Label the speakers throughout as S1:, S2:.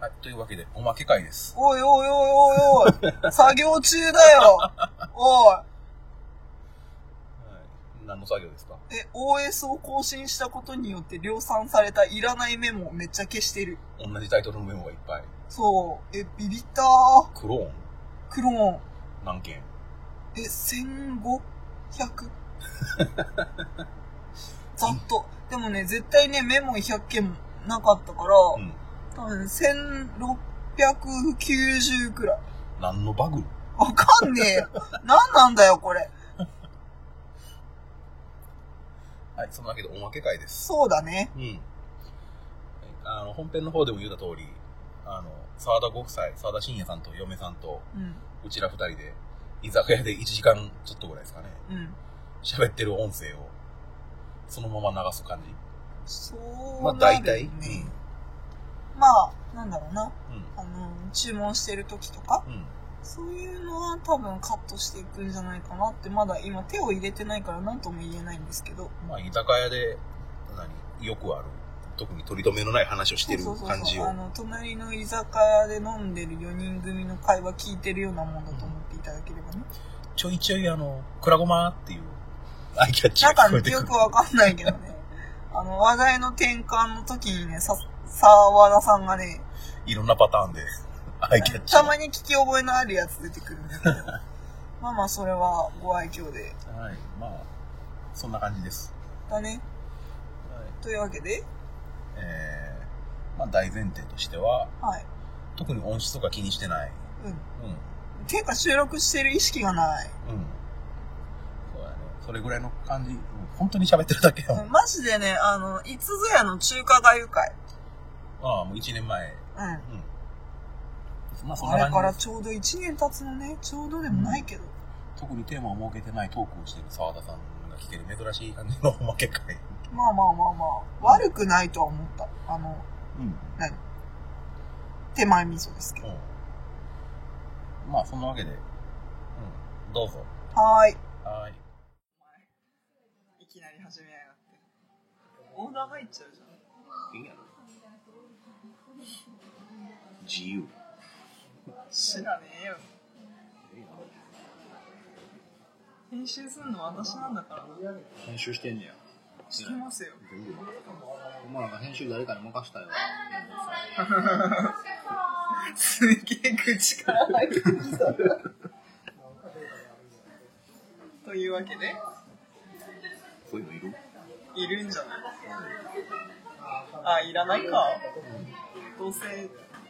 S1: はい、というわけで、おまけ会です。
S2: おいおいおいおいおい作業中だよおい
S1: 何の作業ですか
S2: え、OS を更新したことによって量産されたいらないメモめっちゃ消してる。
S1: 同じタイトルのメモがいっぱい。
S2: そう。え、ビビったー。
S1: クローン
S2: クローン。
S1: 何件
S2: え、1500? ざっと。でもね、絶対ね、メモ100件なかったから、
S1: うん。
S2: 多分1690くらい。
S1: 何のバグ
S2: わかんねえよ。何なんだよ、これ。
S1: はい、そんなわけで、おまけ会です。
S2: そうだね。
S1: うん。はいあの、本編の方でも言った通り、あの、沢田ご夫妻、沢田信也さんと嫁さんと、
S2: うん、
S1: うちら二人で、居酒屋で1時間ちょっとぐらいですかね、
S2: うん。
S1: 喋ってる音声を、そのまま流す感じ。
S2: そう
S1: まあ、
S2: な
S1: 大
S2: る
S1: 体。
S2: ね。まあ、なんだろうな。あの、注文してる時とか、
S1: うん。うん。
S2: そういうのは多分カットしていくんじゃないかなって、まだ今手を入れてないから何とも言えないんですけど。
S1: まあ、居酒屋で、何、よくある、特に取り留めのない話をしてる
S2: そうそうそう
S1: 感じを
S2: あ。の、隣の居酒屋で飲んでる4人組の会話聞いてるようなもんだと思っていただければね。
S1: ちょいちょい、あの、クラゴマっていう、アイキャッチ
S2: な
S1: が
S2: んか
S1: 聞こえ
S2: ね
S1: てく
S2: よ
S1: る
S2: く。わかんないけどね。あの、話題の転換の時にね、さ、沢田さんがね、
S1: いろんなパターン で、アイキャッチ
S2: た
S1: を。
S2: まに聞き覚えのあるやつ出てくるんだけ ど。まあまあ、それはご愛嬌で。
S1: はい。まあ、そんな感じです。
S2: だね。というわけで、
S1: えー、まあ、大前提としては、
S2: はい。
S1: 特に音質とか気にしてない。
S2: う
S1: う
S2: ん。
S1: ん。
S2: ていうか収録してる意識がない。
S1: うん。そうだね。それぐらいの感じ。うん本当に喋ってるだけよ。あ
S2: マジでね、あの、いつぞやの中華がゆ会。
S1: あ、もう1年前。
S2: うん。あ
S1: うん。まあ、そんな
S2: れか
S1: 感
S2: ら
S1: じで
S2: ちょうど1年経つのね、ちょうどでもないけど。
S1: す。特にテーマを設けてないトークをしてる沢田さんが来てる珍しい感じのおまけ会。
S2: まあまあまあまあ、悪くないとは思った。あの、
S1: うん。うん。
S2: 手前味噌ですけど。
S1: まあ、そんなわけで。うん。どうぞ。
S2: はーい。
S1: はーい。
S2: いきなり始めやがって。オーダー入っちゃうじゃん。
S1: いいやろ。自由。
S2: 知らねえよ。編集すんの私なんだから。
S3: 編集してんねや。
S2: 知ってますよ。
S3: 全部。お前なんか編集誰かに任したよ。
S2: すげえ口から入ってきた。というわけで、
S3: そういうのいる
S2: いるんじゃないあ、いらないか。どうせ、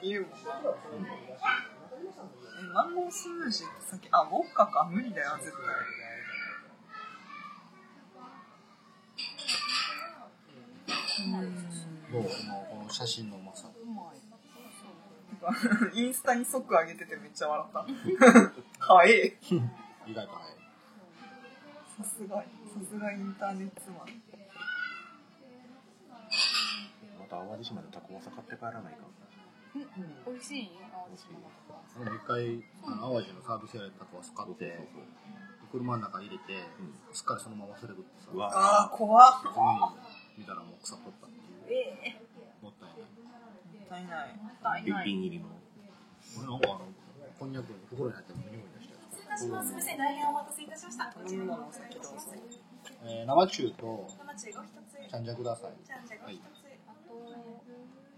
S2: いるもんな。え、マンゴースムージーってさっき、あ、ウォッカか。無理だよ、絶対。
S3: どうこのこの写真のうまさ。
S2: なんか インスタに即上げててめっちゃ笑った。早え。
S3: 意外と早い。
S2: さすが、さすがインターネットマン。
S3: また淡路島でタコワサ買って帰らないか。
S4: 美味しい淡路島の
S3: 俺も一回、あの淡路のサービスエリアでタコワサ買って、車の中に入れて、すっかりそのまま忘れるってさ。
S1: うわ
S2: ああ、怖っ。
S3: 次に見たらもう腐っとったっていう。
S4: ええ
S3: もったいない。
S2: もったいない。
S4: 大
S1: ビン
S4: ない
S1: ビン入りの。
S3: 俺なんかあの、こんにゃくお風呂に入っても匂い出したや
S4: 失礼いたします。すみません、来年お待たせいたしました。こちらにお待たせいたします。
S3: つ。えー、生中と、
S4: 生中ご一つ。
S3: ちゃんじゃください。
S4: じゃあ、じゃあご一つ。あと、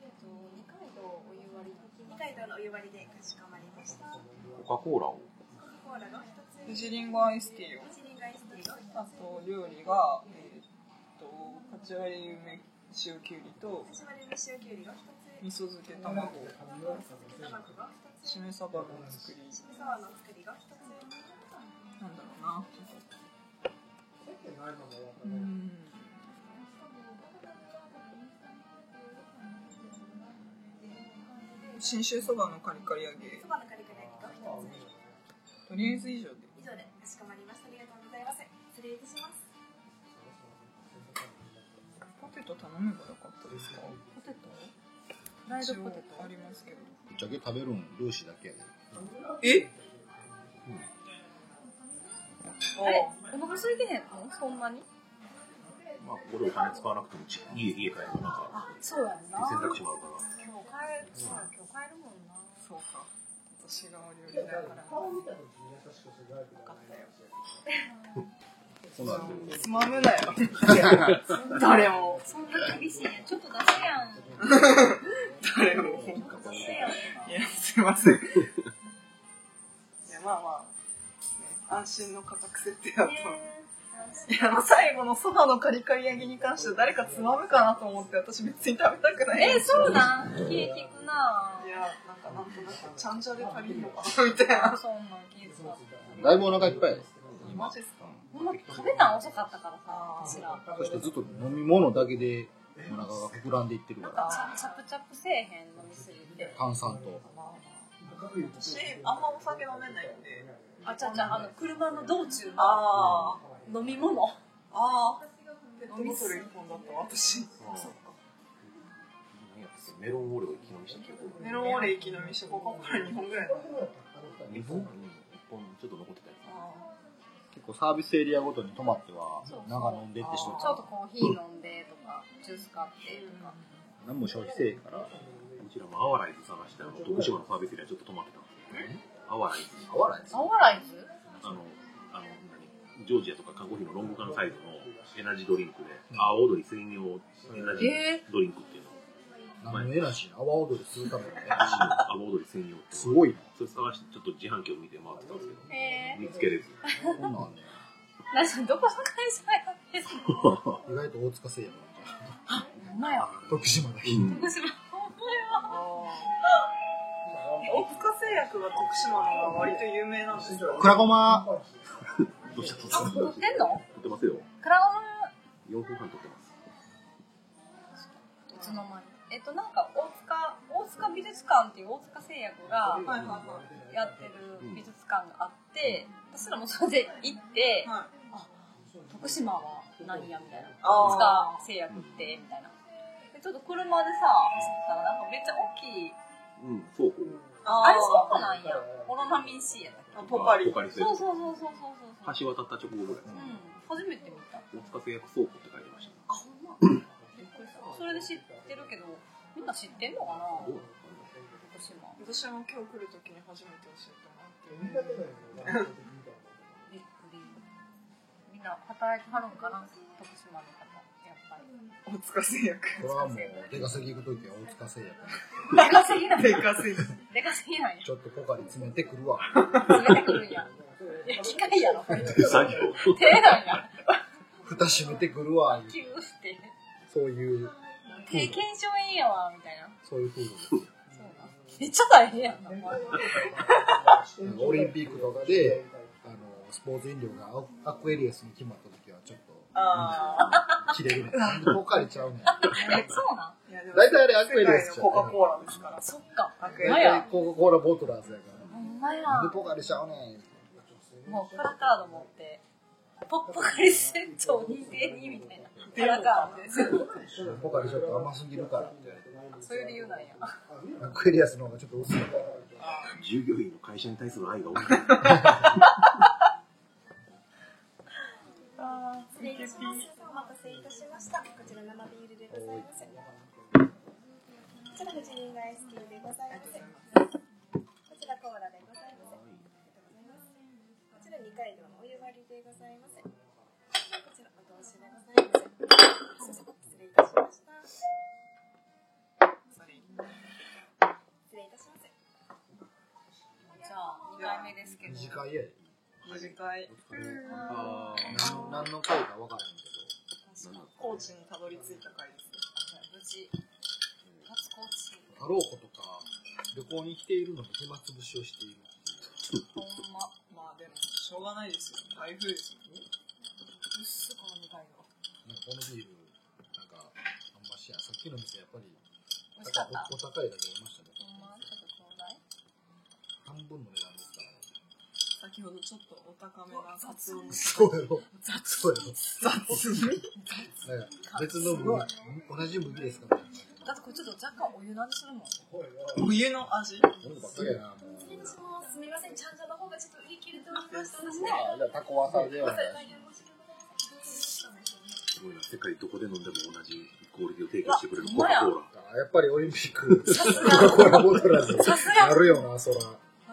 S4: えっと、二階堂お湯割り。二階堂のお湯割りでかしこまりました。
S1: コカ・コーラを。
S4: コーラご一つ。
S2: 富士リンゴアイスティーを。
S4: 一輪が一つ。
S2: あと料理が、えーっと、カチュアリ梅塩きゅうりと、
S4: 始まりの塩きゅうりご一つ。
S2: 味噌漬け卵、
S4: 卵ご一つ。卵ご一つ。
S2: しめ鯖の作り、
S4: しめ沢の作りご一つ。
S2: なんだろうな。うーん。信州そばのカリカリ揚げ
S4: そ、ばのカリカリがご一つ。
S2: とりあえず以上で。
S4: 以上でかしこまりました。ありがとうございます。失礼いたします。
S2: ポテト頼めばよかったですか
S4: ポテトフライドポテ
S2: 一応あ
S4: ト
S2: りますけど。
S3: ぶっちゃけ食べるん、漁師だけやで。
S2: えあ
S4: あれお腹空いてへんのそんなに
S1: まあ、ここでお金使わなくてもち家家帰るのなんか
S4: あ、そうやんな。
S1: 選
S4: 今
S1: 択肢もあるから
S4: 日帰る、そうや今日帰るもんな。
S2: そうか私がお料理だから分かったよ
S3: そうなんで
S2: つまむなよ誰も
S4: そんな厳しいんや。ちょっと出せやん。
S2: 誰も
S4: 出せやん。
S2: いやすいませんいやまあまあ、ね、安心の価格設定だと思ういやあの最後のソファのカリカリ揚げに関して誰かつまむかなと思って私別に食べたくない
S4: えー、そうなん聞いてくない
S2: やなんかなんとなくちゃんじゃで足りんのかなみたいな
S4: あそんなん聞いてた
S3: すだいぶお腹いっぱいです
S2: マジっすか
S4: ほんま食べたん遅かったからさ
S2: あー
S4: 私ら
S3: そしてずっと飲み物だけでお腹が膨らんでいってるから
S2: あ
S4: チャプチャプせえへん飲みすぎて
S3: 炭酸と
S2: 私あんまお酒飲めないんで
S4: あちゃちゃあの車の道中の
S2: あ
S4: 飲み物
S2: あああペッ
S4: ッ
S2: ト
S4: ト
S2: ボ
S4: ボ
S2: ト
S4: ト
S2: ル一
S4: ル一
S2: 本だった私
S1: あー何やったっけメロンオレオ一気飲みした記憶
S2: メロンオレ一気飲みしてここから2本ぐらい飲んだ
S1: 2本 ?1 本ちょっと残ってたや
S2: あ
S3: 結構サービスエリアごとに泊まっては長飲んでって人
S4: ちょっとコーヒー飲んでとかジュース買ってとか
S3: 何も消費せえへんから
S1: つうちらもアワライズ探してあの徳島のサービスエリアちょっと泊まってたんですよねアワライズ
S3: 合わないです
S4: 青ライズ
S1: あのあの何ジョージアとか缶コーヒーのロング缶サイズのエナジードリンクで阿波踊り専用エナジ
S4: え
S1: ードリンクっていうの
S3: 何のエナジー阿波踊りするためのエナジー
S1: 阿波踊り専用って
S3: すごい
S1: それ探してちょっと自販機を見て回ってたんですけど
S4: え
S1: 見つけれず
S3: なこんなんね
S4: ー、なにどこの会社やってんの
S3: 意外と大塚製薬なんじ
S4: ほんまや
S3: ゃん徳島だけ
S1: うん
S4: 私も
S2: あ大塚製薬は徳島のが割と有名なんですよ
S3: クラゴマ
S1: どうした
S4: あ、
S1: と
S4: 撮ってんの
S1: 撮ってますよ
S4: クラ
S1: 4分半撮ってます
S4: ウンいつの間にえっとなんか大塚大塚美術館っていう大塚製薬が
S2: はいはいは
S4: やってる美術館があって、私らもそれで行って
S2: い、はい
S4: 徳島は何やみたいな
S2: あー
S4: 大塚製薬ってみたいなでちょっと車でさ走ってたらなんかめっちゃ大きい
S1: うんそう
S2: あ
S4: あれ
S2: そ
S4: そうなんやオロナミン C やったっけ
S2: うポパリ
S1: ポカリスエ
S4: そうそうそうそうそうそうそう
S1: 橋渡った直後ぐらい
S4: うん初めて見た
S1: 大塚製薬倉庫って書いてました
S4: あほんまびっくりしたそれで知ってるけどみんな知ってんのか
S1: ど
S4: な
S1: う
S4: 徳
S1: なのかな
S4: 島
S2: 私も今日来るときに初めて教えたなって
S4: びっくりみんな働いてはるんかな徳島の方やっぱり
S2: 大塚製薬
S3: これはもう出稼ぎ行く時は大塚製薬
S4: でかすぎない
S2: でかすぎ
S4: でかすぎない
S3: ちょっとポカリ詰めてくるわ
S4: 詰めてくるんやいや機械やろ手
S1: 手作業
S4: なんや
S3: 蓋閉めてくるわ
S4: キューして
S3: そういう
S4: 経験証いいやわみたいな
S3: そういう風に
S4: そうなんめっちゃ大変やんな
S3: なんかオリンピックとかであのスポーツ飲料がアクエリアスに決まった時はちょっ
S2: あ
S3: と切れるねなんでポカリちゃうねん
S4: えそうなん
S2: あいやでも
S3: 大体あれアク
S2: 世
S3: エリア
S2: 界
S3: ス
S2: の
S3: ちゃう
S2: コカ・コーラですから
S4: そっか
S2: アクエ
S4: ほん
S2: リ
S4: ま
S3: 大体
S4: や
S3: コカ・コーラボトラーズやから
S4: ほんまや
S3: なんでポカリちゃうねん
S4: もうプラカード持ってポッポカリス銭湯2002みたいなプラカードです
S3: ポカリちょっと甘すぎるからって
S4: そういう理由なんや
S3: アクエリアスの方がちょっと薄いから
S1: 従業員の会社に対する愛が大きい
S2: あ
S4: 失礼いたします
S5: お待たせいたしました。こちら生ビールでございます。こちら富士林大好きでございます。こちらコーラでございます。ありがとうございます。こちら二階堂のお湯割りでございます。こちらお通しでございます。失礼いたしました。失礼いたします。
S4: じゃあ2回目ですけど
S3: 短いやで
S2: 短い
S1: あ
S3: 何何の回か分からへんけど
S2: コーチにたどり着いた回ですね
S4: 無事初コーチ
S3: 太郎子とか旅行に来ているのに暇つぶしをしている
S4: ほんま
S2: まあでもしょうがないですよ台風ですもんね
S4: うっすこの2回の
S3: なんかこのビールなんかあんましやさっきの店やっぱり
S4: 美味しかった
S3: おお高いだけありましたけど
S4: ほんまちょっとちょうだい
S3: 半分の値段ですからね
S2: 先ほどちょっとお高めな雑音
S3: そうやろそうやろなんか別の麦同じ麦ですからね
S4: だってこれちょっと若干お湯なんでするもん
S2: お湯の味
S3: 飲むばっかりやなもう
S5: 私もすみません、ちゃんじゃの方がちょっと売り切れておりましたので。
S3: あじゃあタコワサではない
S5: 大変申し訳ございません。
S1: すごいな、世界どこで飲んでも同じクオリティを提供してくれる
S2: う
S1: コ
S2: わ
S1: カ・コーラ。
S3: あやっぱりオリンピック、コカ・コーラボトラーズ、やるよな、そら。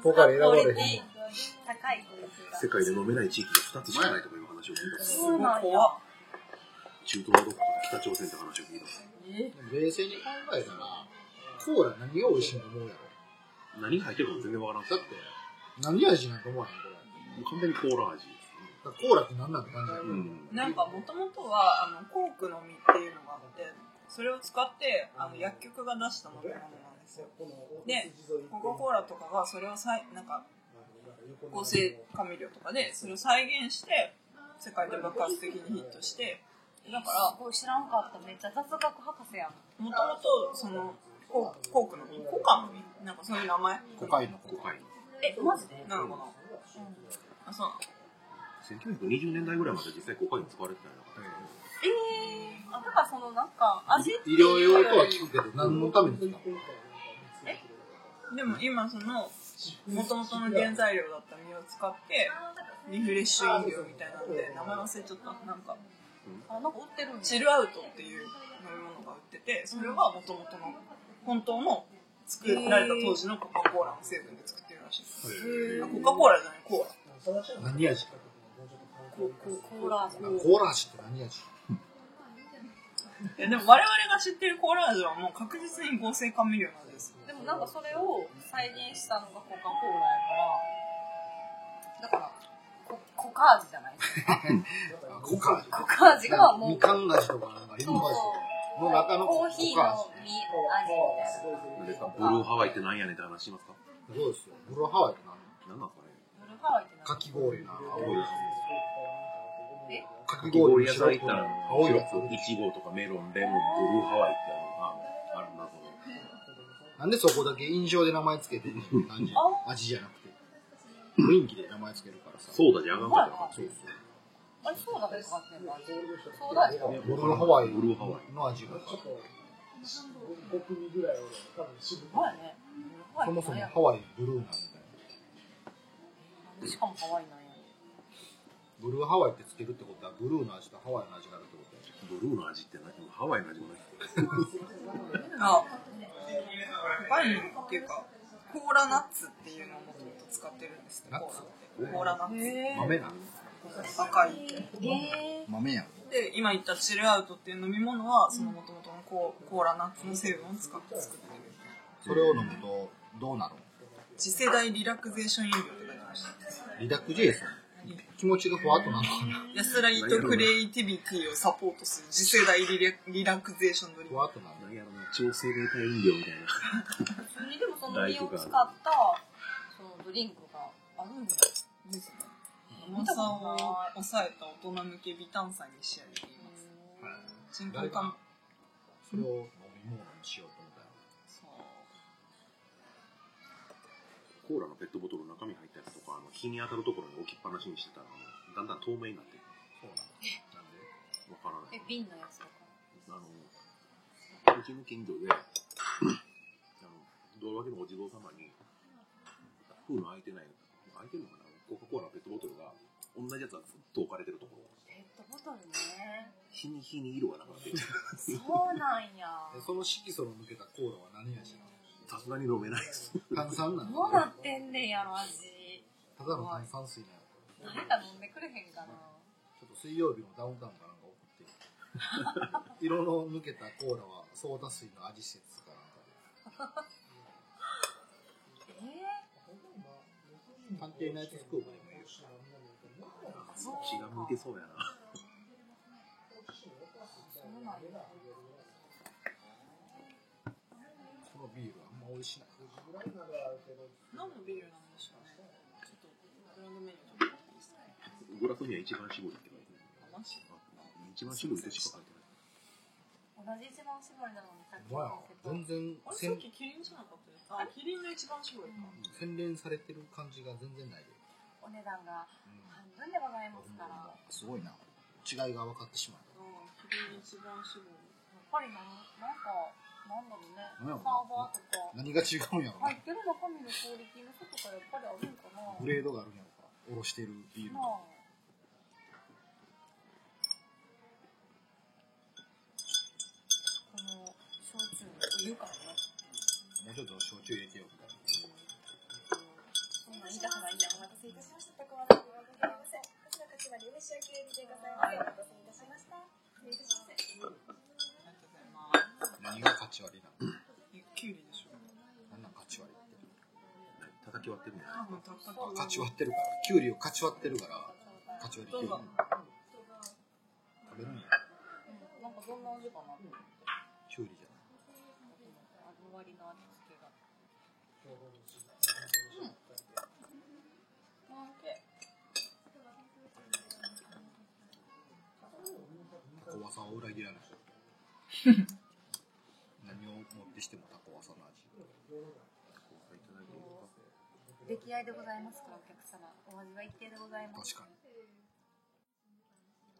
S3: ポカリ選ばれ
S4: クオ
S3: へん
S4: リテ
S3: も
S5: 高いクオリティが
S1: 世界で飲めない地域が2つしかないとかいう話を聞いた。
S2: すごい怖っ
S1: 中東ヨーロッパとか北朝鮮って話を聞いた。
S2: え
S3: ん。冷静に考えたら、コーラ何が美味しいと思うやろ。
S1: 何が入ってるかも全然わからん。
S3: だって、何味なんて思わへん、こ
S1: 完
S3: れ。
S1: 全にコーラ味。
S3: だからコーラって何なんて感じやろ。
S1: うん。
S2: なんかもともとはあのコークの実っていうのがあってそれを使ってあの薬局が出した飲み物なんですよでコカ・コーラとかがそれをさいなんか合成甘味料とかでそれを再現して世界で爆発的にヒットしてだから
S4: すごい知らんかった。めっちゃ雑学博士やん。
S2: もともとそのコーコークの実コカの実なんかそういう名前
S3: コカインの
S1: コカイン。
S4: え、マジで
S2: なのかな、あそう
S1: 1920年代ぐらいまで実際コカイン使われてたよ。
S4: えー、あ、だからそのなんか、味ってい
S3: 医
S4: う
S3: 療用
S4: よ
S3: とは
S4: り
S3: 聞くけど、何のために使うの
S2: でも今その元々の原材料だった実を使ってリフレッシュ飲料みたいなので名前忘れちゃったなんか
S4: あ、なんか売ってるんや。
S2: チルアウトっていう飲み物が売っててそれは元々の本当の作られた当時のコカ・コーラの成分で作ってるらしいですあコカ・コーラじゃないコーラ
S3: 何味
S4: ココーラ味。
S3: コーラ味って何味
S2: いやでも我々が知ってるコーラ味はもう確実に合成甘味料なんです
S4: でもなんかそれを再現したのがコカ・コーラやから、だから、ココカ味じゃない
S3: あコカ味。
S4: コカ味がも
S3: み
S4: う、
S3: かん味とか、なんかリン
S4: そう
S3: ゴ
S4: そ
S3: 味と
S4: う。
S3: かの中のコ
S4: コー
S3: カ味
S4: ヒー
S3: ね
S4: の。実味みた
S1: なんです
S4: いな。
S1: かブルーハワイってなんやねんって話しますか
S3: そうですよ。ブルーハワイって何
S1: なんなんこれ
S4: ブルーハワイって
S3: かき氷な、青いやつ
S4: え
S3: か
S1: かき
S3: き氷
S1: 氷屋
S3: のシ
S1: さ
S3: ロ
S1: ん行っ
S3: ップ
S1: たら、
S3: の
S1: 青
S3: 青
S1: い
S3: い
S1: や
S3: や
S1: つい
S3: つ。
S1: ちごとかメロン、レモン、ブルーハワイってあの、あのあるな、その。
S3: なんでそこだけ印象で名前つけてるの感じ味じゃなくて。雰囲気で名前つけるからさ。
S1: ソーダじゃあがんか
S3: そうそう。
S4: あれ、そうだね、かってんの味。そうだ
S1: じ
S4: よ。
S1: ゃん。
S3: ブルーハワイ
S1: ブルーハワイ。
S3: の味が。
S4: うまいね。ハワイっ
S3: そ
S4: て
S3: もそ
S4: なん
S3: も
S4: や
S3: ハワイブルーなんだよ。
S4: しかもハワイなんや。
S3: ブルーハワイってつけるってことは、ブルーの味とハワイの味があるってことや。
S1: ブルーの味って何ハワイの味もない。
S2: あパインっていうかコーラナッツっていうのをもともと使ってるんですって
S3: ナッ
S2: コー
S3: ツ
S2: ラってコーラナッツ
S3: 豆な。
S2: 赤い
S3: 豆やん。
S2: で今言ったチルアウトっていう飲み物はその元々のコーコーラナッツの成分を使って作ってる
S3: それを飲むと、どうなる
S2: 次世代リラクゼーション飲料って書いてました
S3: リラックジェイソン。気持ちがふわっとなるのかな。
S2: 安らぎとクリエイティビティをサポートする次世代リラリラクゼーションドリン
S3: ふ
S2: ク
S3: わっとなる。
S1: 何やろな、超生命体飲料みたいな。
S4: 普通にでもその実を使ったそのドリンクがあるん
S2: で
S4: だ
S2: すね甘さを抑えた大人向け微炭酸に仕上げています人工甘
S3: それを飲み物にしようと思ったよ。
S2: そう
S1: コーラのペットボトルの中身入ったやつとか、あの日に当たるところに置きっぱなしにしてたら、あのだんだん透明になって、
S3: そうなんなんで
S1: わからない。
S4: え瓶のやつとか
S1: あの、うちの近所で、あの、道脇のお地蔵様に、封の開いてない、開いてるのかなコカ・コーラのペットボトルが、同じやつがずっと置かれてるところ、
S4: ペットボトルね
S1: 日に日に色がなくなってきて、
S4: そうなんや
S3: えその色素の抜けたコーラは何味な
S1: さすがに飲めないです。
S3: の炭酸な
S4: ど
S3: の
S4: うなってんねんやろ味
S3: ただの炭酸水なの
S4: 何か飲んでくれへんかな
S3: ちょっと水曜日のダウンタウンかなんか送っ て色の抜けたコーラはソーダ水の味施設かなんか
S4: えー、
S3: で探偵ナイトスクープでもいいよ
S1: 血が向いてそうやな。
S4: そうなんや
S3: このビールあんま美味しない
S2: 何のビールなんでしょうねちょっとブランドメニューちょっと見ていい
S1: グラフには
S2: ですか
S1: 一番絞りって書いてない。
S2: マジ
S1: あ一番絞りとしか書いてない。
S4: 同じ一番絞りなのにさっき
S3: お前
S4: の
S3: 全然
S2: あれ
S3: 洗
S2: さっきキリンじゃなかったですあキリンが一番搾いか
S3: 洗練されてる感じが全然ないで、
S4: お値段が
S3: うん
S4: 半分でございますからやっ
S3: すごいな違いが分かってしまう
S2: うんキリン一番搾い
S4: ぱりななんかなんだろうねサ
S3: なんやろ
S4: ーバーとか
S3: 何が違うんやろな
S4: 入ってる中身のクオリティのことからやっぱりあるんかな
S3: グレードがあるんやろかおろしてるビール
S4: ま
S3: と
S4: あ
S2: 言うからね。
S3: もうちょっと焼酎入れてよみたいな。
S5: お待たせいたしました。たこまさんではございません。こちらこちらで梅酒をきゅうりでございます。お待たせいたしました。失礼いたします。
S2: ありがとうございま
S3: 何が勝ち割りなの
S2: す。きゅうりでしょ。
S3: 何なん勝ち割りって。
S1: 叩き割ってるんじゃない
S2: 多分たったと
S3: 勝ち割ってるから、キュウリを勝ち割ってるから、勝ち割り
S2: ど
S3: キュ
S2: うぞ。
S3: ウリ食べるんや。
S2: なんかどんな味かな。
S3: キュウリじゃない。
S2: 周りの味付けが。うん。なんけ。
S3: タコワさんを裏切らない。何を持ってしてもタコワさんの味。
S4: 出来合いでございますからお客様お味は一定でございます
S3: 確か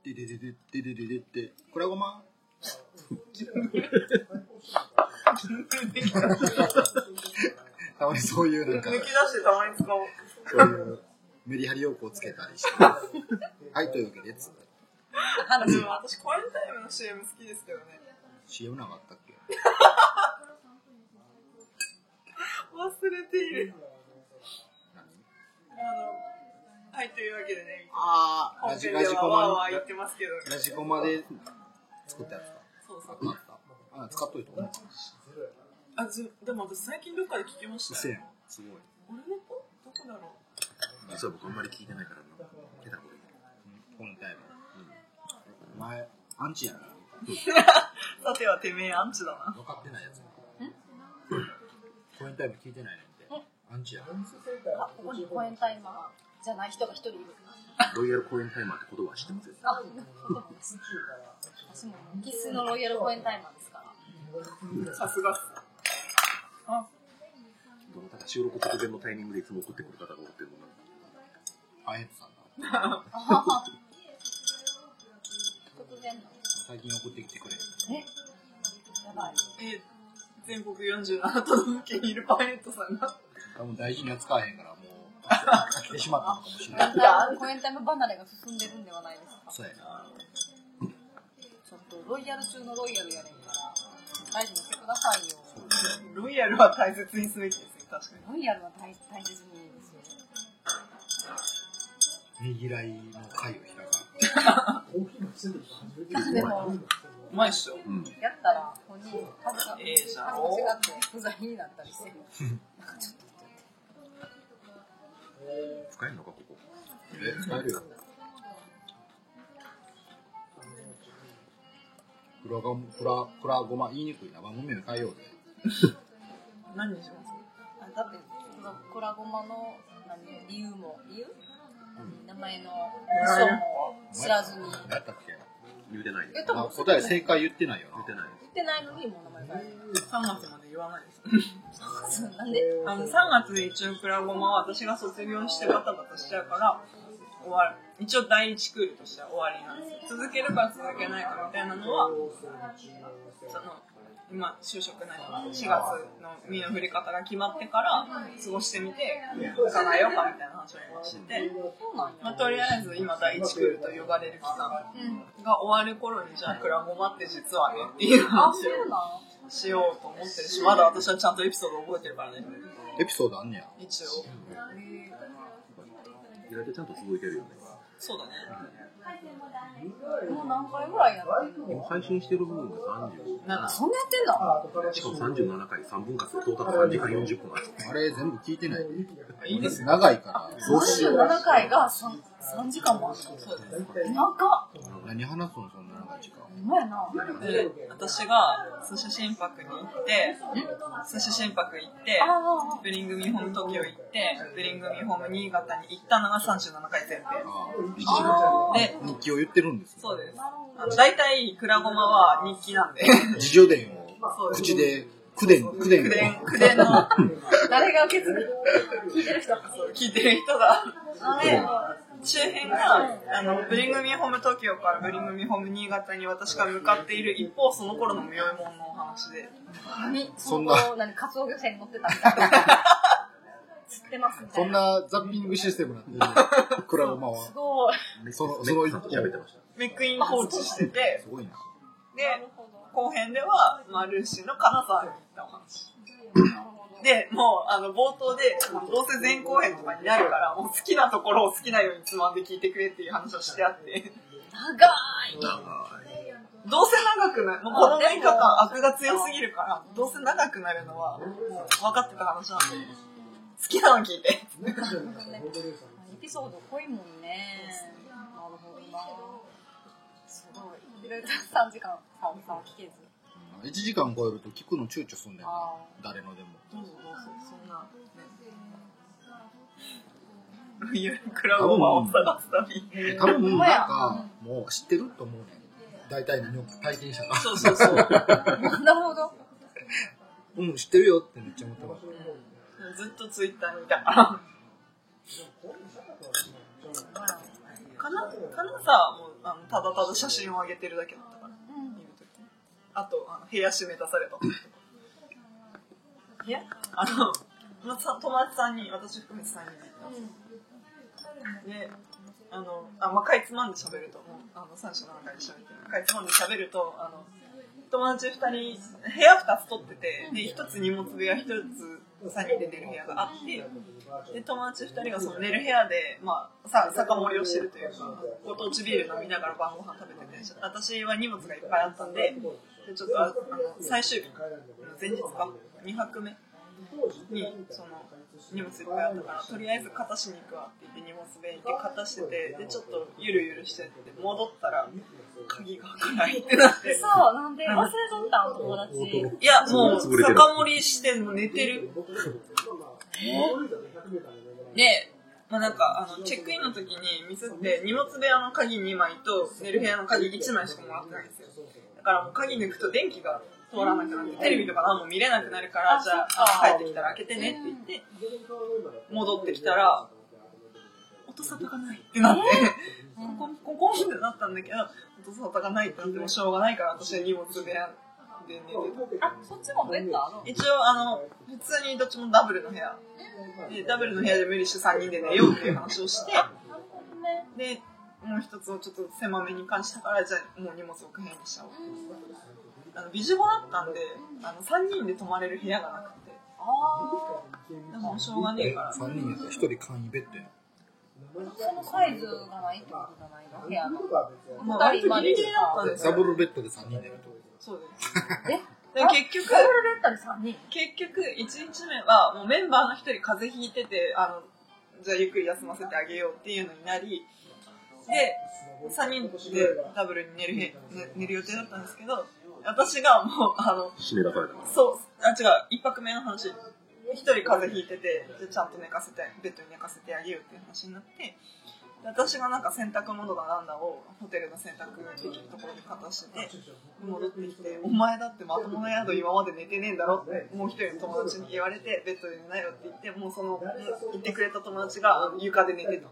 S3: に。ででででででででで。これはごま。たまにそういうなんか、
S2: 抜き出してたまに使おう。
S3: そういうメリハリをこうつけたりして。はい、というわけで、つ
S2: あの、でも私、コアレタイムの CM 好きですけどね。
S3: CM なんかあったっけ
S2: 忘れている。
S3: 何
S2: あの、はい、というわけでね、
S3: あ
S2: 本
S3: ラジ
S2: 編
S3: ラ
S2: で
S3: ジコ
S2: はわーわー
S3: マ
S2: 言ってますけど、
S3: ラジコマで作ったやつか。
S2: そうそ
S3: あ
S2: う。
S3: ったあった。あ、使っといて。
S2: あ、ずでも私、最近どっかで聞きました
S3: せ
S2: よ
S3: ん。。すごい。
S2: 俺の子どこだろう
S1: 実は僕あんまり聞いてないからな。下手なこと言う
S3: 本体の。お前、アンチやな。
S2: さてはてめえアンチだな。
S3: 分かってないやつ。コインタイム聞いてないなんて。アンチやな。
S4: あここにコエンタイマーじゃない人が一人いる
S1: ロイヤル公演タイマーって言葉は知ってますよ。
S4: あ私も生粋のロイヤルコエンタイマーですから
S2: さすがっす。あ、
S1: どなたか収録直前のタイミングでいつも送ってくる方がおってもなんか
S3: あやつさんだ。
S4: あはは突然の
S3: 最近送ってきてくれ。
S4: えやばい
S2: え、全国47都道府県にいるパイレットさんが。
S3: 多分大事に扱わへんから、もう、 飽きてしまったのかもしれない。
S4: コエンタイム離れが進んでるんではないですか
S3: そうやな。
S4: ちょっとロイヤル中のロイヤルやねんから大事にしてくださいよ
S2: ロイヤルは大切にすべきですね、確かに。
S4: ロイヤルは大大切にですよ
S3: ねぎらいの会を開か
S4: でも
S2: うまいっしょ。
S1: うん。
S4: やったら本人数が
S2: ええじゃん
S4: 数が違って不在になったりして
S1: 使えるのか、ここ。
S3: え、使えるよ。プラゴン、プラ、プラゴマ、言いにくいな。番組名変えようぜ。
S2: 何にします
S4: あだってそのコラゴマの何理由も理由、名前の
S2: ん
S4: 書も知らずに
S3: 何やったっけ
S1: 言うてないよ。
S4: え
S1: 言
S4: 多
S3: あ
S4: 分
S3: 答え正解言ってないよな
S1: う。てない。
S4: 言ってないのにもう名前が
S2: ?3 月まで言わないです。
S4: なんで
S2: あの3月で一応プラゴマは私が卒業してバタバタしちゃうから終わる一応第1クールとしては終わりなんです続けるか続けないかみたいなのはその今就職なり4月の身の振り方が決まってから過ごしてみて考えようかみたいな話を今してて、
S4: そうなん
S2: まあ、
S4: や
S2: とりあえず今第1クールと呼ばれる期間
S4: うん
S2: が終わる頃にじゃあプラゴマって実はねっていう
S4: あ
S2: 話
S4: そう
S2: を
S4: なん
S2: しようと思ってるしまだ私はちゃんとエピソード覚えてるからね
S3: エピソードあんねや。
S2: 一応。
S1: 意外とちゃんと続いてるよね。
S2: そうだね。
S4: もう何回ぐらいやってんの
S1: 今配信してる部分が
S2: 七。
S4: そんなやってんの
S1: 30。しかも37回3分割でトータル3時間40分ある。
S3: あれ全部聞いてない。
S2: いいですよ。
S3: 長いから。どうしよう。
S4: 37回が 3, 三時間もあった
S2: そうです。
S4: 長っ
S3: 何話すのそんな長い時間。
S4: ほんまやな
S2: で、私が寿司心拍に行って、寿司心拍行って
S4: あ、あ
S2: ブリングミーホーム東京行って、ブリングミーホーム新潟に行ったのが37回全編。
S3: あ
S4: あ
S2: で、
S3: あ、日記を言ってるんですね。
S2: そうです。あの大体、クラゴマは日記 なんで。
S3: 自助伝を
S2: そうです
S3: 口。で、くでん、くで
S2: く
S3: ん
S2: でん、
S3: を。
S2: くでんの、
S4: あ誰が受け継ぐ聞いてる人
S2: そう聞いてる人が。
S4: あ
S2: で、周辺が、あの、ブリングミーホーム東京からブリングミーホーム新潟に私が向かっている一方、その頃の妙いもんのお話で。
S4: 何
S3: そ
S4: そ
S3: ん
S4: ん
S3: な
S4: な何カツオ漁船に乗ってたみたいな釣ってますみた
S3: そ
S4: い
S3: ん
S4: な
S3: なザッピングシステムなんて、クラゴマは
S4: す。ごい
S3: その、
S1: メ
S3: その
S1: ッ
S3: 一
S1: ツさんと喋
S3: 歩
S1: ってました。
S2: メックイン放置してて、
S3: すごいな。
S2: で、後編では、まあ、ルーシーの金沢に行ったお話。で、もう、あの、冒頭で、どうせ前後編とかになるから、もう好きなところを好きなようにつまんで聞いてくれっていう話をしてあって、
S4: 長い
S2: どうせ長くなる、もうこの6日間、悪が強すぎるから、どうせ長くなるのは、もう分かってた話なんで、好きなの聞いて。
S4: エピソード濃いもんね。なるほどな。すごい。ルータ3時間、さんさん聞けず。
S3: 1時間超えると聞くの躊躇すんねんな
S4: あ
S3: 誰のでも
S2: どうぞどうぞ、そんな、 ね。クラ
S3: ブ
S2: ブマ
S3: を
S2: を探すために。
S3: 多
S4: ほ
S3: 分
S4: ん
S3: な
S4: ま
S3: ん
S4: や
S3: かもう知ってると思うねん大体の体験者が
S2: そうそうそう。
S4: なるほど。
S3: うん知ってるよってめっちゃ思ってます
S2: ずっとツイッター見たから。かな、かなさもあのただただ写真を上げてるだけだったから、見るときあと、あの部屋閉め出された時とか。
S4: 部屋
S2: あの、まあさ友達さんに、私含めて3人で行った。で、あの、あ、まあ、かいつまんで喋ると、もう、あの、3種の中で喋ってる。かいつまんで喋ると、あの、友達2人、部屋2つ取ってて、で、1つ荷物部屋、1つ3人で寝る部屋があって、で友達2人がその寝る部屋で、まあ、さ酒盛りをしてるというかご当地ビール飲みながら晩ご飯食べてて私は荷物がいっぱいあったんででちょっとああの最終日前日か2泊目にその荷物いっぱいあったからとりあえず片しに行くわって言って荷物部屋行って片しててでちょっとゆるゆるしてて戻ったら鍵が開かないってなって
S4: そう、なんで忘れとったん友達。
S2: いやもう酒盛りしてもう寝てるで、まあ、なんかあのチェックインの時にミスって荷物部屋の鍵2枚と寝る部屋の鍵1枚しかもらってないんですよだからもう鍵抜くと電気が通らなくなってテレビとか何も見れなくなるから
S4: あ
S2: じゃ
S4: そっ
S2: あ
S4: か
S2: 帰ってきたら開けてねって言って戻ってきたら音沙汰がないってなってコンコンコンコンってなったんだけど音沙汰がないってなってもしょうがないから私は荷物部屋で寝てた
S4: あ、そっちもベッドある
S2: 一応あの普通にどっちもダブルの部屋でダブルの部屋で無理して3人で寝ようっていう話をして
S4: なるほどね。
S2: でもう一つをちょっと狭めに関したからじゃあもう荷物置く部屋にしちゃおうあのビジュ語だったんであの3人で泊まれる部屋がなくて
S4: あ
S2: でもしょうがねえから
S3: 3人やったら1人簡易ベッドやん
S4: あ、そのサイズがないってことじゃないの部屋の。
S2: まあ割とギリギリだったんです
S3: ダブ
S2: よ
S3: ルベッドで3人で寝ると
S2: そうです
S4: え
S2: で結局
S4: ダブルベッドで3人。
S2: 結局1日目はもうメンバーの1人風邪ひいててあのじゃあゆっくり休ませてあげようっていうのになりで3人でダブルに寝るへ寝寝る予定だったんですけど私がもうあの
S1: 締め出されたから
S2: そうあ違う1泊目の話1人風邪ひいててじゃあちゃんと寝かせてベッドに寝かせてあげようっていう話になってで私がなんか洗濯物がなんだをホテルの洗濯できるところで片してて戻ってきて「お前だってまともな宿今まで寝てねえんだろ」ってもう一人の友達に言われてベッドで寝なよって言ってもうそのもう言ってくれた友達があの床で寝てた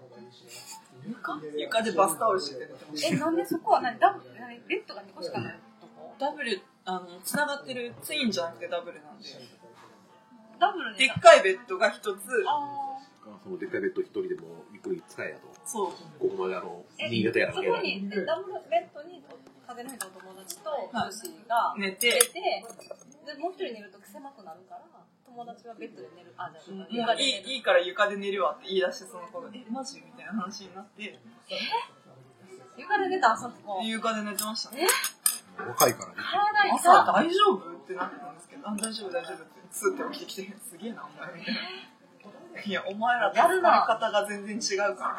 S4: 床
S2: 床でバスタオルしてて寝てました
S4: え、なんでそこは何ダブル、何ベッドが2個しかないとこ
S2: ダブルあの繋がってるツインじゃなくてダブルなんで
S4: ダブル
S2: で
S4: で。
S2: っかいベッドが一つ
S4: あ
S1: そのでっかいベッド一人でもゆっくり使えやと
S2: そう
S1: ここまであの
S4: え
S1: 新潟や
S4: あ。
S1: ら
S4: そこ
S1: けやら
S4: に、えダブルベッドに風の日のお友達と女子が
S2: 寝
S4: 寝
S2: て
S4: て、で、もう一人寝ると狭くなるから、友達はベッドで寝る。あ、じゃあ
S2: なんかい
S4: 床で寝る
S2: いいいから床で寝るわって言い出してその子が「えマジ?」みたいな話になって
S4: 床で寝た、あそこ。
S2: 床で寝てましたね
S3: 若いからね
S4: 体
S2: 朝
S4: 痛い
S2: 大丈夫ってなってたんですけど「あ大丈夫大丈夫」ってスッて起きてきて「すげえなお前」みたいな「 いやお前らと使い方が全然違うか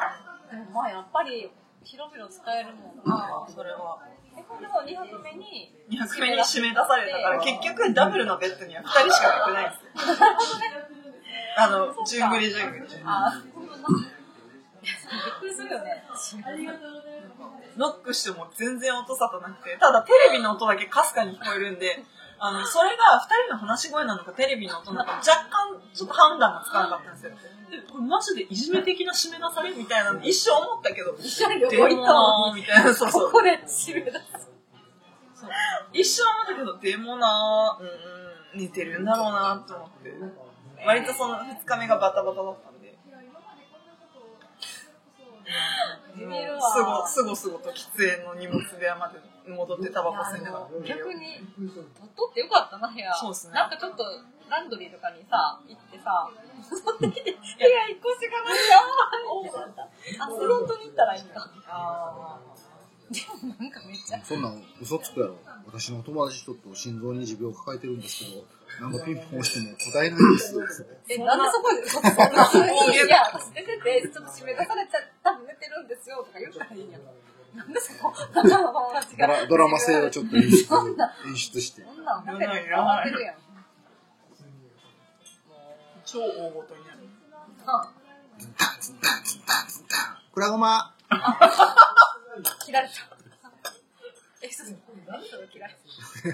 S2: ら
S4: でもまあやっぱり広々使えるもん」な。
S2: あそれは
S4: え、これも2泊目に、
S2: 200目に締め出されたから結局ダブルのベッドには2人しか寝てないんですよ あのじゅんぐりじゅんぐり
S4: あ、ほんとだ。びっくりするよね。
S2: ノックしても全然音沙汰なくて、ただテレビの音だけかすかに聞こえるんで、あの、それが二人の話し声なのかテレビの音なのか若干ちょっと判断がつかなかったんですよ。で、これマジでいじめ的な締め出されみたいなの一瞬思ったけど、
S4: 一緒に旅
S2: で
S4: 行行ったの
S2: もなーみたいな、そうそう
S4: こ。こで締め出す。
S2: 一瞬思ったけど、でもなー、うんうん、似てるんだろうなーと思って。割とその二日目がバタバタだったんで。
S4: ビビるわ
S2: すご、すごすごと喫煙の荷物部屋まで戻ってタバコ吸いながら。
S4: 逆に取っとってよかったな部屋
S2: そうっすね
S4: なんかちょっとランドリーとかにさ行って さその時に部屋一個しかないよってなったあフロントに行ったらいいんだ
S2: ああ。
S4: でもなんかめっちゃ
S3: そんなん嘘つくやろ。私のお友達ちょっと心臓に持病抱えてるんですけど、何度ピンポン押しても答えないんですよ。
S4: えなんでそこでそんなそんないや寝ててちょっと締め出されちゃった寝てるんですよとか言ったらいいやんなんでそこ仲間の友達
S3: ド
S4: が
S3: ラドラマ性をちょっと演出演出して。
S4: そんなんホテルに変わってるやん
S2: 超大ごとになる。
S4: あ
S3: クラゴマ
S4: 切られた。え、そうそう。何それ切られた。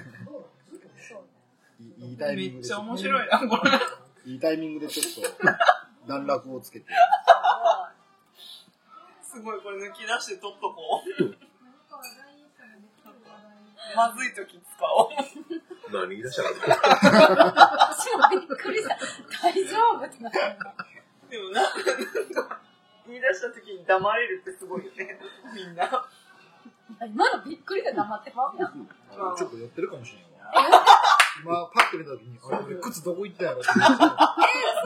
S3: いいいタイミン
S2: めっ
S3: グで
S2: ち
S3: ち
S2: ゃ
S3: ょ
S2: 面
S3: っ
S2: 白いな、これ。
S3: と、いいタイミングでちょっと、 段落をつけて。
S2: すごい、これ抜き出して取っとこう。まずい時使おう。
S1: 何言い出したら
S4: 私もびっくりした。大丈夫ってなったのが。
S2: でもなんか、なんか言い出した時に黙れるってすごいよね。みんな。
S4: 今のびっくりで黙ってまうやん。
S3: あちょっと寄ってるかもしれんわ。今、パッて見た時に、あれ、俺靴どこ行ったやろって思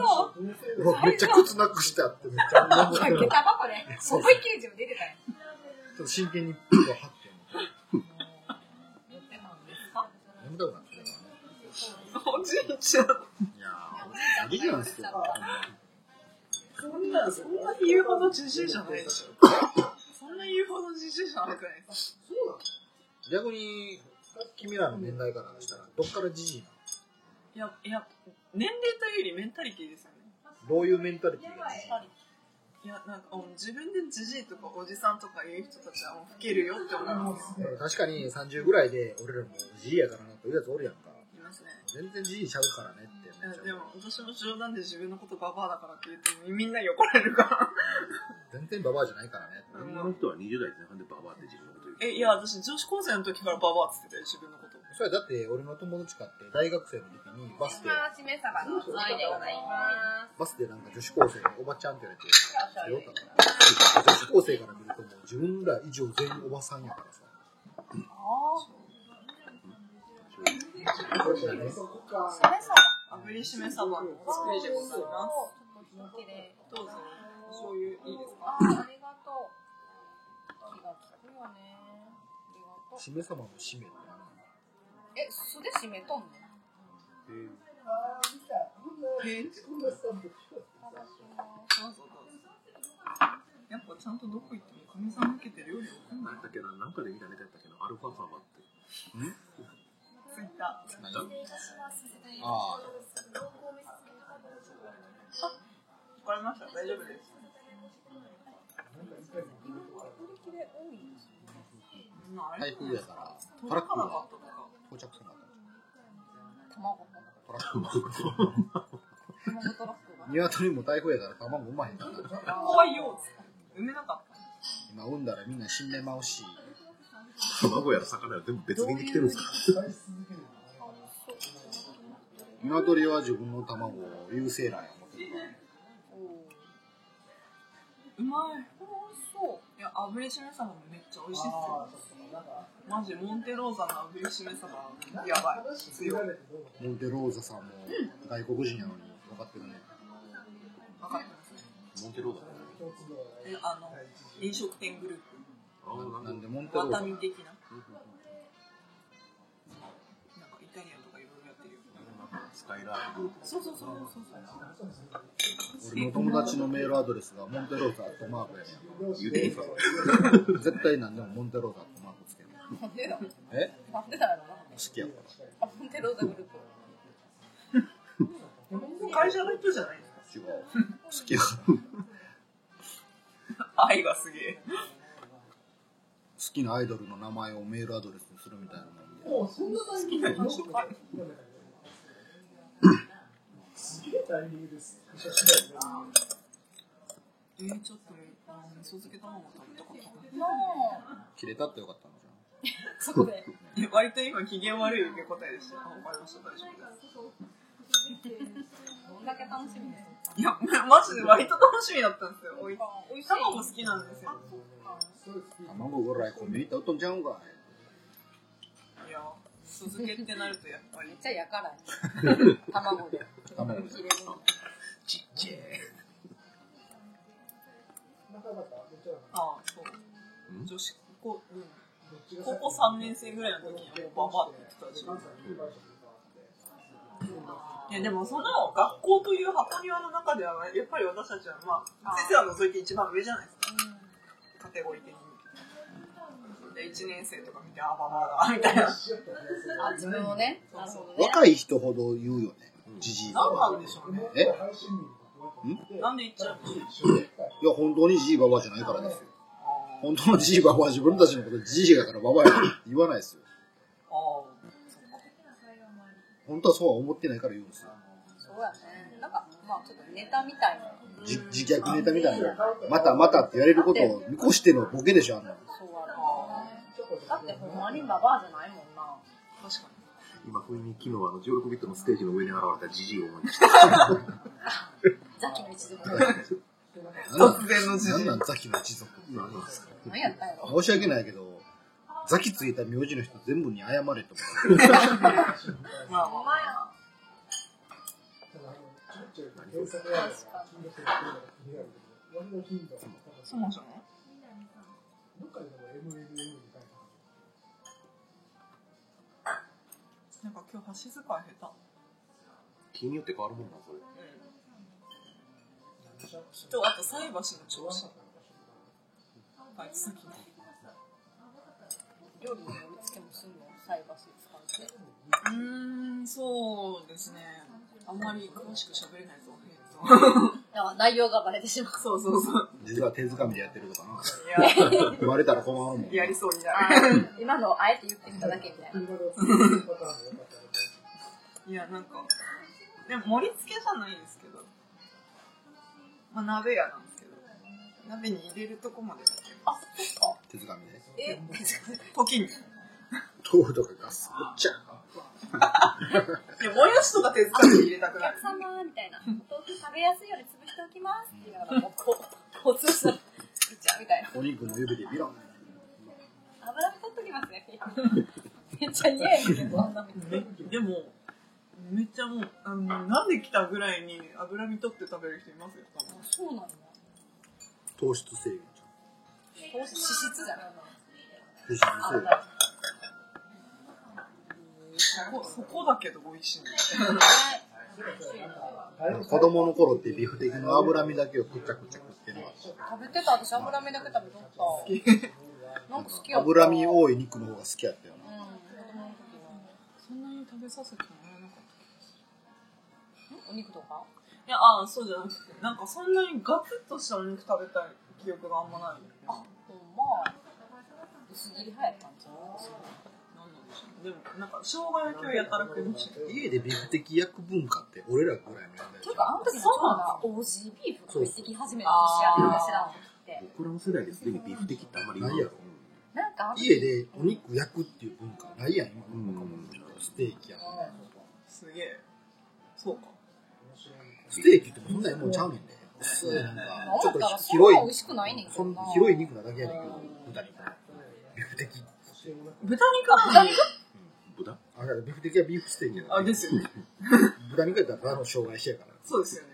S4: そう。
S3: ってうわめっちゃ靴なくしたってめっちゃ思って
S4: タ
S3: る。
S4: バコで、思いっきり自分で入れたやん。
S3: ちょっと真剣に靴をはって思って
S4: 言ってたんですか
S3: 眠たくなってきたか
S2: おじいちゃん。
S3: らね。いやー、おじいなんですよ。
S2: そんな、そんな言うほどじじいじゃないでしょ。そんな言うほどじじいじゃなくないです
S3: 逆に、君らの年代からしたら、どっからじじいなの
S2: かいや、いや、年齢というよりメンタリティですよね。
S3: どういうメンタリティーが
S2: いや、なんか、うん自分でじじいとかおじさんとか言う人たちはもう老けるよって思います。
S3: えー確かに30ぐらいで俺らもじじいやからなって言うやつおるやんか
S2: いますね。
S3: 全然じじいちゃうからねって
S2: い
S3: め
S2: や
S3: っちゃ
S2: でも私も冗談で自分のことババアだからって言ってもみんなに怒られるから
S3: 全然ババアじゃないからねって
S1: 女の人は20代前半でババアって自分のこと言う
S2: えいや私女子高生の時からババアって言ってたよ自分のこと
S3: それだって俺の友達かって大学生の時にバスで
S4: しめさばのついでございま
S3: バスでなんか女子高生におばちゃんって言われて強かったから女子高生から見るともう自分ら以上全員おばさんやからさそうだね
S2: あぶりしめサバの作りでございますどうぞそういういいですか
S3: しめ様のしめってなんなん
S4: え、素で締めとんの
S2: へえどうぞどうぞやっぱちゃんとどこ行ってもかみさん受けてるよりわかんない
S1: 何やったっけななんかで見たネタやったっけなアルファサマって
S2: ツイッター
S3: あ
S2: 怒られました大丈夫ですうんあ
S3: あ
S2: れ
S3: 台風やからトラ
S2: 届
S3: ック
S2: かなか
S3: が
S2: ったとか
S3: 到着せ
S4: 卵
S3: なかったトラックが
S4: 卵トラックが。
S3: 鶏も台風やから卵産まへんから
S2: 怖いよ埋めなかった
S3: 今産んだらみんな死んでまうし
S1: 卵や魚や全部別に来てるんですか
S3: 鶏は自分の卵を優勢卵や思ってるから
S2: うまい
S4: これ美味しそう。
S2: いや、炙りしめ鯖もめっちゃ美味しいっすよ。マジ、モンテローザの炙りしめ鯖はやばい。強い。分
S3: モンテローザさんも外国人やのに分かってるね
S2: かってますね。
S1: モンテローだからね
S2: え、あの、飲食店グルー
S1: ああなんか
S3: なんでモンテ
S2: プ。
S3: ロー
S2: ワ
S3: ザ
S2: タミ的な。
S1: うんうん
S2: なんかイタリアンとかいろいろやってるよ。
S1: スカイラークグループ
S2: そうそうそうそうそう。
S3: 俺の友達のメールアドレスがモンテローザアットマークやね
S1: 言っていいですか
S3: ん絶対なんでもモンテローザアットマークつける
S4: なんでだ
S3: え
S4: なんでだろうな。
S3: 好きやから
S4: あ、モンテローザグループ。
S2: 会社の人じゃないですか。
S3: 違う好きやから好
S2: 愛がすげえ。
S3: きなアイドルの名前をメールアドレスにするみたいなもんで
S2: 好きな飲食店。えー、ちょっと、あの味噌漬け卵食べたかったな。
S4: も
S3: 切れたってよかったんじゃん
S4: う、そこで。
S2: え割と今機嫌悪い受け答えでした。あ、わかりました、大丈夫です。
S4: どんだけ楽しみです
S2: いや、マジで割と楽しみだったんですよ。おい
S4: か。美味しい。
S2: 卵好きなんですよ。
S4: あ、そっか。
S3: 卵ぐらいコンビニって売っとんちゃうんかい
S2: いや鈴木ってなるとやっぱり
S4: めっちゃやからい卵で
S3: 卵で
S4: 切れ物
S6: ちっちゃい。
S2: ああそう女子高,、うん、高校3年生ぐらいの時にはもうババアって言ってたでしょいやでもその学校という箱庭の中ではやっぱり私たちはまあ
S4: あー
S2: 先生は除いて一番上じゃないですかカテゴリー的に。で1年生とか見てあババアだみたいな。 なん
S4: あ自分をねなるほどね
S3: 若い人ほど言うよねじじい
S2: なんでしょうね。
S3: えいや
S2: なんで言っちゃうんでしょう。
S3: 本当にじじいばばじゃないからですよ本当のじじいばばは自分たちのことじじいだからばばやって言わないですよ
S2: ああ
S3: 本当はそうは思ってないから言うんですよ
S4: そうやねなんかまあちょっとネタみたいな
S3: じ自虐ネタみたいなまたまたって言われることを見越してのボケでしょあんなの
S4: そうやねだってほんまにババアじゃないもんな
S2: 確かに。
S1: 今、不意に昨日あの16ビットのステージの上に現れたジジイを思い出した。
S4: ザキの一 族
S3: 突然のじじいなんなんザキの一族
S1: 今、ありますか
S4: 何やったんやろ
S3: 申し訳ないけどザキついた名字の人全部に謝れと思う
S2: まあまあまあ
S4: 確かに
S2: そうなんじゃないなんか今日箸使い下手。
S1: 気によって変わるもんな、それ。
S2: きっとあと菜箸の調子。あいつ好きね。
S4: 料理の盛り付けもすんの菜箸使って
S2: うーん、そうですね。あんまり詳しく喋れないぞ。え っと
S4: あ内容がバレてしまう
S2: そうそうそう。
S3: 実は手づかみでやってるとか
S2: い
S3: な言われたら困るもん
S2: や、やりそうにな
S4: あ
S2: る。
S4: ー今のをあえて言ってきただけみたいない
S2: や、なんか、でも盛り付けじゃないですけど、まあ鍋やなんですけど、鍋に入れるとこまで。
S4: あそっか
S3: 手づかみで
S4: え
S2: 時に。い
S3: 豆腐とかガスっちゃ
S2: や、もやしとか手掴みで入れたく
S4: お
S2: なる
S4: 客。様みたいなお豆腐食べやすいように潰しておきますっていうのがもうこうこう潰したらぐちゃみたいな
S3: お肉の指でビロン
S4: 油取っときますねめっちゃ嫌やけどあんなめっちゃ
S2: でも、めっちゃもう、あの、なんで来たぐらいに脂身取って食べる人いますよ、多分
S4: あそうなんだ
S3: 糖質制限
S4: こう脂質じゃない
S3: 糖質制限
S2: そこ、そこだけど美味しいの。
S3: 子供の頃ってビフテキの脂身だけをくちゃくちゃ食ってるわ
S4: 食べてた私脂身だけ食べとったなんか好きやった
S3: 脂身
S4: うん子
S3: 多い肉の方が好きやったよな
S4: 供の時は
S2: そんなに食べさせてもらえなかった。
S4: んお肉とか
S2: いや、ああ、そうじゃなくて、なんかそんなにガツッとしたお肉食べたい記憶があんまない。
S4: あほんま薄切り派やったんちゃう
S2: なんなんでしょう。でも、なんか生姜焼きをやたら食いました。
S3: 家でビフテキ焼く文化って俺らぐらいの年代
S4: ていうかあの時ちょうどな OG ビーフ食いてき始めた
S2: そう
S4: 年やった知らんって
S1: 僕らの世代ですでにビーフ的ってあんまり
S3: ないやろ
S4: なんかあの時
S3: 家でお肉焼くっていう文化ないやん今
S1: うん
S3: ステーキや
S2: すげえ。そうか。
S3: ステーキってもそんなにもうちゃうねんで薄いなんかちょ
S4: 思っ
S3: っと
S4: たらそん
S3: 広
S4: な美
S3: い
S4: 味しくないねんけ
S3: そ
S4: ど
S3: ん
S4: な
S3: 広い肉なだけやねんけど豚肉ビフテキ
S2: 豚肉は豚肉
S1: 豚
S3: あれビフテキはビーフステーキや
S2: あ、ですよね。
S3: 豚肉やったらただの生姜焼きやから
S2: そうですよね。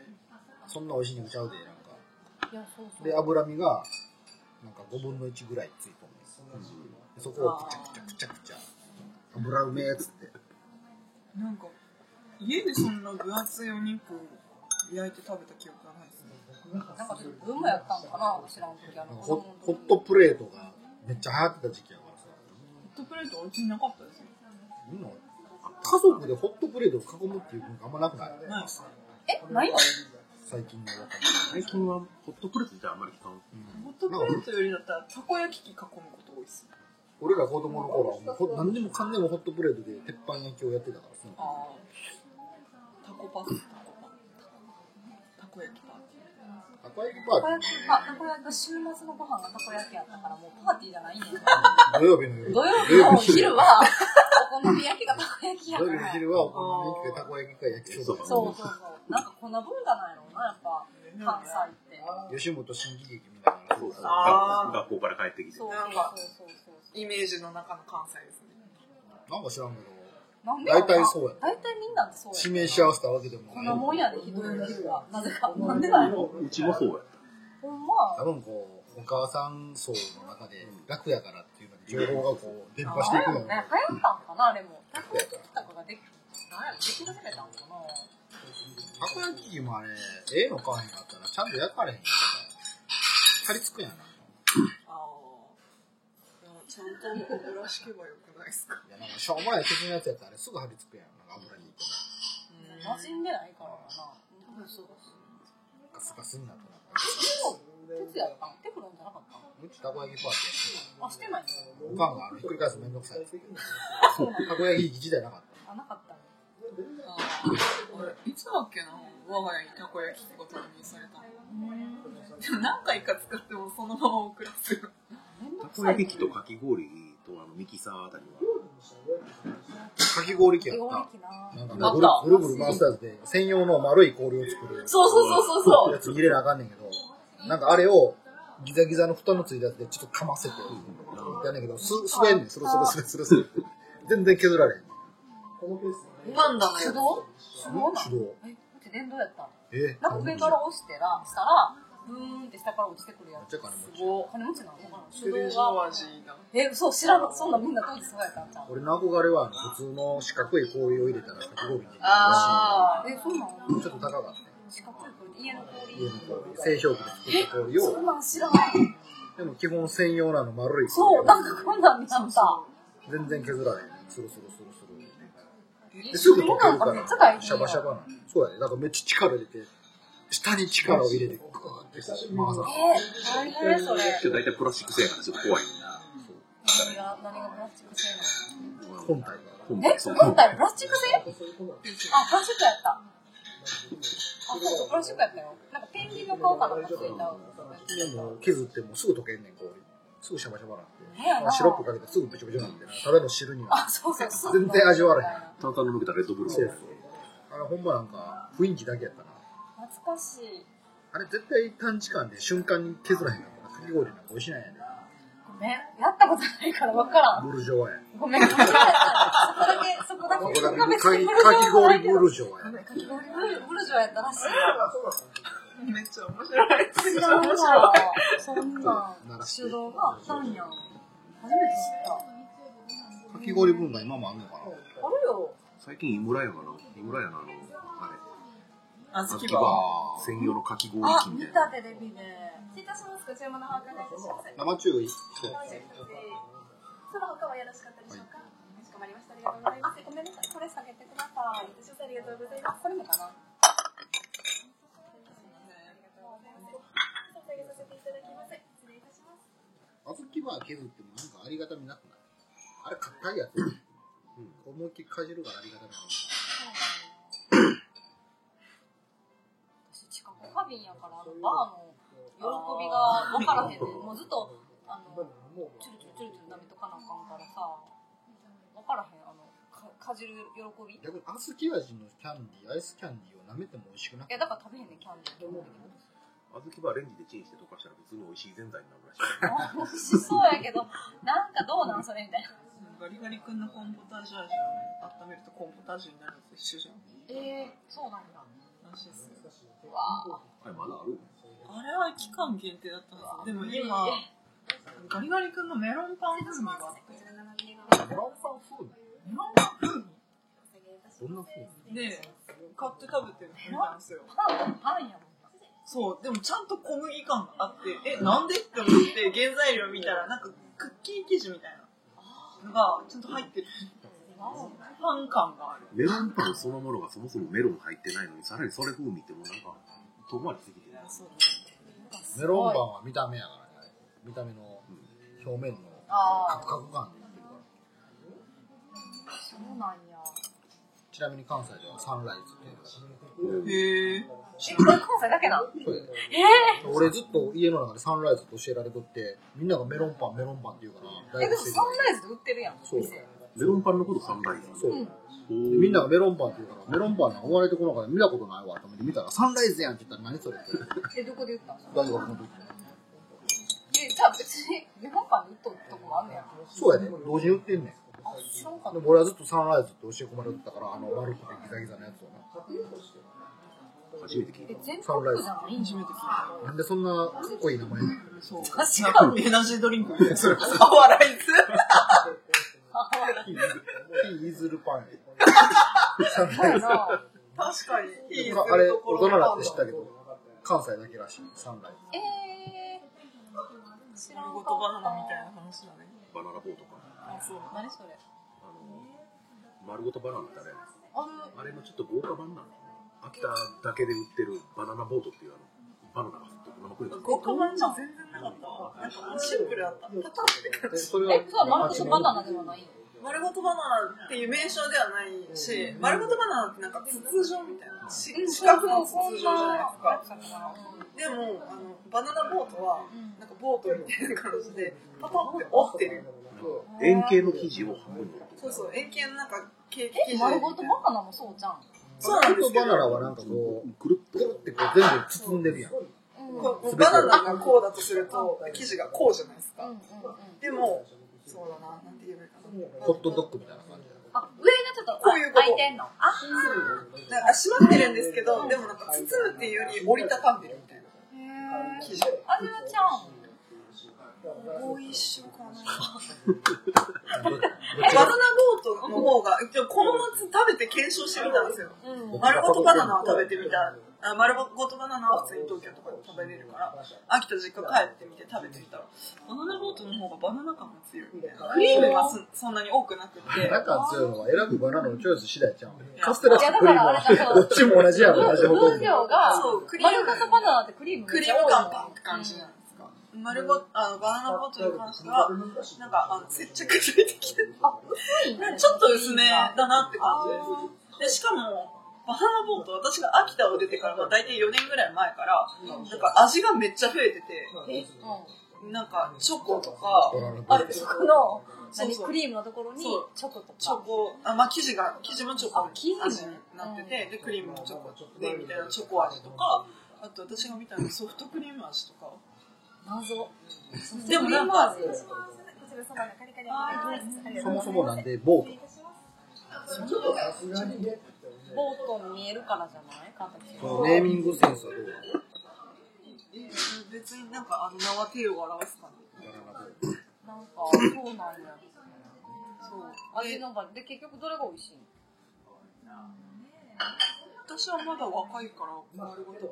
S3: そんな美味しい肉ちゃうでなんか
S4: いやそうそう
S3: で脂身がなんか5分の1ぐらいついてるんです、でそこをくちゃくちゃくちゃくちゃ油うめえっつって
S2: なんか、家でそんな分厚いお肉焼いて食べた記憶がないですね。
S4: なんかちょっとブームやったんかな知らん時あ
S3: なん
S4: の
S3: か
S4: 子
S3: ホ
S4: 供の
S3: ホ
S4: 時
S3: ットプレートがめっちゃ流行ってた時期やからさ
S2: ホットプレートお家になかったですよ。
S3: みんな家族でホットプレートを囲むっていう文化あんまなくない
S2: ないですね。
S4: えないの
S3: 最近の若
S1: 最近はホットプレスってあんまり聞かん。
S2: ホットプレートよりだったらたこ焼き器囲むこと多いです。
S3: 俺ら子供の頃はもうほ何でもかんでもホットプレートで鉄板焼きをやってたからさ
S2: ああ。タコパス、タコパ。たこ焼きパーティ
S3: たこ焼き
S4: た
S3: パ
S4: こ
S3: ー
S4: 焼
S3: テ
S4: き
S3: ィーね
S4: あたこ焼き週末のご飯がたこ焼きやったからもうパーティーじゃないねん
S3: 土曜日の夜
S4: 土曜日の昼はお好み焼きがたこ焼きや
S3: 土
S4: か
S3: 曜日
S4: ら
S3: の昼はお好み焼きかたこ焼きか焼きそば
S4: そ
S3: か
S4: うそうそうなんかこんな文化なんやろうなやっぱ
S2: ー。
S4: 関西って
S3: 吉本新喜劇見ながら
S1: そうそう
S2: あー
S1: 学学校から帰ってきて
S4: そう
S2: なんか
S4: そうそうそうそう
S2: イメージの中の関西ですね。
S3: なんか知らんけど、
S4: なんでやろ
S3: 大体そうや
S4: な大体みんなそうや
S3: 指名し合わせたわけでも
S4: こ
S3: なんい。
S4: なもんやでひどい理由はなぜかなんでだよ
S1: うちもそうやった
S4: ほんま
S3: 多分こう、お母さん層の中で楽やからっていうのに情報がこう、伝播していくの
S4: ね流行ったんかな
S3: が
S4: あれもたこ焼きとかができなんやろでき始めたんかな
S3: たこ焼き器もあれ、ええの買わへんかったら、ちゃんと焼かれへんから、張り付くんやな。
S2: ああ。ちゃんと油らしけばよくないですか。
S3: いや、なんかしょうもない的なやつやったら、あれすぐ張り付くやん。なんか油にいって
S4: 馴染んでないからかな多分そう
S3: もガスガスになってなんか
S4: 鉄やったんテフロンじゃなかったん
S3: うちたこ焼きパーティーやっ
S4: あ
S3: て
S4: してない
S3: たおかんがあのひっくり返すのめんどくさいって言ってたこ焼き器自体なかった。
S4: あなかったね
S2: ああれいつだっけな我が家にたこ焼き器が投入されたのでも何回か使ってもそのまま送らせる
S4: めんど
S1: た
S4: く
S1: こ
S4: さい
S1: 焼き器とかき氷とあのミキサーあたりは
S3: かき氷器や
S4: 料
S3: っ
S4: 理機な
S3: た。なんかぐるぐるぐる回すやつで、専用の丸い氷を作る。
S4: そうそうそうそうそう
S3: やつ入れなあかんねんけど、なんかあれをギザギザの蓋のついたやつでちょっとかませて、やんねんけど、す、滑んねん、スルスルスルスルスルって。全然削られへん。
S2: なんだ
S4: 手動手動な
S3: 手動。
S4: えうち電動やったん
S3: え
S4: なんか上から落ちてらしたらブーンって下から落ちてくるや
S3: め
S4: つ
S3: っちゃ金持ち
S4: すごい金持ちなのかな手
S2: 手
S4: 動が
S2: 味だ
S4: えそう知らんそんなみんな当時そうやったんちゃう
S3: 俺の憧れは、あの普通の四角い氷を入れたらかき氷にできるら
S2: ああ
S4: えそうな
S3: しい。
S4: の
S3: ちょっと高かった。
S4: 四角いこれ家の氷
S3: 家の氷、製氷機で作った氷
S4: そん
S3: を、
S4: なん知らん
S3: でも基本専用なの丸い
S4: そ
S3: 氷
S4: うなんかこんなん見ちゃった
S3: 全然削られへん。スルスルスルスル。です
S4: そ
S3: ぐ溶け
S4: な
S3: る
S4: んか
S3: か
S4: めっちゃ大変
S3: ら、シャバシャバなの。そうやね。なんかめっちゃ力入れて、下に力を入れて、グーって回さな
S4: えー大変それ
S1: 大体プラスチック製やからちょっと怖いんだ
S4: 何が何がプラスチック製なの
S3: 本体が。
S1: 本
S4: え、
S1: そう
S4: 本体プラスチック製あ、プラスチックやった。あ、そうそう、プラスチックやったよ。なんかペンギンの顔かなんかついた。
S3: でも削ってもすぐ溶けんねん、氷。すぐシャバシャバなって。
S4: ねえな
S3: シロップかけてすぐべちょべちょなんでな。ただの汁には。
S4: あ、そうそう、そう
S3: 全然味わわれへん
S1: 炭酸の抜けたレッドブル
S3: そう
S1: の
S3: そう。あれほんまなんか、雰囲気だけやったな。
S4: 懐かしい。
S3: あれ絶対短時間で瞬間に削らへんから、かき氷なんか美味しないやね
S4: ごめん、やったことないから分からん。
S3: ブルジョワや。
S4: ごめん、間違えた。そこだ
S3: こ
S4: け、
S3: こ
S4: そこだ
S3: だけか
S4: け。
S3: きかき氷ブルジョワや。
S4: かき氷ブルジョやったらしい。
S2: めっちゃ面白い
S4: 知らんわ。そんな
S3: 鳴らして
S4: 手動があったんや。初めて知った。
S3: かき氷文化今もあんのかな
S4: あるよ。
S1: 最近井村屋かな井村屋のあのあれカ
S2: あず
S1: キ
S2: き
S1: バ
S2: バ
S1: ー専用のかき氷
S4: あ
S1: 機、み
S4: 見
S1: たいな
S4: たテレビで。
S5: 失礼いたします。ご注文の方お伺いいたします。
S3: 生注意。
S5: その他はよろしかったでしょうか。かしこまりました。ありがとうございます。ごめんなさい。これ下げてください。ご視聴ありがとうござい
S4: あ
S5: ま
S4: こ
S5: す。、
S4: れもかな。
S5: ありがとうございます。お下げさせていただきます。失礼いたします。
S3: 小豆は削ってもなんかありがたみなくないあれ硬いやつ、うん、思いっきりかじるからありがたみなくない
S4: 私近く花瓶やからあのバーの喜びが分からへんねんもうずっとあのチュルチュルチュルチュル舐めとかなあかんからさ分からへんあのかかじる喜びい
S3: 逆に小豆味のキャンディーアイスキャンディーを舐めても美味しくなくな
S4: やだ
S3: い
S4: から食べへんねんキャンディー
S1: 小豆バーレンジでチンして溶かしたら普通に美味しい全体になるらしい
S4: あ美味しそうやけどなんかどうなんそれみたいな
S2: ガリガリ君のコーンポタージュ味を温めるとコーンポタージュになるのと一緒じゃん
S4: ええそうなんだ
S2: らしいっすよ
S4: うわ
S1: あれまだある
S2: あれは期間限定だったんですよでも今ガリガリ君のメロンパン風味があって
S5: こちら生ビール
S3: メロ
S5: の方
S3: ンパ
S2: メロンパン風
S3: ン風味
S2: 味
S5: お下げいたし
S3: どんな
S5: ます。
S3: 風味
S2: で買って食べてみたんですよ
S4: パンパンやもん
S2: そう、でもちゃんと小麦感があって、え、なんでって思って原材料見たら、なんかクッキー生地みたいなのがちゃんと入ってる。パン感がある。
S1: メロンパンそのものがそもそもメロン入ってないのにさらにそれ風味ってもうなんか遠回りすぎてる
S2: そう
S3: メロンパンは見た目やからね見た目の表面の
S4: あ
S3: カク
S4: あ
S3: カク感で言ってるから
S4: そうなんや
S3: ちなみに関西ではサンライズっていうらしい
S2: へえ。
S4: えこれ関西だけな
S3: そうやね俺ずっと家の中でサンライズと教えられとってみんながメロンパンメロンパンって言うから
S4: え
S3: 大
S4: でも
S3: 学
S4: サ
S3: 生
S4: ンライズで売ってるやん
S3: そう
S4: 店
S1: メロンパンのことサンライズ
S3: そう、
S4: うん
S3: でみんながメロンパンって言うから、メロンパンなんか追われてこなかった見たことないわと思って見たら、サンライズやんって言ったら何それって。
S4: えどこで売ったん
S3: 大学の時。
S4: じゃあ別に日本館に行っとるとこもあんねや。
S3: そうやね。同時に売ってんねん。
S4: あ、知らんかった
S3: で。も俺はずっとサンライズって教え込まれてたから、あの丸くてギザギザのやつをな。
S1: 初めて聞い
S4: え
S1: た。、
S4: 全国じゃないんじゃん。
S3: なんでそんなかっこいい名前なの
S2: そう。
S4: 確
S2: なん
S4: か
S2: かエナジードリンクみたいな。あ、笑いつ。
S3: いいずるパン
S4: そうやな
S2: 確かに。いい
S3: や。あれ、大人だって知ったけど、関西だけらしい、サンライズ。
S4: えー、知
S2: 言
S4: らんか
S2: 葉
S4: った。
S2: 花みたいな話だね。
S1: バナナ棒とか、
S2: あ、そう。
S4: 何それ。
S1: あの、丸ごとバナナってあれ、
S4: あの、
S1: あれのちょっと豪華版なの。秋田だけで売ってるバナナボートっていうあの、バナナがずっと生食いなんです
S2: 豪華版じゃん。全然なかったわ。なんかシンプルだった。
S3: でそれ
S4: え、そう、丸ごとバナ
S3: ナ。
S4: ナではない。
S2: 丸ごとバナナっていう名称ではないし、丸ごとバナナってなんか筒状みたいな。し四角の筒状じゃないですか。でも、あの、バナナボートは、なんかボートみたいな感じで、パタって折ってる。
S1: 円形の生地を半分に折ってる
S2: そうそう、円形のなんか、ケーキ生
S4: え、
S2: 地
S4: 丸ごとバナナもそうじゃん。
S2: そうなんですけ
S3: バ
S2: ど
S3: ナナはなんかこう、
S1: くるっ
S3: くるってこう全部包んでるやん。
S4: うん。うんうんうん。
S2: こうバナナがこうだとすると、生地がこうじゃないですか。でも、そうだな、なんて言えばいいかな。
S3: ホットドッグみたいな感じ。
S4: あ、上がちょっと
S2: こういうこと
S4: 開いてんの。
S2: な
S4: あ、
S2: んか閉まってるんですけど、でもなんか包むっていうより折りたたんでるみたいな
S4: へー
S2: 生地を。
S4: あれちゃ
S2: もう一緒かな。
S3: どっち
S2: バナナボートの方が、一応この夏食べて検証してみたんですよ。
S4: ん。うん。
S2: 丸ごとバナナは食べてみた。あ丸ごとバナナは普通に東京とかで食べれるから、秋田実家帰ってみて食べてみたら、バナナボートの方がバナナ感が強いみたいな。クリームがそそんなに多くなくて。
S3: なんか強いのは選ぶバナナのチョイス次第じゃん。カステラ
S4: い
S3: と
S4: や、だ
S3: ク
S4: か
S3: リーム
S4: らあれだ
S3: はど
S4: と
S3: っ。ちも同じやろ、同じ方向
S4: 分
S3: に。
S4: 量が
S2: そうクリーム
S4: 丸ごとバナナってクリーム
S2: ク
S4: めっ
S2: リ
S4: ちゃ
S2: ーム
S4: 多い
S2: 感パンって感じなんですか。丸ごあのバナナボートに関しては、なんかあの接着ついてきて、ちょっと薄めだなって感じです。でしかも、バナナボート、私が秋田を出てから、まあ、大体4年ぐらい前から、なんか味がめっちゃ増えてて、
S4: えうん
S2: なんかチョコとか、
S3: あ
S2: あれ
S4: そこの
S2: そう
S4: 何
S2: そう
S4: クリームのところに
S2: そう
S4: チョコとか
S2: チョコ、あまあ、生地が、生地もチョコ
S4: あ生地も
S2: 味になってて、で、クリームもチョコで、みたいなチョコ味とか、あと私が見たのソフトクリーム味とか。
S4: 謎
S2: でもなんか
S4: クリーム味
S5: こちらそばのカリカリ揚げですありがと
S3: そうも
S5: ご
S3: そ
S5: ざい
S3: もなんで、ボ
S5: ます
S3: ー
S5: 失礼い
S3: ト。
S5: たします
S4: ボートに見えるからじゃないかた
S3: そのネーミングセンスはどう
S2: 別になんかあの名は手を表すかな。
S4: なんかそうなんやそう味のがで結局どれが美味しい
S2: 私はまだ若いから丸ごと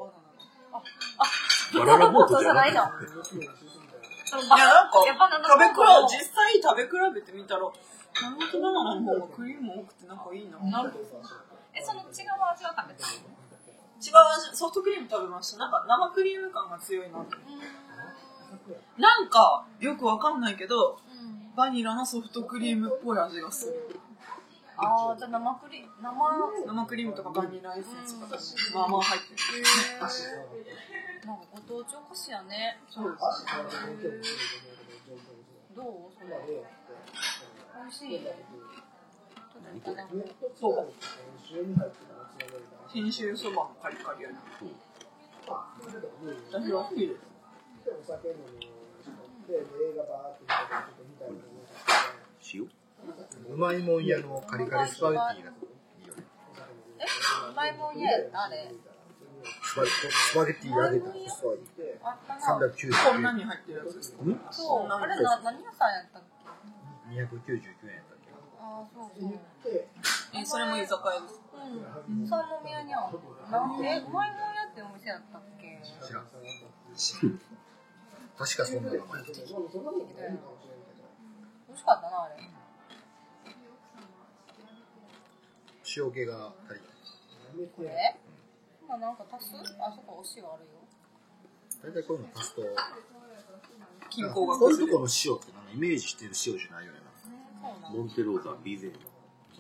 S2: バナ
S1: バナナボート
S4: そう
S1: じ
S4: じ
S1: ゃ
S4: ゃ
S1: な
S4: ないい
S1: の
S4: の
S2: ナ。いやなんか
S4: いやバナナ
S2: 食べ比
S4: の
S2: べ実際食べ比べてみたら丸ごとバナナの方がクリーム多くてなんかいいな。なるほど。違う
S4: えその違う味は食べてる
S2: 味ソフトクリーム食べました。なんか生クリーム感が強いなって。なんかよくわかんないけど
S4: うん
S2: バニラのソフトクリームっぽい味がする。
S4: あーじゃあ生クリーム生
S2: 生クリームとかバニラエッセンスとかまあまあ入ってる。
S4: なんかご当地お菓子やね
S2: そうです。
S4: どうそれ美味しい
S1: 何これ
S2: そう。信州そばのカリカリやな。私は好きです。
S1: 塩
S3: うまいもん屋のカリカリスパゲティな。
S4: えうまいもんやあれ
S3: スパスパゲティ揚げたスパゲテ
S4: あったな
S3: ィ。
S2: こんな
S3: 399
S2: に入ってるやつですか。
S3: 円。ん
S4: そう、あれな何屋さんやったっけ
S3: ?299 円やったっけ
S4: ああ、そうそう。
S2: え、それも居酒屋です。
S4: うん。三宮にある。なんで、えうまいもんやってお店やったっけ
S3: 知らん。確かそんな名前。
S4: 美味しかったな、あれ。
S3: 塩気が足りない。
S4: これ今なんか足すあそこお塩あるよ。
S3: 大体こういうの足すと、
S2: 金庫が
S3: こういうところの塩ってなんかイメージしてる塩じゃないよね。
S4: そうな
S1: モンテローザ、ビゼン、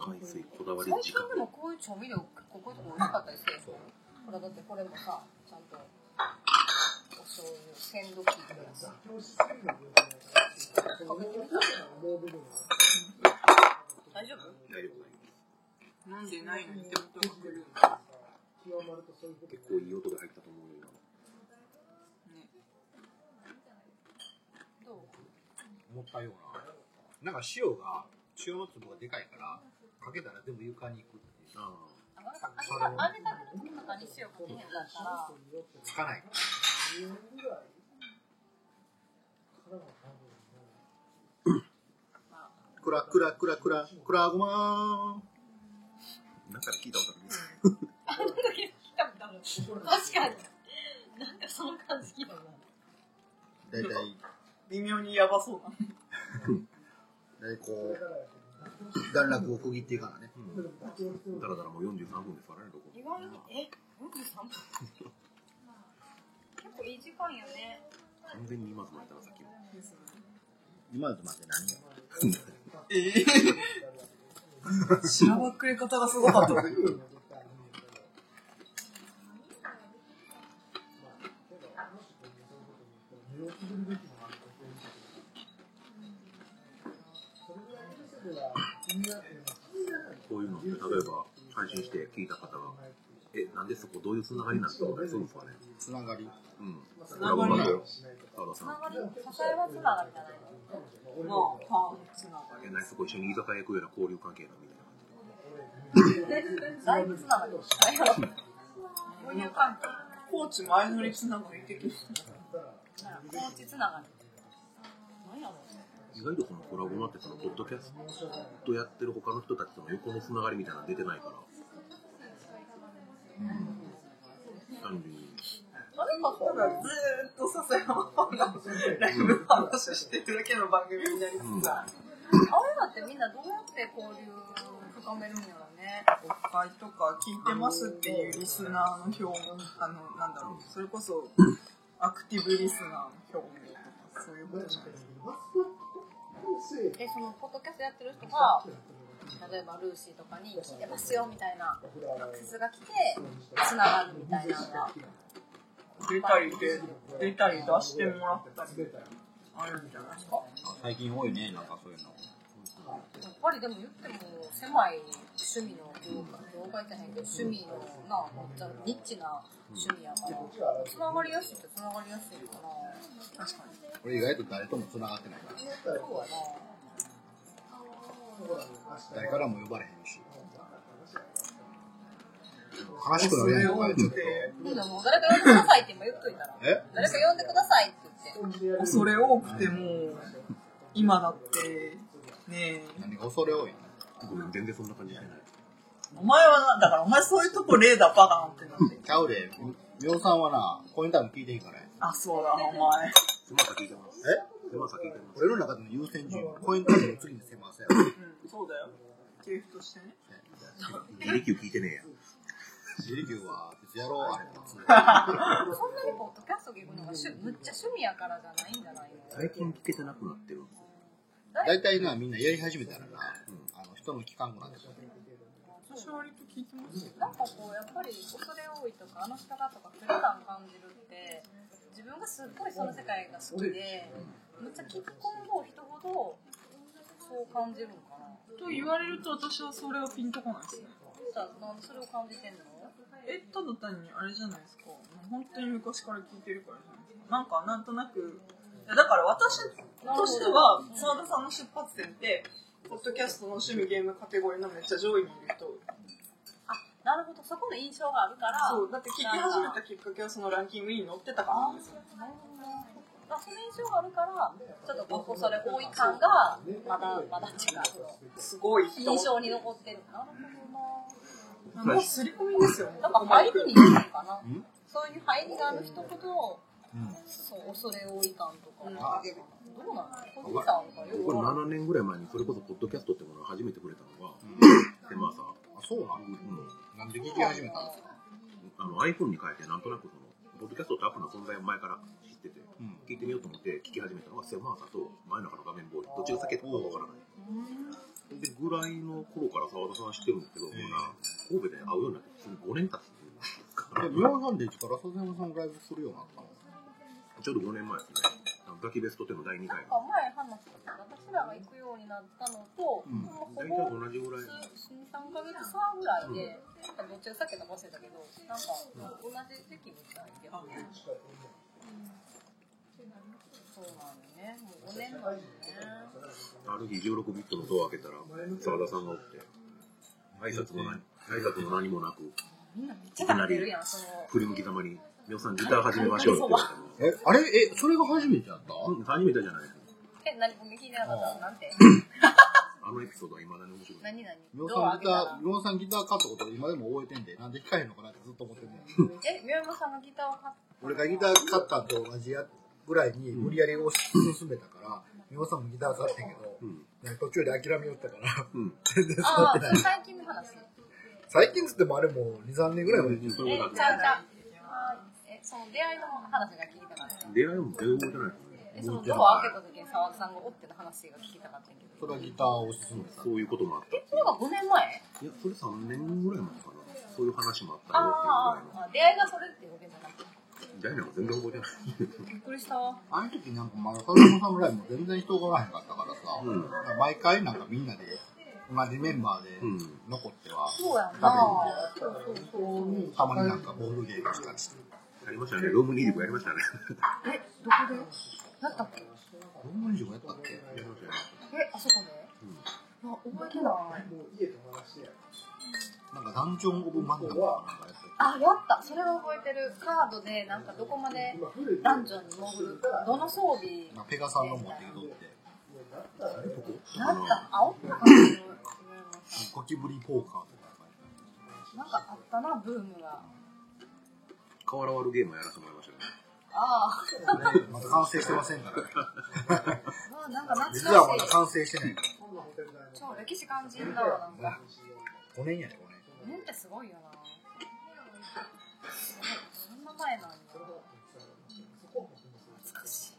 S1: 海水、こだわり
S4: の。、
S1: 時
S4: 最
S1: 間
S4: 近で。もこういう調味料、結構こういうとこ美味しかったりするよ。ほら、だってこれもさ、ちゃんと。お醤油、鮮度効いてるやつ。かけてみた大丈
S1: 大
S4: 夫
S1: 丈夫大丈
S2: 飲んでないのにってことが来る。
S1: 夫結構いい音が入ったと思うよ。今
S2: ね。
S3: ったような。なんか塩が、塩の粒がでかいから、かけたら全部床に行くっていう。
S1: あ
S4: あれか、あれだけの時とかに塩かけへんかったら、
S3: つかない。くらくらくらくらくらごまーん。
S1: あ、なんかで聞いたことあるんですけ
S4: 確かに。なんかその感じ聞いたな。
S3: だいたい、
S2: 微妙にやばそうな。
S3: だいたいこう、段落を区切っていかなね。
S1: ど、だらだらもう43分ですからね、どこも。
S4: 意外に、え、43分結構いい時間よね。
S1: 完全に今とまったらさっきの。
S3: 今のと待って何よ。
S2: しらばっくり方がすごかった。
S1: こういうのって、例えば、配信して聞いた方が、え、なんでそこどういうつながりなんですかってそうですかね。
S3: つながり。
S1: うん。
S2: つながり
S1: だよ。沢田
S4: つ
S1: さ。
S4: なんがり、支えはつながりじゃないの。
S2: まあ、パン、つなが
S1: え、何そこ一緒に居酒屋行くような交流関係だみたいな感じで。
S4: だいぶつながりでしたよ。
S2: り。購入関係。コーチ前乗りつながり的に。
S4: 放置つながり。何やろ
S1: 意外とこのコラボマってそのポッドキャストやってる他の人たちとの横のつながりみたいなの出てないから、単純に
S4: 誰か
S2: ただ、ずーっと笹山ファンがライブ話してるだけの番組になりつつある。
S4: ああいうのってみんなどうやって交流深めるんやろね。
S2: 国会とか聞いてますっていうリスナーの票も、あの、なんだろう、それこそ、アクティブリスナーの票もとか、そういうことじゃないですか。
S4: で、そのポッドキャストやってる人が、例えばルーシーとかに聞いてますよみたいなアクセスが来て、つながるみたいなのが。
S2: 出たりで、出たり出してもらったり、あるんじゃないですか。
S7: 最近多いね、なんかそういうの。
S4: やっぱりでも言っても狭い趣味の業界業界じゃないけど趣味のなめっちゃニッチな趣味やからつながりやすいってつながりやすいかな
S2: 確かに。
S3: 俺意外と誰ともつながってないから。
S4: そうや
S3: 誰からも呼ばれへんし。悲しくなるやんか、ちょっと。
S4: なでも誰か呼んでくださいって今言っといたら
S3: え
S4: 誰か呼んでくださいって言って
S2: 恐れ多くても、今だって、ねえ、
S3: 何が恐れ多い
S1: ごめん全然そんな感じしてない
S2: お前はな、だからお前そういうとこ例だバカなんてなって。
S3: ちゃうで、みょうさんはな、コインタイム聞いていいからや。
S2: あ、そうだ、お前。
S1: 手間先いてます
S3: え
S1: 手間先いてます
S3: 俺の中での優先順位、コインタイムの次に狭さやろ。
S2: うん、そうだよ。給付としてね。
S1: ギリキュー聞いてねえや
S3: 自リビューは、別にやろう、あれも。
S4: そんなにポッドキャスト聞くのが趣むっちゃ趣味やからじゃないんじゃないの
S1: 最近聞けてなくなってるんですよ
S3: 大体な、みんなやり始めたらな、あの、人の聞かんくなってくる。
S2: 私は割と聞いてますよ。
S4: なんかこうやっぱり恐れ多いとかあの人がとか距離感感じるって自分がすっごいその世界が好きでむっちゃ聞き込む方人ほどそう感じるんかな
S2: と言われると私はそれはピンとこないですね。
S4: じゃあなんでそれを感じてんの
S2: え、ただ単にあれじゃないですか。もう本当に昔から聞いてるからじゃないですか。なんかなんとなく、いやだから私としては、澤田さんの出発点って、ポッドキャストの趣味ゲームカテゴリーのめっちゃ上位にいる人。
S4: あなるほどそこの印象があるから
S2: そう、だって聞き始めたきっかけはそのランキングに載ってたからなんですよ。
S4: なるほどねあその印象があるからちょっとここそれ多い感がまだまだ違う
S2: すごい人。
S4: 印象に残ってるなるほ
S2: あの、刷り込みですよ。
S4: どななんか入りに似てるかなそういう入りがある人ほど
S3: うん。
S4: そう恐れ多い感とか、
S2: うん
S4: どうなの個人差あるからよく
S1: 僕
S4: わから
S1: 7
S4: ん
S1: 年ぐらい前にそれこそポッドキャストってものを初めてくれたのが手間さん
S3: あ、そうなの
S1: う
S3: なんで聞き始めたんですか
S1: んあの iPhone に変えてなんとなくそのポッドキャストってアプリの存在を前から知ってて
S3: うん。
S1: 聞いてみようと思って聞き始めたのが狭さと真夜中の画面ボーイどっちが先かわからないでぐらいの頃から澤田さんは知ってるんですけど、もうな神戸で会うようになって5年経つっていうから
S3: で、みょうさんでいつから、そうせんさんライブするようになったの
S1: ちょうど5年前ですねあのガキベスト10の第2
S4: な
S1: 回
S4: んか前話したけど私らが行くようになったのと、
S3: ん
S4: もうほ
S1: 大
S4: ぼ
S1: 体同じぐらい
S4: 3ヶ月差ぐらいで、なんかどっちが先か忘れたけどなんか同じ時期みたいで、
S2: あ
S4: そうなんだね。もう5年なんだね。
S1: ある日16ビットのドア開けたら、澤田さんがおって、挨拶も何挨拶も何もなく、
S4: みんなめっちゃ買ってるやん、その。
S1: 振り向きざまに、みおさんギター始めましょうよって言われたの。
S3: え、あれえ、それが初めてやった
S1: うん初めてじゃない
S4: え、何も聞いてなかったなんて。
S1: あのエピソードは未だに面白い。
S4: 何何
S3: 量
S4: ドア
S3: 産
S4: 開け
S3: ギ
S4: た
S3: タ
S4: ら
S3: ー、。量産ギター買ったこと今でも覚えてんで、なんで控えんのかなってずっと思ってん ねん。
S4: え、宮山さんのギターは買っ
S3: 俺がギター買ったと同じやぐらいに無理やり押し進めたから、美穂さんもギター買ってんけど、
S1: うん。
S3: なんか途中で諦めよったから、
S1: うん。
S3: 全然触
S4: ああ、
S3: ってない。
S4: 最近の話。
S3: 最近っつってもあれもう2、3年ぐらい前に。
S1: そう
S4: え、
S1: い
S4: ち
S1: う
S4: ゃ
S1: こと
S4: うち
S1: だ
S4: ゃう。え、その出会いの話が聞きたかった。
S1: 出会いも全然覚えてないですね。
S4: え、そのドア開けた時に沢田さんがおっての話が聞きたかったんやけど。
S3: それはギターを進めた。
S1: そういうこともあった。
S4: それが5年前
S1: いや、それ3年ぐらい前かな。そういう話もあった
S4: あ
S1: よ
S4: あああ、出会いがそれっていうわけじゃなくて。
S1: っていうぐらいの。みたいなの全然覚えてない。
S4: びっくりしたわ。
S3: あの時なんかまだカルモ侍も全然人がおらへんかったからさ、
S1: うん
S3: なんか毎回なんかみんなで、同じメンバーで
S1: うん
S3: 残っては、
S4: そうやんな。そうそうそう。
S3: たまになんかボールゲームしたりして。
S1: やりましたね。ロームリーグやりましたね。
S4: え、どこでなったっけ
S3: 4時もやったっけ
S1: やりましたね。
S4: え、あそこで
S1: うん
S4: いや、覚えてない。
S3: なんかダンジョン・オブ・マンダムとかなんかやってた。
S4: あ、やった。それは覚えてる。カードで、なんかどこまでダンジョンに潜るか、どの装備、
S3: なんかペガさんの持ってきとって、
S4: なった。あ、おったかな
S3: ゴキブリポーカーとかやっぱり。
S4: なんかあったな、ブームが。
S1: 瓦割るゲームやらせてもらいましたね。
S4: あ
S3: まだ完成してませんからね。
S4: あ、なんか懐かしい
S3: 実。はまだ完成してない。
S4: 超歴史感じんだわ、なんか。
S3: 5年やね、
S4: 5年ってすごいよな。すごいそんな前なんだ。懐かしい。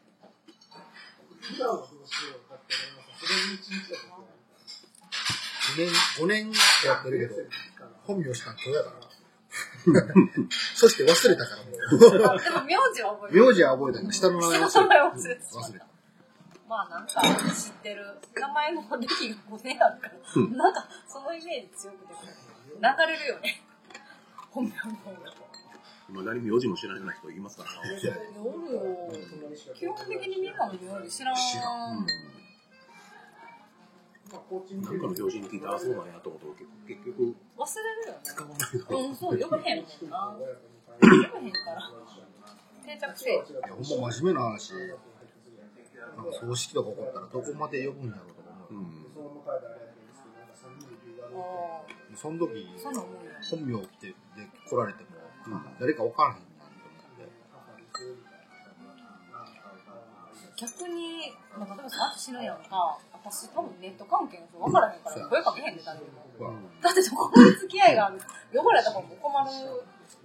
S3: 5年。5年、5年ってやってるけど、本名したん今日やから。 そして忘れたからも
S4: あでも名字は覚えてる。
S3: う。名字は覚えたけど、下の名前
S4: 下の名前
S3: 忘
S4: 忘
S3: れ
S4: れ
S3: た。
S4: て
S3: う
S4: た
S3: ん忘れた。
S4: まあなんか知ってる。名前の歴が5年あるから、なんかそのイメージ強くて、流れるよね。本名の方が。
S1: 今、何名字も知られない人いますからね。
S4: 夜を、基本的にみんなの夜知らん。
S1: なんかの表紙に聞いて、あ、そうなんやと思ったけど、結局、
S4: 忘れるよね。
S1: 使わないの。
S4: うん、そう、読めへんもんな。読めへんから。定着せえ。
S3: いや、ほんま真面目な話。なんか葬式とか起こったらどこまで呼ぶんやろうとか思
S1: う
S3: う。
S1: ん。
S4: も
S3: その時
S4: う、、そんなん思うよ。
S3: 本名ってで来られても、
S1: うん
S3: 誰か分からへんなと思って。
S4: 逆に、まあ、例えばさ、私のやんか、私多分ネット関係の人分からへんから、声かけへんで誰にも。だってそこの付き合いがある、呼ばれた方も困る。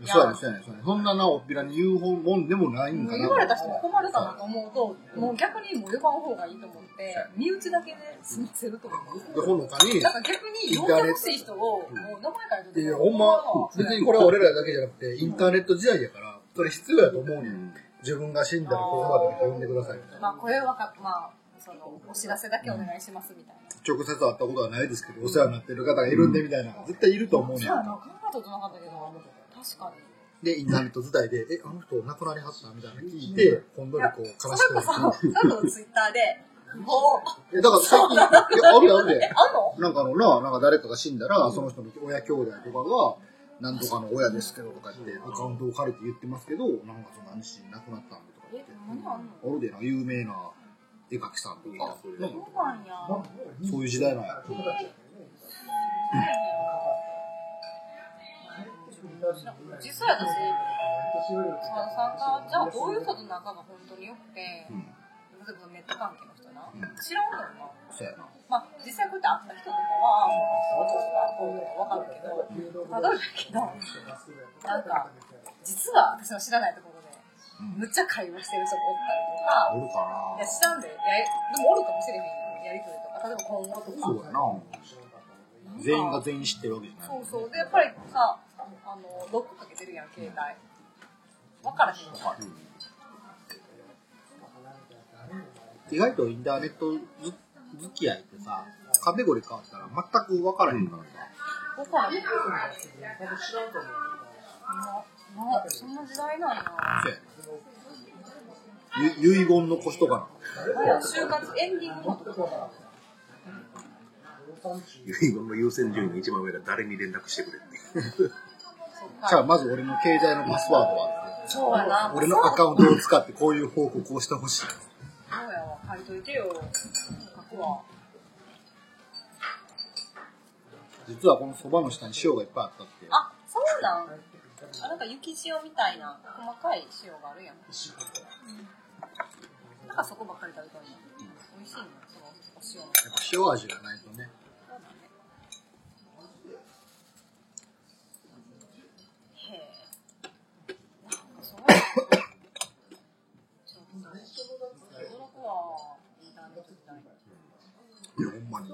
S3: そうやね、そうやね、そうやね。そんななおっぴらに言うほんもんでもないん
S4: も
S3: か
S4: う
S3: な
S4: 言
S3: と
S4: われた人も困るかなと思うと、もう逆にもう呼ばん方がいいと思って、身内だけで済ませると思
S3: で、
S4: う。
S3: ほのかに
S4: だ、から逆に呼んでほしい人を、もう名前から
S3: いや、ほんま、別にこれは俺らだけじゃなくて、インターネット時代やから、それ必要やと思うねん。自分が死んだらこうまで呼んでくださいみたい
S4: まあ、
S3: な。
S4: これはか、まあ、その、お知らせだけお願いしますみたいな。
S3: 直接会ったことはないですけど、お世話になってる方がいるんでみたいな、絶対いると思うね
S4: そうや
S3: ん。
S4: な、考えたことなかったけど、確かに。
S3: で、インターネット時代で、え、あの人亡くなりはったみたいなの聞いて、今度にこう、
S4: そ
S3: 悲
S4: れ
S3: しく
S4: こ
S3: な
S4: そ、
S3: る。
S4: 佐藤のツイッター で、もう、
S3: え、だから最近、いや、あるあるで
S4: え、。あんの
S3: なんかあのな、なんか誰かが死んだら、その人の親兄弟とかが、なんとかの親ですけどとか言って、アカウントを借りて言ってますけど、なんかその何し亡くなったんでとか言
S4: え
S3: って、。
S4: 何あんの
S3: おるでな、有名な絵描きさんとか、ね
S4: そうなんや。
S3: そういう時代なんや。
S4: 実際私、沢田さんが、じゃあどういう人と仲が本当に良くて、例えばネット関係の人な、知らんのよな。
S3: そうやな。
S4: まあ、実際こうやって会った人とかは、その人がこうとかわかるけど、たどるけど、なんか、実は私の知らないところで、むっちゃ会話してる人がおったりとか、い
S3: おるかな
S4: や、知らんで、やりでもおるかもしれへんよやりとりとか、例えば今後とか。
S3: そうやな。全員が全員知ってるわけじゃない。
S4: そうそう。で、やっぱりさ、あの、ロックかけてるやん、携帯。わからへんのか。
S3: 意外とインターネット付き合いってさ、カテゴリー変わったら全く分からへんからさ。
S4: わからへんのか。な、な、そんな時代なんや。
S3: そうやな。ゆ遺言残しとか
S4: 就活エンディングの
S1: 遺言の優先順位の一番上が誰に連絡してくれって。
S3: な。じゃあ、まず俺の携帯のパスワードは。
S4: そうやな
S3: 俺のアカウントを使ってこういう報告をしてほしい。
S4: そうやわ書いといてよ書くわ
S3: 実はこのそばの下に塩がいっぱいあったって。
S4: あそうなんあなんか雪塩みたいな細かい塩があるやん、なんかそこばっかり食べたいな、美味しいのそのお塩の
S3: やっぱ塩味がないとね。
S4: へえなんかそうなんだちょっと驚くわインターネット時代
S3: いや、ほんまに。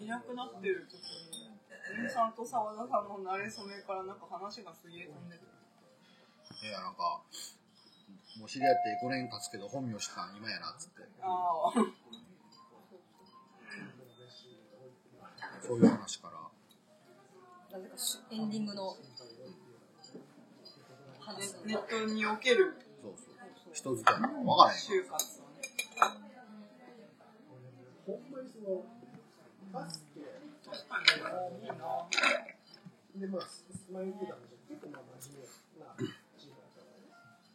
S2: いなくなってる時に、エミさんと沢田さんの慣れ初めからなんか話がすげえ飛んでる。
S3: いや、なんか、もう知り合って5年経つけど本名したん今やな、つって。
S2: ああ。
S3: そういう話から。
S4: なぜかしエンディングの話す
S2: ネットにおける
S3: そうそう。人付き合い。わからへん。
S2: 就活をね。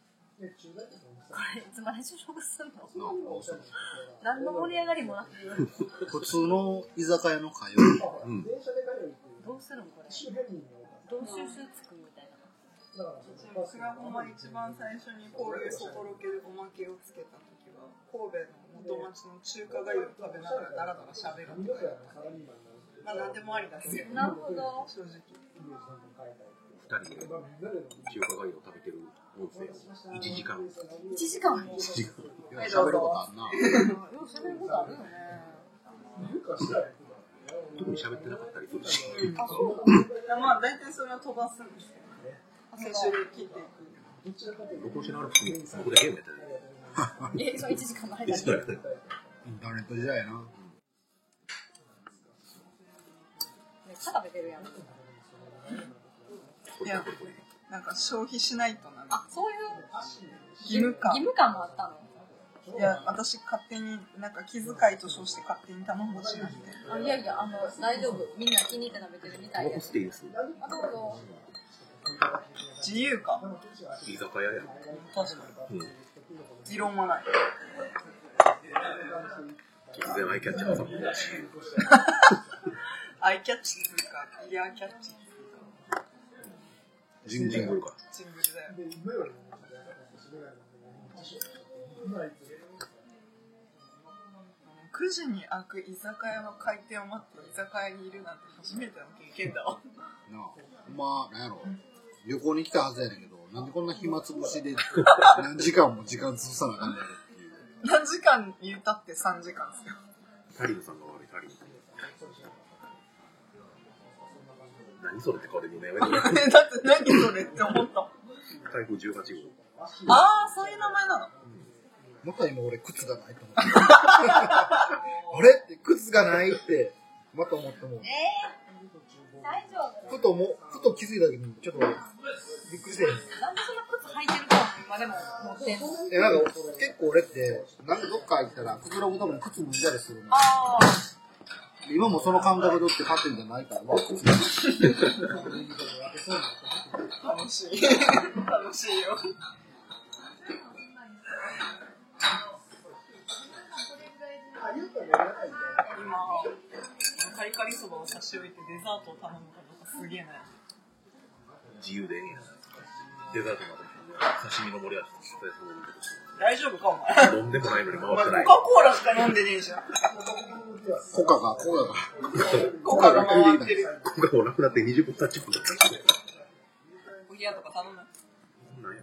S4: これいつまで就職すんの
S3: なんかそう
S4: 何の盛り上がりもなく
S3: 普通の居酒屋の会話。
S1: うん。
S4: どうするんこれどう収集つくみたいな
S2: 私がほんま一番最初にこういうそとろけるおまけをつけた時は、神戸の元町の中華街を食べながらダラダラ喋るとかやったからまあ何でもありだすよ。
S4: なるほど
S2: 正直。
S1: 二人で中華街を食べてる音声を1時間。
S4: 1時間も
S1: 一時間。
S3: いや喋ることあんな。
S4: よう喋ることあるよね
S1: 特に喋ってなかったりするし。
S2: あ、そう。まあ大体それは飛ばすんですけどね。最初で切っていく。
S1: 録音しながら普通にそこでゲームやってる。
S4: えそう1時間の間
S1: 一
S4: に
S1: 時間やってる。
S3: インターネット時代やな。
S4: めっちゃ食べてるやん
S2: いや、なんか消費しないとなる。
S4: あそういう
S2: 義務感
S4: 義。務感もあったの
S2: いや、私勝手に、なんか気遣いと称して勝手に卵持ちなんで。
S4: あいやいやあの大丈夫みんな気に入って食べてるみたい
S1: 残
S4: で
S1: し
S4: す
S1: ていいです。
S4: あどうぞ
S2: 自由か。
S1: 居酒屋や。
S2: 確か
S1: うん。
S2: に。異論はない。
S1: 突然アイキャッチャーさんもいたし。
S2: アイキャッチというか、イヤーキャッチというか、
S1: ジンジン来るから。
S2: ジングルだよ。9時に開く居酒屋の開店を待って居酒屋にいるなんて初めての経験だわ。
S3: なあ、ほんま、なんやろ。旅行に来たはずやねんけど、なんでこんな暇つぶしで、何時間も時間潰さなあかんねんっていう。
S2: 何時間言ったって3時間ですよ。
S1: タリンさんが悪い、タリンさん。何それって顔でみんなやめて
S2: だ
S1: る。
S2: って何それって思ったもん。
S1: 台風18号。
S2: ああ、そういう名前なの。
S3: また今俺靴がないと思って。あれって靴がないって、また思ってもう。
S4: えー、大丈夫
S3: ふとも、ふと気づいた時に、ちょっと、びっくりしてん。
S4: なんでそんな靴履いてるか今でも持ってんの
S3: え、なんか、結構俺って、なんかどっか行ったら、靴のことも靴脱いだりするの。
S4: ああ
S3: で今もその感覚でって勝ってんじゃないから、まあ、靴がない
S2: 楽しい。楽しいよ。今、カリカリそばを差し置いてデザートを頼むかどうかすげえな。
S1: 自由でええやんデザートまで刺身の盛り合わせと
S2: 大丈夫かお前。
S1: 飲んでもないのに
S2: お
S1: 回って
S2: 前コ
S1: ない
S2: カ・コーラしか飲んでねえじゃん。
S3: コカが、コカが。
S2: コカが回ってる。
S1: 今回もなくなって20分経っちゃった
S2: おぎやとか頼む。
S1: なんや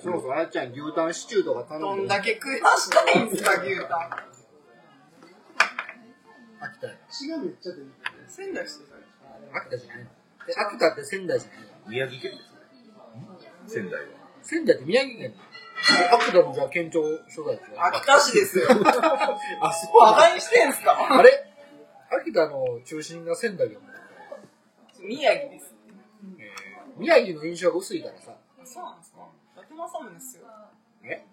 S3: そうそう、あやちゃん牛タンシチューとか
S2: ど
S3: 頼ん
S2: ん
S3: で、
S2: だけ食い出したいんすか、牛タン。
S3: 秋田や。
S2: 仙台してたよ
S3: 秋田じゃないのえ秋田って仙台じゃないの
S1: 宮城県ですね仙台は
S3: 仙台って宮城県なの秋田のじゃあ県庁所 在地は
S2: 秋田市ですよ。
S3: あ、そ
S2: 馬鹿にしてんすか
S3: あれ秋田の中心が仙台よね。
S2: 宮城です。
S3: えー宮城の印象が薄いからさ、
S2: あそうなんですか伊達政宗ですよ
S3: ね。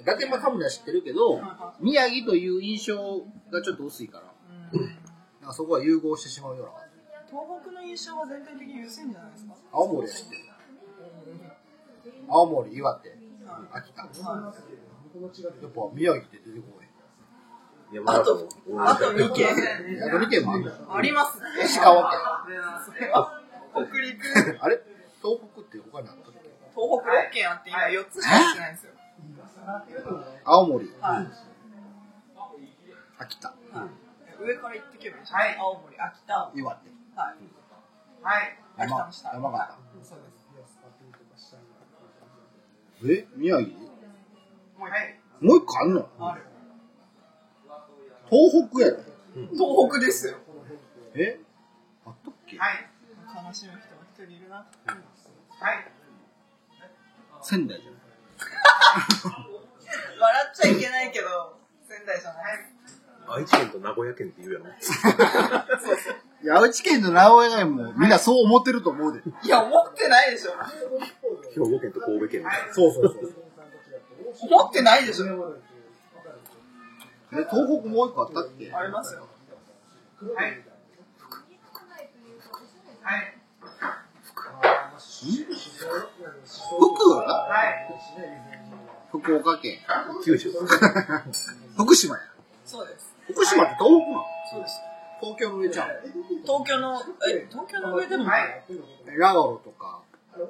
S3: 伊達政宗は知ってるけど
S2: はい、は
S3: 宮城という印象がちょっと薄いから、
S2: いうん
S3: なんかそこは融合してしまうような。
S2: 東北の印象は全体的に薄いんじゃないですか
S3: 青森は知ってる。青森、岩手、
S2: は
S3: 秋田。やっ
S2: い
S3: ぱ
S2: は
S3: 宮城って出てこ
S2: あとあと2軒
S3: へん。宿見県もある
S2: ありますね
S3: 石川県。
S2: いやそれは北陸東
S3: あれ東北って他にあったっけ
S2: 北6軒あって今4つしかしてないんですよ
S3: 青森、
S2: はい
S3: 秋田、
S2: 上から行ってけばいいじゃない青森秋田はい
S3: 岩手、
S2: 秋田
S3: 山
S2: の下
S3: 山形。
S2: うんそうです
S3: え宮城
S2: もう一軒
S3: もう一個あんの
S2: ある
S3: 東北やろ
S2: 東北ですよ
S3: えあったっけ
S2: 悲しむ人が一人いるな
S3: 仙台じ ゃない
S2: 笑っちゃいけないけど仙台じゃない
S1: 愛知県と名古屋県って言うやろ。
S3: いや、愛知県の名古屋県もみんなそう思ってると思うで。
S2: いや思ってないでしょ
S1: 兵庫県と神戸県みたいな。
S3: そうそうそう。
S2: 思ってないでしょ
S3: え、東北もう一個あったっけ
S2: ありますよ
S3: 福岡福岡県。
S1: 九州。
S3: 福島や。
S2: そうです
S3: 福島って東北なの
S2: そうです
S3: 東京の上ちゃう
S2: 東京のえ東京の上でもない
S3: えラオロとか。
S2: は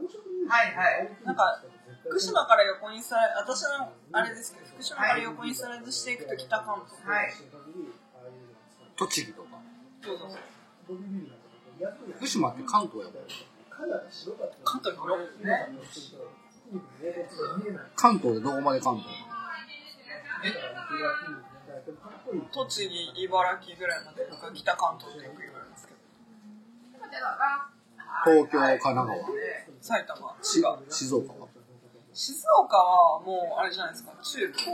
S2: いはい。なんか、福島から横にスライド、私のあれですけど、福島から横にスライドしていくと北関東。はい。
S3: 栃木とか。
S2: そうそうそう。
S3: 福島って関東やもん。
S2: 関東広いね。
S3: 関東でどこまで関東
S2: 栃木、茨城ぐらいまで、なんか北関東ってよく言われますけど。
S3: 東京、神奈川、
S2: 埼玉、
S3: し
S2: 滋賀。
S3: 静岡は。
S2: 静岡はもう、あれじゃないですか、中京。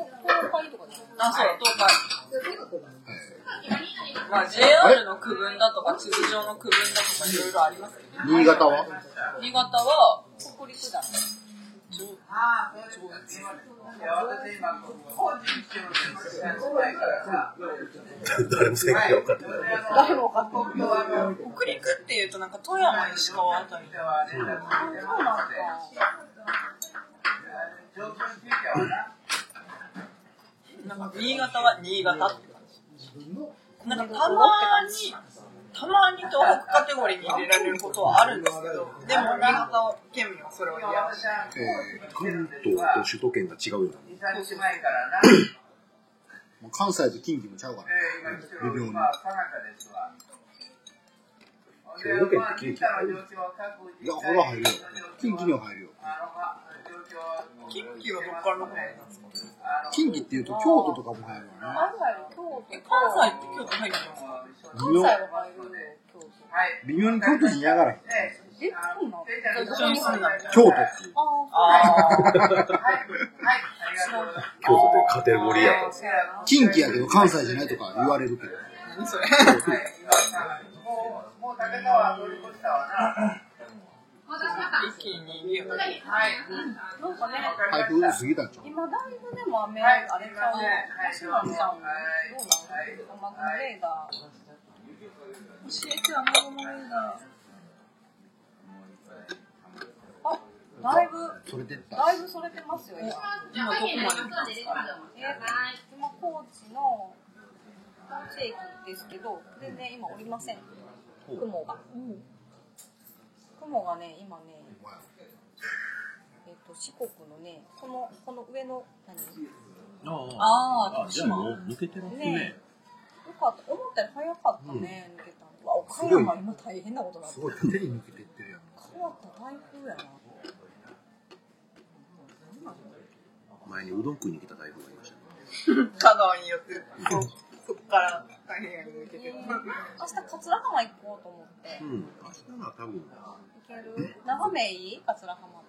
S4: 海とかです
S2: あ、そう、東海。まあ JR の区分だとか、地図上の区分だとか、いろいろありますけど、
S3: 新潟は
S4: 新潟は北陸だね
S1: 誰も正解分かってない。
S2: 北陸っていうと、なんか富山、石川あたりではね、なんか新潟は新潟って感じ。なんかたまに、たまに東北カテゴリーに入れられることはあるんですけど、でも新潟県民はそれを嫌だし。
S1: 関東と首都圏が違うよな。
S3: もう関西と近畿もちゃうから。微妙に。
S1: 兵庫県って近畿ある
S3: いや、ほら入るよ。近畿には入るよ。
S2: 近畿はどっからのことなんですか
S3: 近畿っていうと京都とかも入るよね。
S4: 関西の京
S2: え、
S4: 都
S2: 関西って京都入ってますか
S4: 関西は入るよ京都
S3: 微妙に京都人やがらへん。
S4: えそうなの
S2: 一緒に住んだみたいな。
S3: 京都っていう。
S2: あー。
S1: 京都というカテゴリーやと。
S3: 近畿やけど関西じゃないとか言われるけど。
S2: 何それ一気に逃げよう。
S4: なんかね
S3: 台風過ぎたんちゃう
S4: 今だいぶでも雨あれちゃう昔は雨ちゃうのどうなの雨雲レーダー教えて雨雲レーダーあだいぶ
S3: それでった。
S4: だいぶそれてますよ今
S2: 今どこまで行ったんですか
S4: えー今高知の高知駅ですけど全然今おりません雲が、雲がね今ね
S3: お前
S4: えっ、と四国のねこのこの上の何
S1: あ
S4: ああ、
S1: じゃあもう抜けてますね。
S4: よかった。思ったより早かったね、抜けたの。うわ、岡
S3: すごい
S4: 山今大変なことになっ
S3: す
S4: てる。
S3: ごい縦に抜けていってるやん。
S4: 変わった台風やな。
S1: 前にうどん食いに来た台風がいましたね。
S2: 香川に寄ってる、そこから太平洋に抜けて
S4: え
S2: る
S4: ー、。明日桂浜行こうと思っ
S1: う。
S4: て
S1: ん。明日は多分、
S4: 行ける眺めいい桂浜って。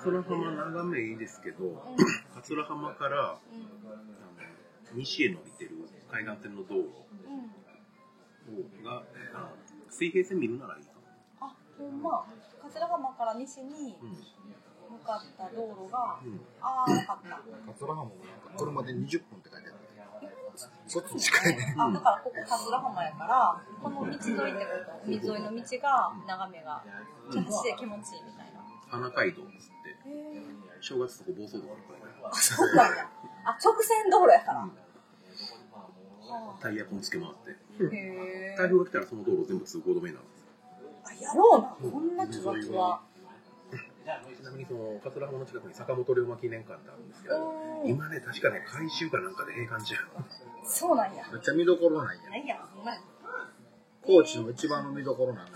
S1: 桂浜眺めいいですけど、桂浜から
S4: うん。
S1: あの西へ伸びてる海岸線の道路
S4: うん。
S1: が、あの水平線見るならいいかも。
S4: あ、ほんま。桂浜からから西に
S1: うん
S4: 向かった道路が、
S1: うん
S4: ああ、わかった。
S3: 桂浜もなんか車で20分って書いてある。そっち近いね。
S4: あ、だからここ桂浜やから、この道沿いってこと、海沿いの道が眺めが、ちょっとして気持ちいいみたいな。
S1: 花街道っつって正月とか暴走とかいっぱいある
S4: そうなんや。あ、直線道路やから。あ
S1: タイヤこんつけ回って
S4: ーへ
S1: 台
S4: え。
S1: 風が来たらその道路全部通行止めになるんですよ
S4: あ、やろうな。こんな気持ちは。
S1: ちなみにその桂浜の近くに坂本龍馬記念館ってあるんですけど
S4: うん
S1: 今ね確かね改修かなんかで閉館じゃん
S4: そうなんや。
S3: めっちゃ見どころなんや。
S4: なんや、そんなん。
S3: 高知の一番の見どころなんや。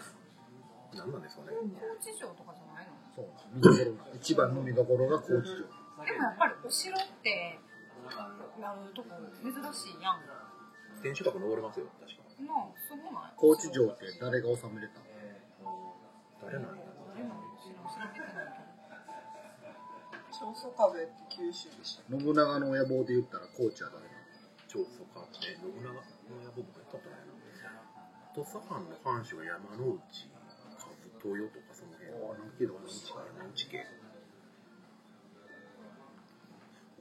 S1: 何なんですかね
S4: 高知城とかじゃないの
S3: そう。見どころなんや一番の見どころが高知城。
S4: でもやっぱりお城って、やるとこ珍しいやん。なあ、
S1: 天守閣登れますよ確か
S4: すごない
S3: 高知城って誰が治めれたの
S1: 誰なんだ
S4: 誰も知らん調べてないけど。
S2: 長宗我部って九州でしたっ
S3: 信長の野望で言ったら高知は誰なの
S1: 長宗我部ね信長の野望僕やったことないな土佐藩の藩主が山之内和豊とかその辺何けど山之内か山之内家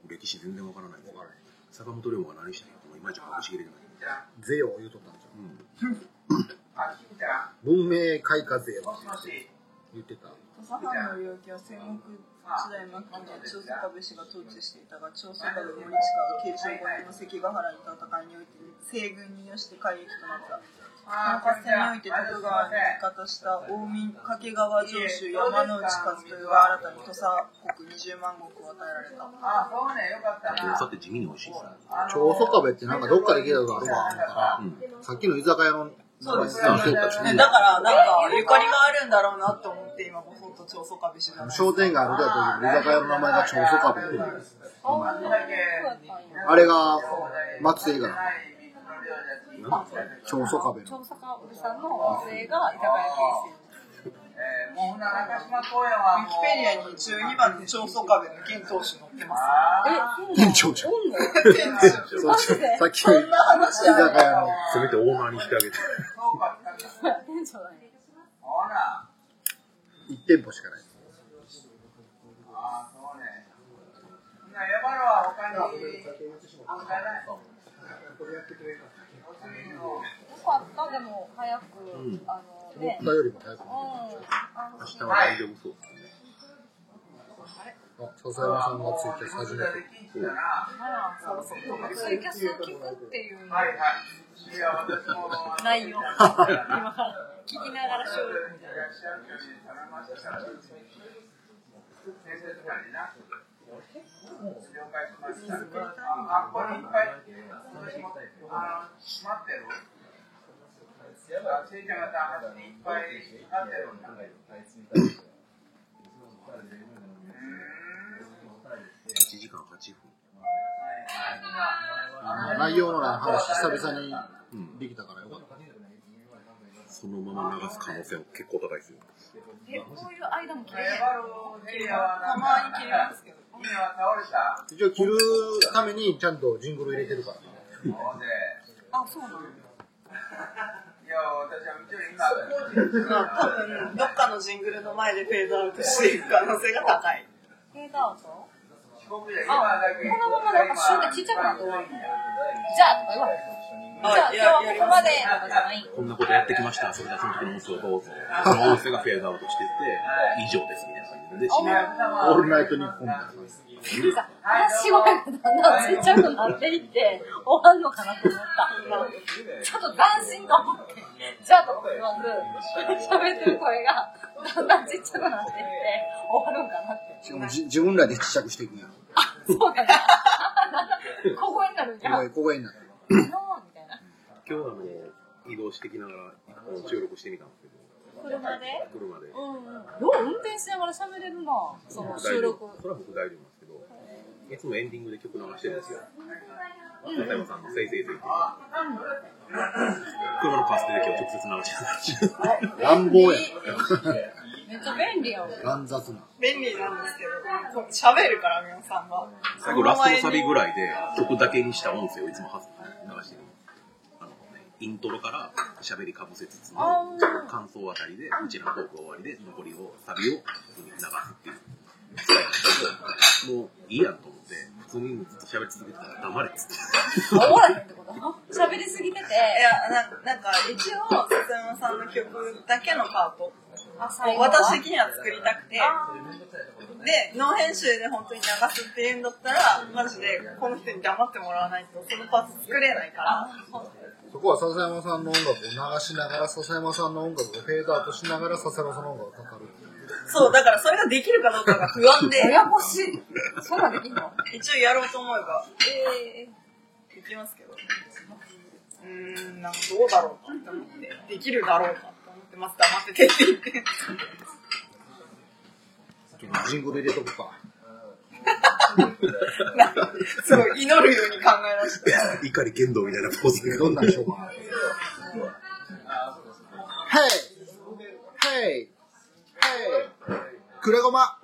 S1: 僕歴史全然わからないんですよ坂本龍馬が何したいかもいまいち把握しきれてない
S3: 税を言うとったんじゃん。
S1: うん
S3: 文明開化税を言ってた。
S2: け土佐藩の領域は戦国時代末期に長宗我部氏が統治していたが長宗我部森近は慶長5の関ヶ原の戦いにおいて西軍によして改易となった南下戦において徳川に味方した大民掛川城主山之内和豊は新たに土佐国20万石を与えられた
S1: 土佐って地味に美味しいですね
S3: 長宗我部ってなんかどっかで聞いたことあるわ、思ったら、さっきの居酒屋の
S2: そうです
S3: 名
S2: よ
S3: 前
S2: ね。
S3: 聞い
S2: だ
S3: た
S2: か
S3: し
S2: ら、
S3: ね
S2: なんか、ゆかりがあるんだろうなと思って、今、ほとんど長宗我部氏が。
S3: 商店街歩いた時の居酒屋の名前が長宗我部っていう。
S4: あそうやったんや。
S3: あれが松江が
S1: なんか
S3: 長宗我部の。
S4: 調査官さんの女性が居酒屋
S2: ウィキペディアに12番の長宗我部の現当主載ってます。
S4: 経営え、
S3: 長宗。
S4: 本の
S3: そうさっきの居酒屋の。
S1: せめてオーナーにしてあげて
S4: 店長だね。
S3: 1店舗しかない。
S4: よかった、でも、早く、
S1: ん
S4: あの、
S3: 思っ
S4: ね。
S3: たよりも早く
S4: うん。
S3: 見て
S4: あ
S1: 明
S4: の、
S1: 日は大丈夫そうですね
S3: た。あ、笹山さんがツイキャス始めた。
S4: あら、そうそう。ツイキャスを聞くっていう内容。今から聞きながら収録みたいな。
S1: 1時間8分
S3: 内容のない話久々にできたからよかった。
S1: そのまま流す可能性も結構高いですよ
S4: え、こういう間も切れへん。
S2: たまに切れますけど。
S3: 一応着るためにちゃんとジングル入れてるから。
S4: あ、そうなの。
S2: 多分、どっかのジングルの前でフェードアウトしていく可能性が高い。
S4: フェードアウトあ、このままなんか瞬間ちっちゃくなって終わるんだよ。じゃあ、とか言わない。じゃあ、今日はここまで、とかじゃない。
S1: こんなことやってきました、それではその時の音声をどうぞ。その音声がフェードアウトしてて、以上ですみたいな感じで締める。
S3: オールナイトニッポンみたいな感
S4: 話
S3: じ。
S4: がだんだんちっちゃくなっていって、終わるのかなと思った。ちょっと斬新と思って、じゃあとか言わず、喋ってる声がだんだんちっちゃくなっていって、終わるのかなって。
S3: しかもじ自分らでちっちゃくしていくんやろ。
S4: そうだね。小声になるんや。な
S3: ここへ、ここへになって。
S4: あみたいな。
S1: 今日はもう移動してきながら収録してみたんですけど、
S4: 車で
S1: 車で。
S4: うんうん。よう運転しながら喋れるな、その収録。
S1: それは僕大丈夫なんですけど、いつもエンディングで曲流してるんですよ。片山さんのせいせいせいっていう。車のカステで今日直接流してた。
S3: 乱暴や
S4: め
S3: ん。
S4: っちゃ便利やん。
S3: 乱雑な。
S2: 便利なんですけど、こう喋るから、皆さんが。
S1: 最後ラストのサビぐらいで曲だけにした音声をいつも流してる。あのね、イントロから喋りかぶせつつも
S2: あー
S1: 感想あたりでうちらのトークが終わりで残りをサビを普通に流すっていうスタイルなんですけどもういいやんと思って普通にずっと喋り続けてたら黙れっつって
S4: おもろいってこと喋りすぎてて、
S2: いやななんか一応鈴間さんの曲だけのパート
S4: あ、最
S2: を
S4: 後は
S2: 私的には作りたくてでノー編集で本当に流すっていうんだったらマジでこの人に黙ってもらわないとそのパート作れないから
S3: そこは笹山さんの音楽を流しながら、笹山さんの音楽をフェードアウトしながら、笹山さんの音楽がかかる。
S2: そうだからそれができるかどうかが不安で
S4: ややこしい。そんなんできんの
S2: 一応やろうと思えば
S4: ええ
S2: できますけどうーんなんかどうだろうかって思ってできるだろうかって思ってます黙っててって言 って
S3: ちょっとジングル入れとくか。
S2: なんかすごい祈るように考え出して
S1: 怒り剣道みたいなポーズで
S3: どんなんしようかな。はい。はい。はい。くれごま。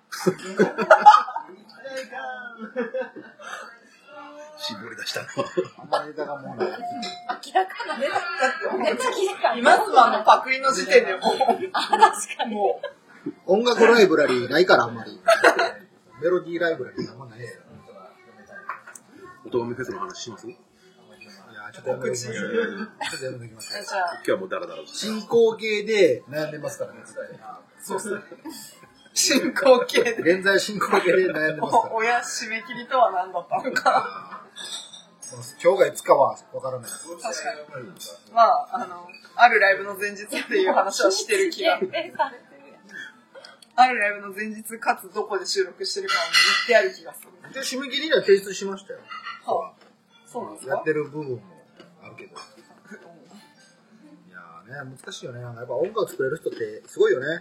S1: 絞り出したの
S3: あんまネタがもうない。
S4: 明らかなね。めっちゃ切れ感。
S2: 今すまのパクリの時点で もう
S4: あ、確かに。
S2: も
S3: 音楽ライブラリーないから、あんまり。メロディーライブラリーあんまない。いや
S1: 音がめフェスの話します今
S3: ーちょっとやめときましょう。ちょっとやめときましょう。
S2: うじゃあ
S1: 日はもうダラダラと
S3: 進行形で悩んでますからね。そうっすね。
S2: 進行形で
S3: 現在進行形で悩んでます から。
S2: お親締め切りとは何だったのか
S3: 今日がいつかはわからないです。
S2: 確かにまああのあるライブの前日っていう話はしてる気が
S4: 限定されてるやん。
S2: あるライブの前日かつどこで収録してるかも言ってある気がする
S3: で、締め切りには提出しましたよ。
S2: はそうなんです
S3: やっ
S2: か
S3: てる部分もあるけど。いやーね、難しいよね。なんかやっぱ音楽作れる人ってすごいよね。なん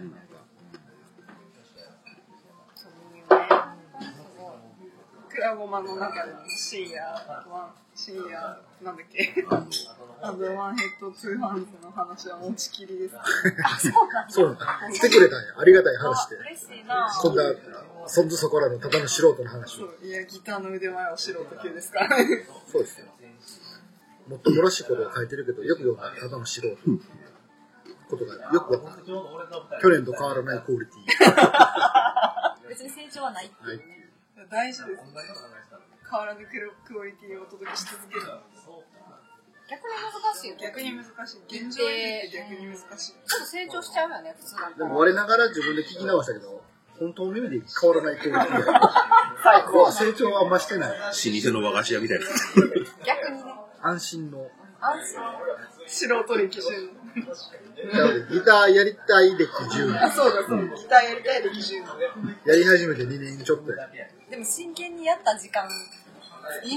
S3: か
S2: クラゴマの中でも深夜ワン深夜なんだっけアブワンヘッドツーハンズの話は持ちきりですけど
S3: そうなんだ。来てくれたんや。ありがたい話で
S4: あ。嬉しいな。
S3: こんな、そんずそこらのただの素人の話
S2: そ
S3: を。
S2: ういやギターの腕前は素人級ですからね
S3: そうですよ。もっともらしいことを書いてるけど、よく読んだらただの素人。ことがよくわかる。去年と変わらないクオリティ。
S4: 別に成長はないっていうね。
S2: 大事です変わらぬクオリティをお届けし続ける
S4: 逆に難しいよね。
S2: 逆に難しい現状維持って逆に難しい
S4: ちょっと成長しちゃうよね、普通だった
S3: で
S4: ら
S3: も。我ながら自分で聞き直したけど、本当の意味で変わらないクオリティや。
S2: 最
S3: ここは成長はあんましてない。
S1: 老舗の和菓子屋みたい な
S4: 逆にね、
S3: 安心の。
S4: 安心。
S2: 素人歴順
S3: なので、ギターやりたい歴10
S2: あ
S3: 年。
S2: そうだそうだギターやりたい歴10
S3: やり始めて2年ちょっとや。
S4: でも真剣にやった時間、2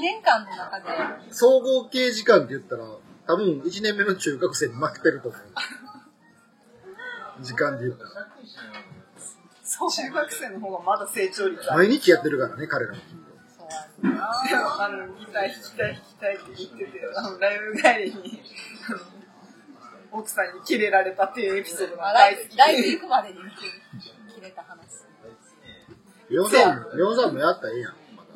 S4: 年間の中で、
S3: 総合系時間って言ったら、多分1年目の中学生に負けてると思う。時間で言ったら。
S4: そう
S2: 中学生の方がまだ成長率ある
S3: 毎日やってるからね、彼らも。
S4: そうやんな。
S2: でもあのギター弾きたい弾きたいって言っててあのライブ帰りにあの奥さんにキレられたっていうエピソード
S4: まあ、
S2: が大
S4: ライ
S2: 好
S4: ブ
S2: き
S4: ライブ行くまでに切れた話。
S3: レオさんも、レオさんもやったらええやん。また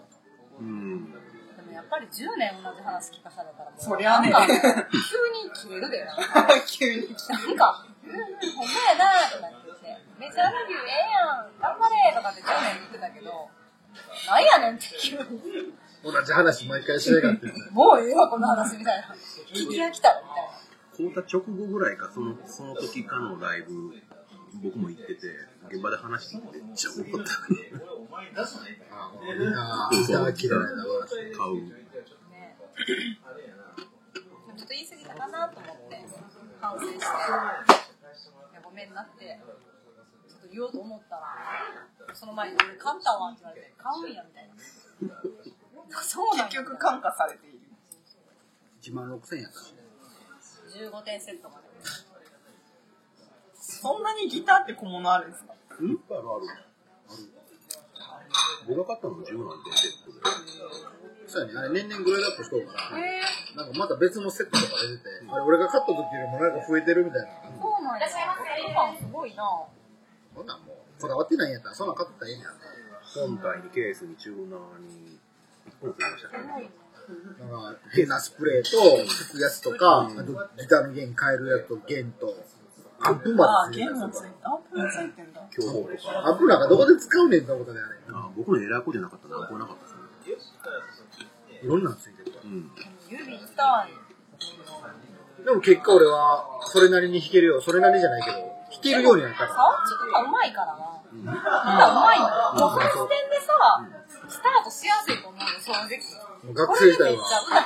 S1: うん
S4: でもやっぱり10年同じ話聞かされたらもう
S2: そりゃね
S4: なんか急に切れるでな。
S2: 急に
S4: なんか、うんうん、ほんまやなとか言ってて、メジャーデビューええやん、頑張れとかって10年言ってたけど、なんやねんって急に、
S3: 同じ話毎回しやがって。
S4: もうええわ、この話みたい な。聞き飽きたわみたいな。
S1: 買うた直後ぐらいかそのその時かのライブ僕も行ってて現場で話しててめっちゃ怒った
S3: ああ、みんな、ギター切れないな。
S1: 買う
S4: ね、でもちょっと言い過ぎたかなと思って反省していやごめんなってちょっと言おうと思ったらその前に「カンタは?」って言われて「買うんや」みたいなそうなんや
S2: 結局感化されている
S3: 1万6000円やったし。
S4: 15点セットまで
S2: そんなにギターって小物あるんですか
S1: うんあるあるある僕が買ったのも10なんてセットで
S3: そうやね。あれ年々グレードアップしとるから、
S4: え
S3: なんかまた別のセットとか出てて、あれ俺が買った時よりもなんか増えてるみたいな感じ。
S4: そうなんや感すごいな
S3: そんなんもう、こだわってないんやったら、そんなん買ってたらええんやん。
S1: 本体にケースにチューナーに1本つけましたけど
S4: すごいね
S3: なんか変なスプレーと、吹くやつとか、あとギターの弦変えるやつと弦と、アンプま
S2: あ、
S3: で
S2: ゲーム
S3: や
S2: も
S3: つと
S2: つい
S3: か
S2: て、アップもついてんだ。
S1: 今日とか。
S3: アンプなんかどこで使うねんってことだよね。
S1: あ僕のエラー子じゃなかったな、これなかったですね。
S3: いろんなのついてるか
S1: うん。
S4: 指痛い。
S3: ら。でも結果俺は、それなりに弾けるよ。それなりじゃないけど、弾けるようになったから。
S4: 触っちゃうまいからな。歌うまいの。もうその時点でさ、スタートしやすいと思うよ、正直。
S3: もう学生時代
S4: 俺めっちゃ
S3: は。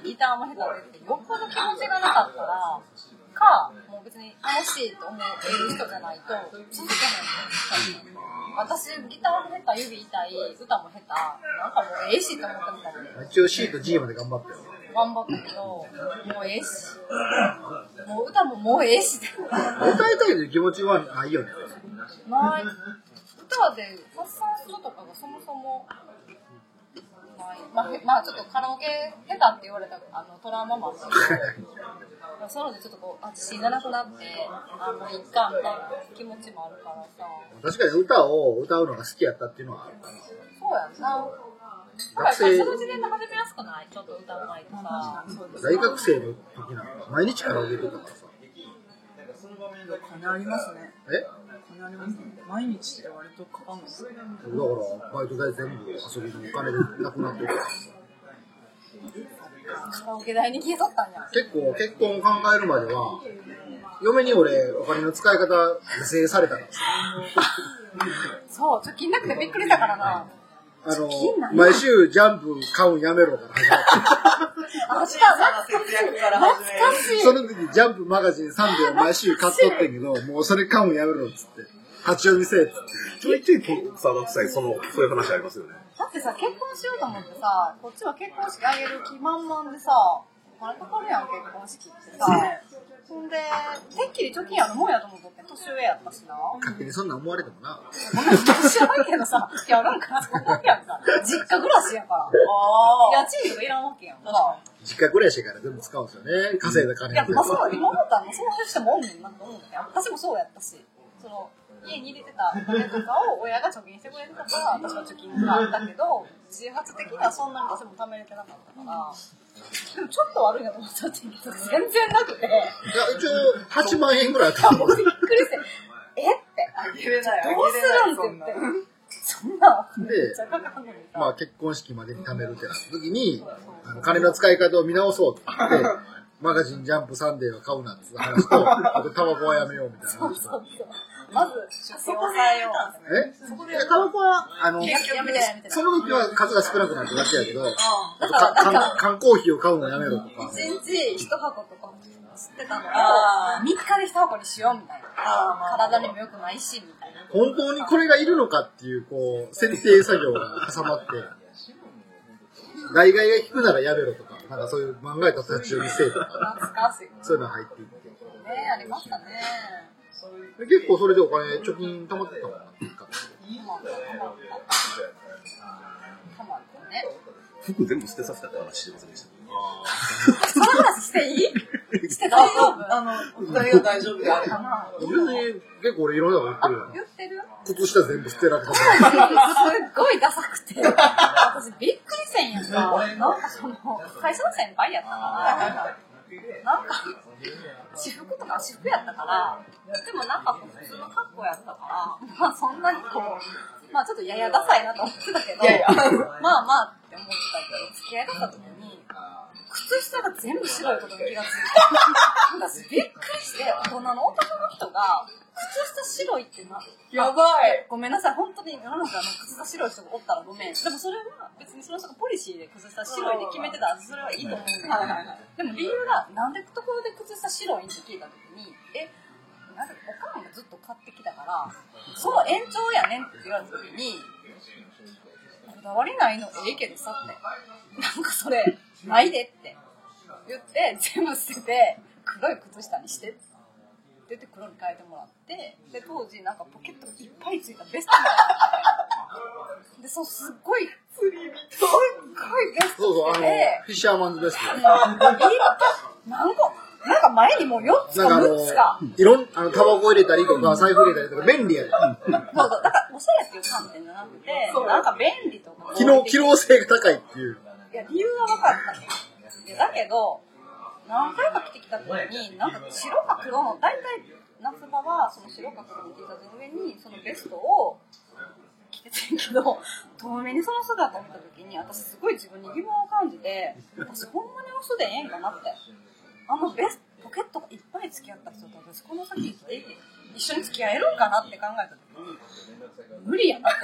S4: 歌下手で、ギターも下手でって、よっぽど気持ちがなかったら、か、もう別に楽しいと思える人じゃないと、続けないのよ私、ギターも下手、指痛い、歌も下手、なんかもうええしと思ってみたんで、
S3: 一応 C と G まで頑張ったよ。
S4: 頑張ったけど、もうええし。もう歌ももうええし。
S3: 歌いたいという気持ちはないよね。
S4: ない。歌で発散するとかがそもそもない。まあ、へまあ、ちょっとカラオケ下手って言われたあのトラウマもあったけど、そういうのでちょっとこう、あ、死ななくなって、あの、いっか、みたいな気持ちもあるからさ。
S3: 確かに歌を歌うのが好きやったっていうのはある。
S4: そうやんな。
S3: 学
S4: その
S3: 生
S4: 時点で始めやすくないちょっと歌うまいとさ。
S3: 大学生の時なんか、毎日カラオケ行ってたからさ。
S2: 金ありますね。
S3: え
S2: 金ありますね。毎日って割とかかんないですね。
S3: だから、バイト代全部遊びのお金でなくなってるから。
S4: カラオケ代に消えとったんや。
S3: 結構、結婚を考えるまでは、嫁に俺、お金の使い方、是正されたからさ。
S4: そう、貯金なくてびっくりしたからな。
S3: あの
S4: 金な、んや
S3: 毎週ジャンプ買うんやめろから始ま
S2: 小
S4: あ、し
S2: さな節約から始め
S4: 懐かし
S3: って、
S4: い。
S3: その時ジャンプマガジン3秒毎週買っとってんけ ど、もうそれ買うんやめろっつって、立ち読みせえっつって。
S1: ちょいちょい、サード夫妻、その、そういう話ありますよね。
S4: だってさ、結婚しようと思ってさ、こっちは結婚式あげる気満々でさ、お金かかるやん、結婚式ってさ。ほんで、てっきり貯金あるもんやと思っとって、年上やったしな。
S3: 勝手にそんなん思われてもな。
S4: ごめん、年上だけどさ、やるんかな、そんなわけやんか。実家暮らしやから。ああ。家賃とかいらんわけやんか。
S3: 実家暮らしやから全部使うんですよね。稼いだ金
S4: いや、
S3: 全
S4: ま
S3: 部
S4: あ、そう、今思ったら、そういう人もおんねんなと思うんだけど、私もそうやったし、その、家に入れてたお金とかを親が貯金してくれてたから、私は貯金があったけど、自発的にはそんなに私も貯めれてなかったから、でもちょっと悪いなと思っちゃってんけど、全然なくて、
S3: いや、一応、8万円ぐらいあった
S4: もうびっくりして、えって、あげれない、どうするんって言って、そんな、めっちゃかかんのにさ、
S3: まあ結婚式までに貯めるってなった時に、あの金の使い方を見直そうって言 って、マガジンジャンプサンデーは買うなっていう話と、あとタバコはやめようみたいな
S4: そう
S3: 話
S4: そ
S3: と
S4: う。そう。まず、そこ抑えよう。
S3: えいやタバコは、あの、
S4: やめてやめて。
S3: その時は数が少なくなっただけやけど、
S4: だから、
S3: か
S4: だから
S3: 缶、缶コーヒーを買うのやめろとか
S4: 一、日一箱とか吸ってたのを
S2: あ
S4: 3日で一箱にしようみたいな
S2: あ
S4: 体にも良くないしみたいな
S3: 本当にこれがいるのかっていう、こう、設定作業が 挟まって、外外が聞くならやめろとか、なんかそういう漫画やったら立ち読みせえとか、
S4: 懐かしいね
S3: そういうのが入っていって。
S4: ありましたね
S3: で結構それでお金貯金貯まってたもんな。
S4: たまったたまったたまったね
S1: 服全部捨てさせたって話してませんでした。
S4: その話していいして大丈夫
S2: あの、お二人が大丈夫であれ
S4: か
S2: ば。
S4: な
S3: 別に結構俺いろんなの売ってるよな。
S4: 言ってる
S3: 靴下全部捨てられたか
S4: す
S3: ら。
S4: っごいダサくて私びっくりせんやんかなんかその会社の先輩やったからなんか私服とか私服やったからでもなんか普通の格好やったからまあそんなにこうまあちょっとややダサいなと思ってたけど
S2: いやいや
S4: まあまあって思ってたけど付き合いだった時に靴下が全部白いことに気がついた私びっくりして大人の男の人が靴下白いってな
S2: やばい。
S4: ごめんなさい、本当に世の中の靴下白い人がおったらごめん。でもそれは別にその人がポリシーで靴下白いで決めてたらそれはいいと思うんだけど、
S2: はいはいはい。
S4: でも理由がなんでところで靴下白いんって聞いた時に、え、なんかおかんがずっと買ってきたから、その延長やねんって言われた時に、こだわりないのええけどさって、なんかそれ、ないでって言って、全部捨てて、黒い靴下にしてって。出て黒に変えてもらってで当時なんかポケットがいっぱいついたベストみたいなの着てでそうすっごいすっごいベス
S3: そうそ
S4: ト
S3: う、あ
S4: 着
S3: の、
S4: て
S3: フ
S4: て
S3: ィッシャーマンズベス
S4: もうビリッと何個なんか前にもう4つ
S3: ト。
S4: か
S3: なんかあ
S4: 6つか
S3: の、いろん、あの、タバコ入れたりとか、財布入れたりとか、便利やから。
S4: そうそうだからおしゃれっていう観点じゃなくてなんか便利とか
S3: 機能、機能性が高いっていう。
S4: いやや理由は分かったねいやだけど何回か着てきた時になんか白か黒の大体夏場はその白か黒の T シャツの上にそのベストを着てたんやけど遠目にその姿を見た時に私すごい自分に疑問を感じて私ほんまにオスでええんかなってあのベストポケットがいっぱい付き合った人と私この先え一緒に付き合えるんかなって考えた時に無理やなって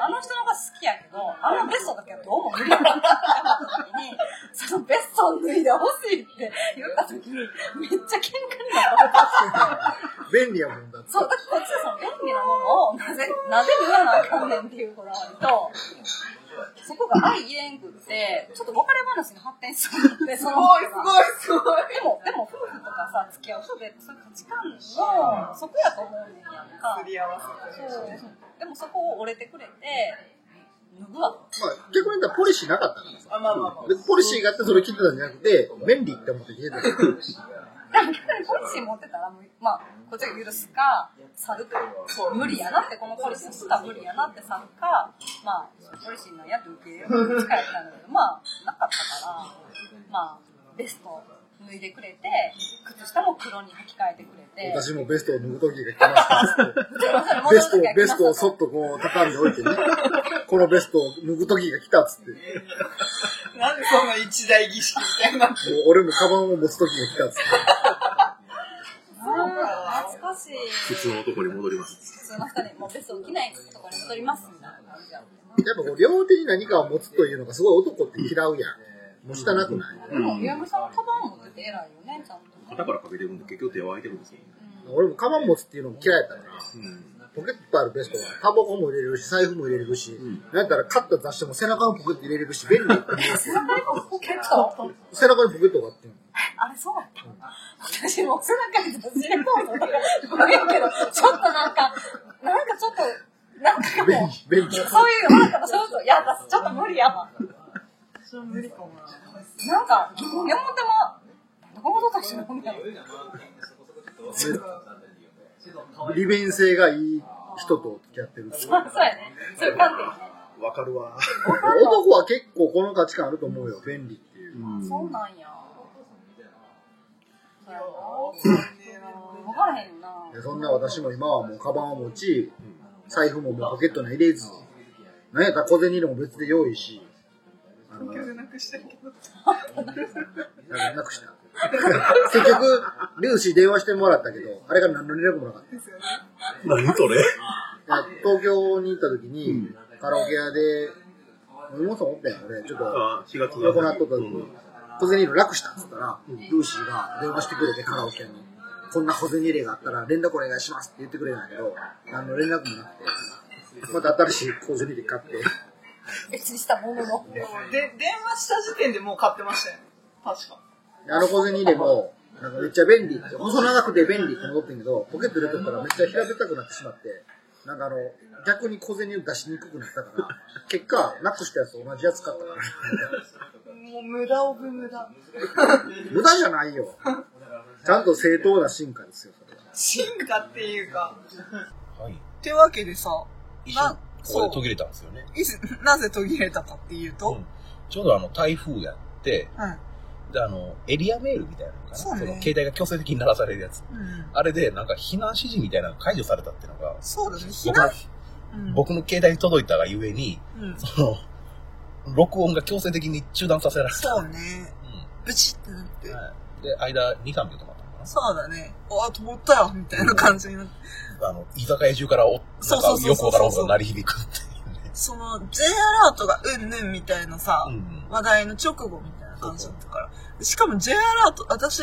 S4: あの人の方が好きやけど、あのベストだけはどうも無理だった時 に、そのベストを脱いでほしいって言った時に、めっちゃ喧嘩になった。
S3: 便利やもんだって。
S4: そう、だからこっちはその便利なものを、なぜ、なぜ脱がなあかんねんっていうこだわりと、そこが相言えんくって、ちょっと別れ話に発展しそうになっ て、
S2: す
S4: そ
S2: ご
S4: の
S2: いすごいすごい
S4: でも、でも夫婦とかさ、付き合う人で、そういう価値観の、そこやと思うねんやんか。
S2: すり合わせ
S4: そう。でもそこを折れてくれて、脱ぐわ。
S3: まあ、逆に言ったらポリシーなかったからさ。
S2: あまあまあまあ
S3: でポリシーがあってそれ切ってたんじゃなくて、便利って思って切ってた。
S4: だからポリシー持ってたら、まあ、こっちが許すか、去ると無理やなって、このポリシーのしたら無理やなって去るか、まあ、ポリシーなんやって受け入れる力やったんだけど、まあ、なかったから、まあ、ベスト脱いでくれて、靴下も黒に履き替えてくれて、
S3: 私もベストを脱ぐ時が来ましたっつって。ベストを、ベストをそっとこう畳んでおいてね。このベストを脱ぐ時が来たっつって。も
S2: なんでそんな一大儀 式みたいな
S3: う俺もカバンを持つ時が来たっつって。
S4: そうか懐かしい。
S1: 普通の男に戻ります。
S4: 普通の人に、もうベスト着ないとこに戻りますみたいな感じやったな
S3: やっぱこう両手に何かを持つというのがすごい男って嫌うやん。もうしたなくない、
S4: でも、ゆうむさんはカバン持ってて偉いよね、ちゃんと。
S1: 肩からかけてるんで、結局手は空いてるんですよ。
S3: 俺もカバン持つっていうのも嫌いやったから。
S1: うん。
S3: ポケットいっぱいあるベストは、タバコも入れれるし、財布も入れれるし、なんやったら買った雑誌も背中のポケット入れれるし、便利だった
S4: ポケット
S3: 背中にポケットがあってん
S4: あれそうだった私も背中に雑誌レポートとかごめんけど、ちょっとなんか、なんかちょっと、なんかもう、
S3: 便利、便利。
S4: そういう世の中のそういうこと、いや、私ちょっと無理やわ。
S2: それ無理かもな
S4: なんか、疑問に思ってまう。どこもどうかしらみたいな。
S3: 利便性がいい人と付き合ってる。
S4: そうやね。そういう観点ね。
S1: わかるわ。
S3: 男は結構この価値観あると思うよ、便利っていう。
S4: そうなんや。そうやな。わからへんよな。
S3: でそんな私も今はもうカバンを持ち、財布ももうポケットに入れず、なんやったら小銭でも別で用意し、あの、
S2: 結局なくしたけど
S3: 連絡した。 結局、粒子電話してもらったけど、あれから何の連絡もなかった。
S2: ですよね
S1: 何 それ
S3: あ東京に行った時に、カラオケ屋で、妹もおったんや俺、ちょっと、
S1: あ、4月の
S3: 横なっとった時に、小銭入れ楽したっつったら、ルーシーが電話してくれてカラオケ屋に、こんな小銭入れがあったら連絡お願いしますって言ってくれるんやけど、何の連絡もなくて、また新しい小銭入れ買って、
S4: 別にしたものの。
S2: でもで電話した時点でもう買ってましたよね確か
S3: あの小銭入れも、なんかめっちゃ便利って、細長くて便利って戻ってんけど、ポケット入れとったらめっちゃ平べったくなってしまって、なんかあの、逆に小銭を出しにくくなったから、結果、なくしたやつと同じやつ買ったから。
S2: もう無駄オブ無駄
S3: 無駄じゃないよ。ちゃんと正当な進化ですよ、それは。
S2: 進化っていうか
S6: はい。
S2: ってわけでさ
S6: 一
S2: な
S6: 瞬、ここで途切れたんですよね。
S2: いつなぜ途切れたかっていうと、
S6: うんちょうどあの、台風やって、
S2: うん
S6: で、あの、エリアメールみたいなのかな。
S2: そうね
S6: の、携帯が強制的に鳴らされるやつ。
S2: うん、
S6: あれで、なんか避難指示みたいなのが解除されたっていうのが、
S2: そうだね避
S6: 僕の
S2: 難、うん、
S6: 僕の携帯に届いたがゆえに、
S2: うん、
S6: その、録音が強制的に中断させられた。
S2: そうね
S6: う
S2: ブチってなって、
S6: ん。はい。で、間2、3秒止まったのかな。
S2: そうだねあ通ったよみたいな感じになって
S6: あの、居酒屋中からお、
S2: そ
S6: な
S2: う
S6: か
S2: んそうそうそう
S6: よくわからん音が鳴り響くっていうね。
S2: その J アラートがうんぬんみたいなさ、
S6: うん。
S2: 話題の直後みたいな感じだったからしかも J アラート私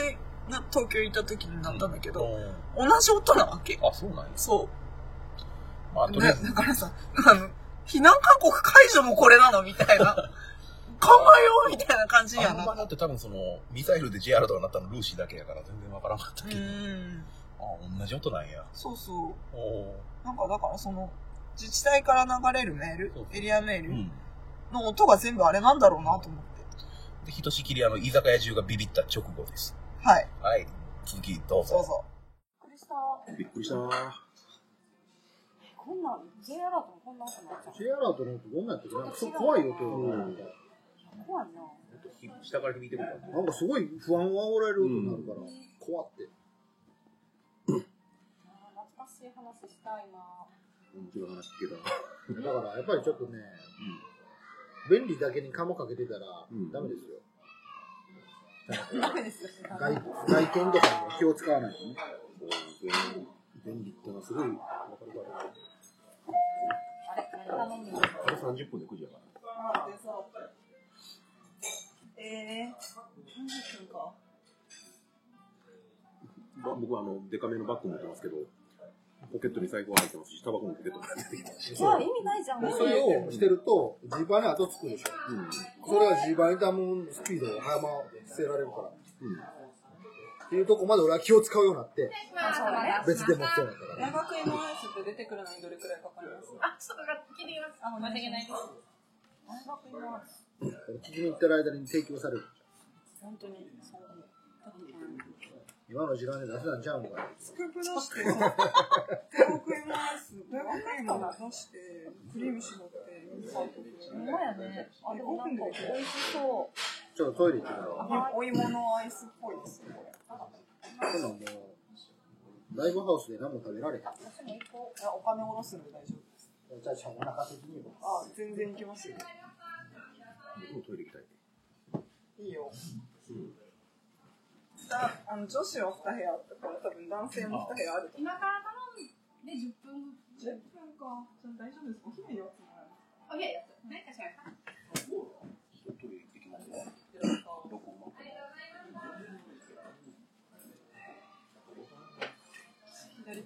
S2: な東京行った時になったんだけど、
S6: う
S2: 同じ音なわけ
S6: んあ、そうなんや。
S2: そう
S6: まあ、とりあ
S2: ね
S6: えず、
S2: だからさ、あの、避難勧告解除もこれなのみたいな。 考えようみたいな感じに
S6: あ
S2: は
S6: ん
S2: な
S6: まだって多分その、ミサイルで JR とかなったのルーシーだけやから全然わからんかった
S2: う
S6: けど、
S2: ん。
S6: あ、同じ音なんや。
S2: そうそ
S6: おお
S2: う。なんかだからその、自治体から流れるメール
S6: そう、そう
S2: エリアメー
S6: ー。
S2: ル。の音が全部あれなんだろうなと思って。
S6: で、ひとしきりあの、居酒屋中がビビった直後です。
S2: はい、
S6: はい。続き、どうぞ。
S2: そうそ
S4: びっくりした。
S1: びっくりした
S4: こんなん、J アラートもこんな音なっちゃう。
S3: J アラートの音どんなんやってるなんかすごい怖い音が。
S1: うん
S4: 怖いな。
S1: っとひ下から響いてくる感じ
S3: なんかすごい不安を煽られる音になるから、怖って。
S4: あー懐かしい話したい な。
S1: 面白い話聞けた
S3: だからやっぱりちょっとね、便利だけにカモかけてたら
S1: うん
S3: ダメですよ。
S4: ダメですよ。
S3: 外外見とかに気を使わないとね。
S1: 便利ってのはすごい分かるから
S4: あれ、頼むよ。
S1: これ30分で9時やから
S2: 待ってさ。ええー。30分か。
S1: ば僕はあのデカめのバッグ持ってますけどポケットに財布は入ってますしタバコもポケットに入ってますし
S4: じゃあ意味ないじゃん。
S3: それをしてると、ジーパーに後つくでしょ。それはジーパーにダムスピードを早ませられるから。っていうとこまで俺は気を使うようになって、
S4: そうね。
S3: 別で持ってなかったから。
S2: 長く MIS って出てくるのにどれくらいかかります
S5: あ、ちょっと聞いてきます。あ、申し訳ないです。
S4: 大学今、
S3: 聞きに行ってる間に提供される。
S2: 本当に。そう。だって
S3: 今の時間で出せなんちゃうんかい。
S2: スクープ出して、東北 MIS、大学芋出して、クリーム絞って、ミルク入れてく
S4: ほ
S2: れ
S4: ん
S2: る
S4: まやね。あれ、なんか美味しそう。
S3: ちょっとトイレ行ってから。
S2: お芋のアイスっぽいですね、これ。
S3: そんなんもう、ライブハウスで何も食べられへん。
S4: 私も一個。
S2: いやお金下ろすんで大丈夫です。
S3: じゃあ、ちゃんお腹的にも。
S2: あ、全然行きますよ。
S1: 僕もトイレ行きたい
S2: いいよ。だあの女子は2部屋あって、これ多分男性も2部屋あると思う。
S5: 今から頼んで10分後。
S2: 10分か。じゃあ大丈夫です。お昼よ。
S5: オッケーです。何かしら。あ
S1: トイレ行ってきますわどこも
S5: りがとうございます。
S2: 左。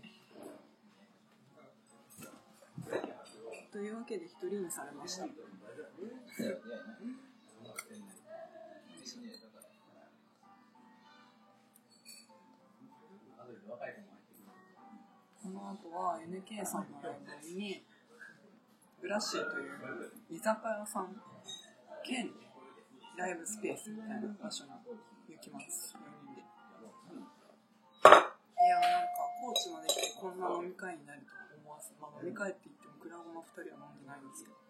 S2: というわけで、一人にされました。この後は NK さんのライブに、ブラッシーという居酒屋さん兼ライブスペースみたいな場所に行きます、4人で。いや、なんか、高知まで来てこんな飲み会になるとは思わず、まあ、飲み会って言っても、クラブの2人は飲んでないんですけど、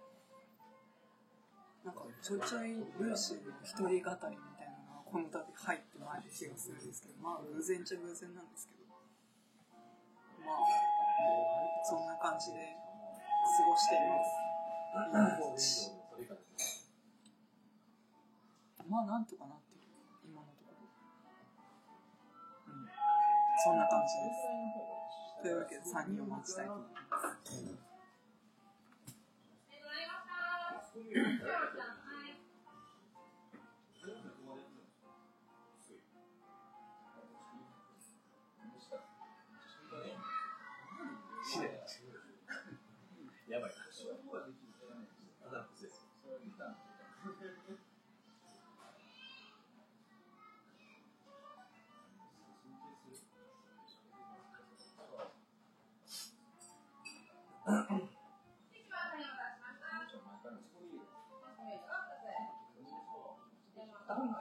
S2: なんか、ちょいちょいルーシーの一人語りみたいなのが、この度入ってない気がするんですけど、まあ、偶然っちゃ偶然なんですけど、まあ、そんな感じで過ごしています。今、高知。まあ、なんとかなってる、今のところ。うんそんな感じです。というわけで3人を待ちたいと思います。そうな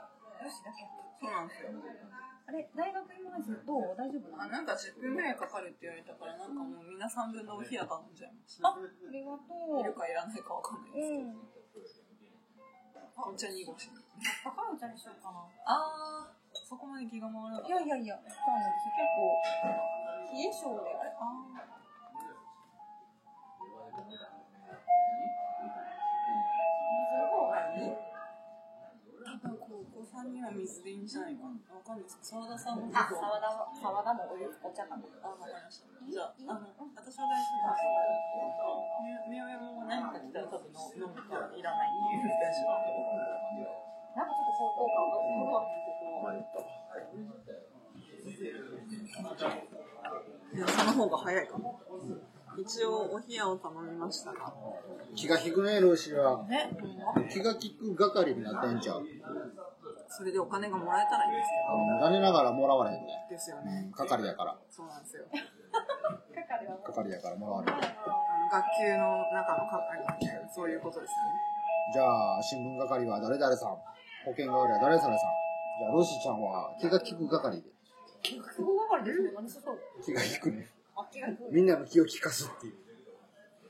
S2: んですよ。
S4: あれ、大学今ですどう大丈夫
S2: あ、なんか10分ぐらいかかるって言われたから、なんかもう皆さん分のお冷や頼んじゃいました。
S4: ありがと
S2: いうる。かいらないかわかんないで
S4: う
S2: すけど。
S4: ん。
S2: あ、お茶にごしに。
S4: 高いお茶にしようかな。
S2: あー、そこまで気が回らなかっ
S4: い
S2: た。
S4: やいやいや、そうなんですよ。結構、冷え性で、あれ。
S2: あー、多分こう、お子さんには水でいいんじゃないかな。わかんないですけど、沢田さんもちょ
S4: あ、
S2: っと
S4: 沢田は、沢田もお湯お茶かな。
S2: あ、わかりました。じゃあ、あの、私は大丈夫です。みみおやも何か来たら多分の飲むからいらないっていう大丈
S4: なんかちょっと方向感が、うまくこう。
S2: 夫。いや、その方が早いかも。一応、お冷やを頼みましたが。
S3: 気が引くね、ルーシーは。
S2: ね、
S3: 気が利く係になったんちゃう。
S2: それでお金がもらえたらいいです
S3: 金ながらもらわれへんね。
S2: けど。ですよね。
S3: 係やから。
S2: そうなんですよ。
S3: 係やからもらわれへん。
S2: あの学級の中の係みたいな、そういうことですね。
S3: じゃあ、新聞係は誰々さん。保険係は誰々さん。じゃあ、ルーシーちゃんは気が利く係で。
S4: すごいわかるでしょ何しそう。
S3: 気が利くね。
S4: あ、気がく。
S3: みんなの気を利かすっていう。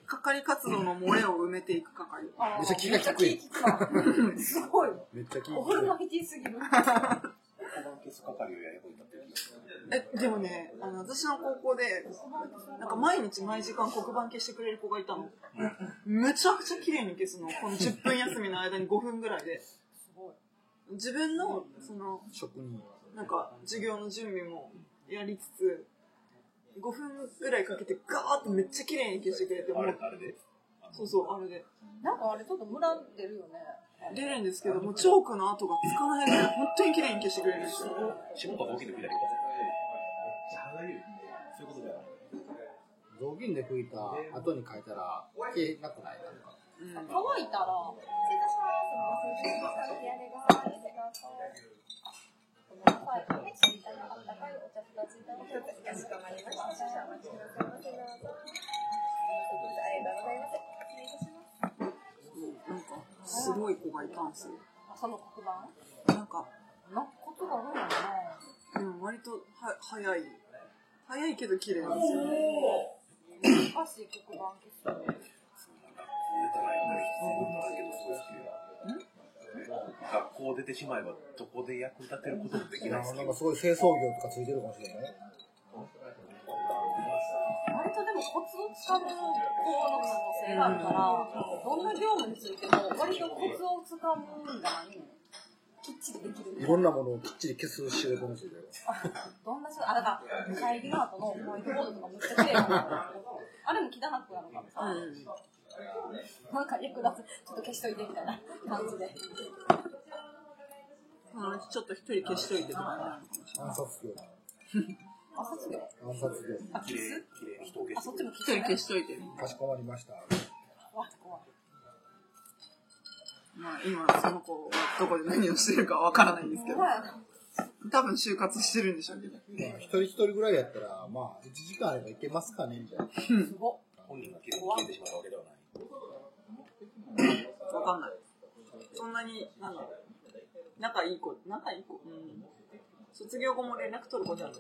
S2: 係活動の漏れを埋めていく係。
S4: あー
S3: めっちゃ気が
S4: めっ
S3: 利
S4: ちゃ気利くわ すごい。
S3: めっちゃ聞いて
S4: オールマイティーすぎる。
S2: え、でもね、あの、私の高校で、なんか毎日毎時間黒板消してくれる子がいたの。めちゃくちゃ綺麗に消すの。この10分休みの間に5分ぐらいで。自分の、その、
S3: 職人。
S2: なんか授業の準備もやりつつ、5分ぐらいかけてガーってめっちゃ綺麗に消してくれて、もう、
S1: あれで
S2: そうそう、あれで。
S4: なんかあれちょっとムラ出るよね。
S2: 出るんですけど、もうチョークの跡がつかないぐらい、本当に綺麗に消してくれるんですよ。
S1: 下と動きで見たりとかそういうことだよね
S3: 雑巾で拭いた後に変えたら、消えなくないなんか。
S2: うん。
S4: 乾いたら、
S2: なんか、すごい子がいたんですよ。
S4: 朝の黒板
S2: なんか、
S4: 泣くことが多いよね。
S2: でも割とは早い。早いけど綺麗なんですよね。
S4: おかしい黒板消す。
S1: 学校出てしまえばどこで役立てることもできないです
S3: な
S1: け
S3: ん
S1: ど
S3: かすごい清掃業とかついてるかもしれないね。
S4: 割とでもコツをつかむ子の可能性があるから、どんな業務についても割とコツをつかむんじゃないきっちりできる
S3: い。ろんなものをきっちり消す仕事もするよ。
S4: どんな仕事、あ、だから、会議の後のホワイトボードとかめっちゃ綺麗なの。あれも汚くなるからさ、なんか役立つ、ちょっと消しといてみたいな感じで。
S2: うん。うん、ちょっと一人消しといてとかね。
S3: 暗殺業。
S4: あ、そっちで。
S3: 暗殺業。
S4: あ、消す
S1: 綺麗に人を消
S4: あ、
S1: す
S4: そっちも
S2: 一
S4: 消
S2: 人
S4: す。
S2: 消しといて。
S3: かしこまりました。
S4: 怖い怖い。
S2: まあ今、その子がどこで何をしてるかわからないんですけど。
S4: 怖い。
S2: 多分就活してるんでしょうけど。
S3: まあ、一人一人ぐらいやったら、まあ、1時間あればいけますかねみたいな。
S4: すごっ。
S1: 本人が消えてしまったわけではない
S2: わかんない。そんなに、なんだろう仲いい子、仲いい子。うん。卒業後も連絡取る子じゃん。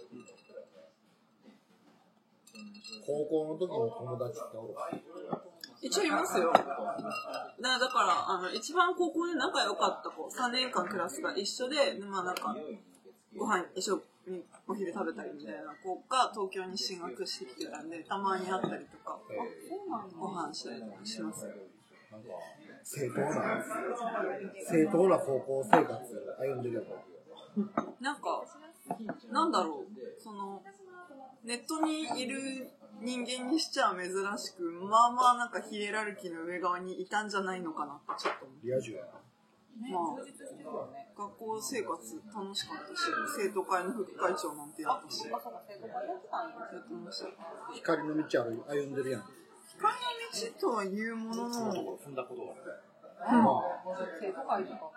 S3: 高校の時の友達っておる
S2: 一応いますよ。なだから、あの、一番高校で仲良かった子、3年間クラスが一緒で、まあなんか、ご飯一緒にお昼食べたりみたいな子が東京に進学してきてたんで、たまに会ったりとか、
S3: えー
S4: そうなんだ。
S2: ご飯したりとかします。
S3: なんか、正当な、正当な高校生活歩んでるよね。
S2: なんか、なんだろう、その、ネットにいる人間にしちゃ珍しく、まあまあなんかヒエラルキーの上側にいたんじゃないのかなってちょっと思う。
S3: リア充やな。
S2: まあ、学校生活楽しかったし、生徒会の副会長なんてやったし、や
S4: あ、そうか、生徒会やってたんや。
S2: ってました。
S3: 光の道歩い歩んでるやん。
S2: 光の道とは言うものの、
S1: 踏んだことがない
S4: 生徒会とか。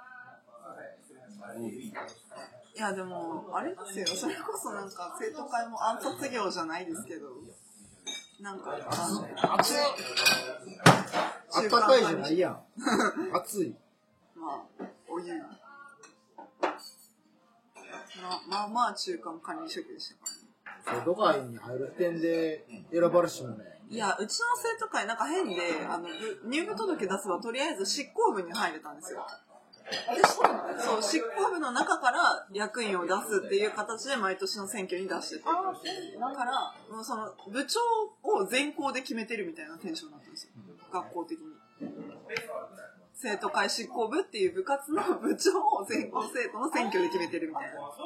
S2: いやでも、あれですよ、それこそなんか生徒会も暗殺業じゃないですけど、なんか、あの、
S3: あったかいじゃないやん。暑い。
S2: まあ、お湯。まあ、まあまあ中間管理職でしたからね。
S3: 生徒会に入る点で選ばれしもね。
S2: いや、うちの生徒会なんか変で、あの、ぶ入部届出せばとりあえず執行部に入れたんですよ。でそう、執行部の中から役員を出すっていう形で毎年の選挙に出してて。だから、もうその、部長を全校で決めてるみたいなテンションだったんですよ。学校的に。生徒会執行部っていう部活の部長を全校生徒の選挙で決めてるみたいな。
S4: そ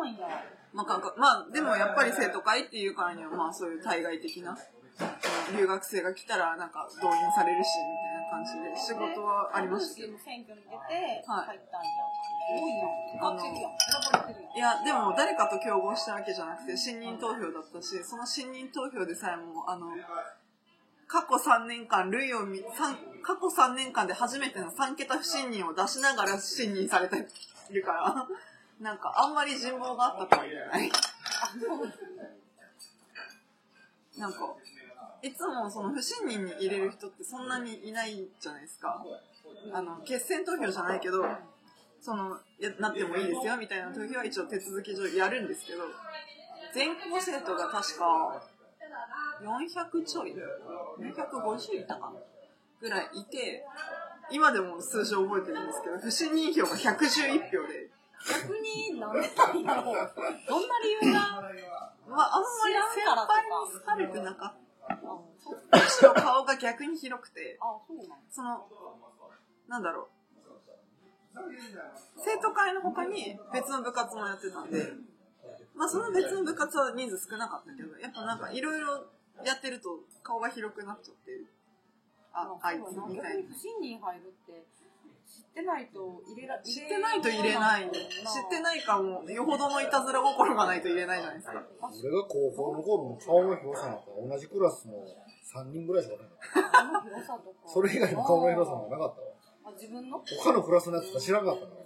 S4: うなんや。
S2: まあ、感覚まあ、でもやっぱり生徒会っていうからには、まあそういう対外的な、留学生が来たらなんか動員されるし、みたいな感じで、仕事はありましたけど。
S4: 選挙に出て、入ったんや。
S2: はい
S4: すごいな。
S2: あの
S4: 選ばれてるやん。
S2: いや、でも誰かと競合したわけじゃなくて、信任投票だったし、その信任投票でさえも、あの、過去3年間、類を見、三過去3年間で初めての3桁不信任を出しながら信任されてるから、なんかあんまり人望があったとは言えない。なんか、いつもその不信任に入れる人ってそんなにいないじゃないですか。あの、決選投票じゃないけど、そのやなってもいいですよみたいな時は一応手続き上やるんですけど全校生徒が確か400ちょい、450いたかなぐらいいて、今でも数字覚えてるんですけど、不信任票が111票で、
S4: 逆になんでなんだろう。どんな理由
S2: まあ、あ
S4: が、
S2: んまり
S4: 知
S2: 先
S4: らんから
S2: 輩
S4: とか
S2: に好かれてなかっ
S4: あ、
S2: た。むしろ顔が逆に広くて、
S4: そうなん
S2: その、なんだろう。生徒会の他に別の部活もやってたんで、まあその別の部活は人数少なかったけど、やっぱなんかいろいろやってると顔が広くなっちゃって、あ、あいつみたいな。
S4: 不信任入るって、知ってないと入れら、
S2: 知ってないと入れない。知ってないかも、よほどのいたずら心がないと入れないじゃないですか。
S3: 俺が高校の頃の顔の広さなんか同じクラスの3人ぐらいしかいないの
S4: あの広さとか。
S3: それ以外の顔の広さなんかなかったわ
S4: あ、自分の
S3: 他のクラスのやつとか知らなかったから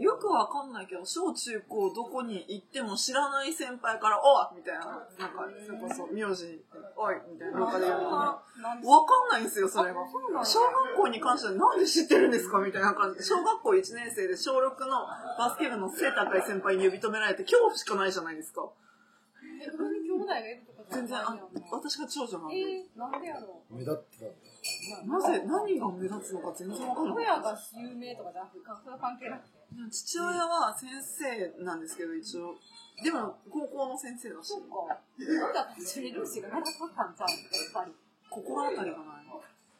S2: よくわかんないけど、小中高どこに行っても知らない先輩から、おいみたいな、なんか、それこそ、名字に、おいみたいな、なんかで言うのが
S4: なんで
S2: わかんないんですよ、それが
S4: あそうなん。だ
S2: 小学校に関してはなんで知ってるんですかみたいな感じで。小学校1年生で小6のバスケ部の背高い先輩に呼び止められて恐怖しかないじゃないですか。
S4: え上に兄弟がいるとかじゃ
S2: 全然、
S4: ない
S2: あ
S4: よね
S2: 私が長女なんで。
S4: えー、なんでやろ
S3: 目立ってたんだ
S4: う。
S2: なぜ、何が目立つのか全然わかんない。
S4: 親が有名とかじゃなくて、それは関係なくて。
S2: でも父親は先生なんですけど、一応。でも、高校の先生だし
S4: そ、うか。なんだったちにルーシーが目立ったんちゃうやっぱり。
S2: 心当たりがない。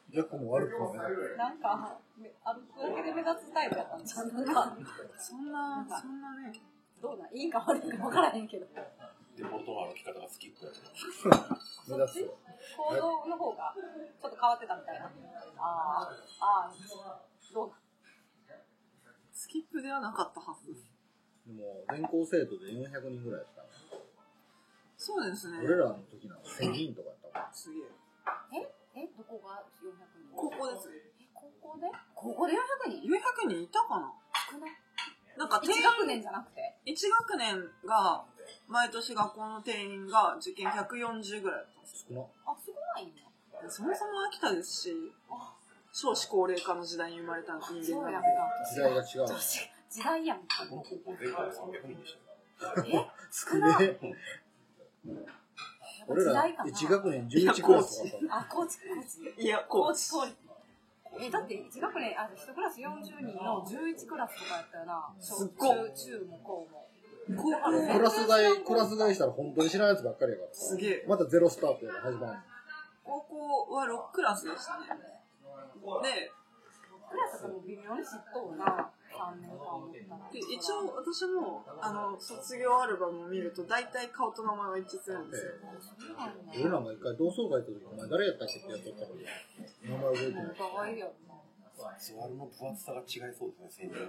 S3: ジャックも悪くも目立って
S4: なんか、め歩くだけで目立つタイプやったんちゃうなんか、
S2: そんな、そんなね、
S4: どうなんいいか悪いか分からへんけど。
S1: で、ボルトマンの着方がスキップやった。
S3: た目立つよ
S4: 行動の方がちょっと変わってたみたいな。ああ、ああ、どう
S2: スキップではなかったはず。
S3: でも全校生徒で400人ぐらいやった
S2: そうですね。
S3: 俺らの時なんか1000人とかやったもん
S2: すげえ。
S4: え、どこが400人
S2: 高校です。
S4: え、高校で高校で400人
S2: 400人いたかな
S4: 少ない。
S2: なんか定員
S4: 1学年じゃなくて。
S2: 一学年が、毎年学校の定員が受験140ぐらいだったんです
S3: 少な
S4: あ、すごないんだ。
S2: よ。そもそも秋田ですし、少子高齢化の時代に生まれた人
S4: そう
S2: 間なん
S4: や
S2: ん
S4: か
S2: で。。
S3: 時代が違う
S4: 年、時代やんか。
S1: 僕の高校全校300人でしたよ。
S3: 少ねえ俺
S4: 時
S3: ら
S4: 代かな
S3: 1学年11クラスとかあったの
S4: あ、高知、高知。
S2: いや、こ
S4: 高
S2: う。
S4: 知、高知。え、だって1学年、あ、1クラス40人の11クラスとかやったよな。
S2: すっごい
S4: 小中中も高も。
S2: 高校の
S3: クラス替え、クラス替えしたら本当に知らんやつばっかりやから。
S2: すげえ
S3: またゼロスタートやから始まる。
S2: 高校は6クラスでしたね。で、
S4: クラスがもう微妙に知っとうな。3年間思ったら
S2: で一応私もあの卒業アルバムを見ると大体顔と名前は一致するんですよ
S4: そうなんだ
S3: 俺なんか一回同窓会行った時、お前誰やったっけってやっとったのに、名前覚えてない。
S4: 可愛いよな。
S1: 座るの分厚さが違いそうですね、1000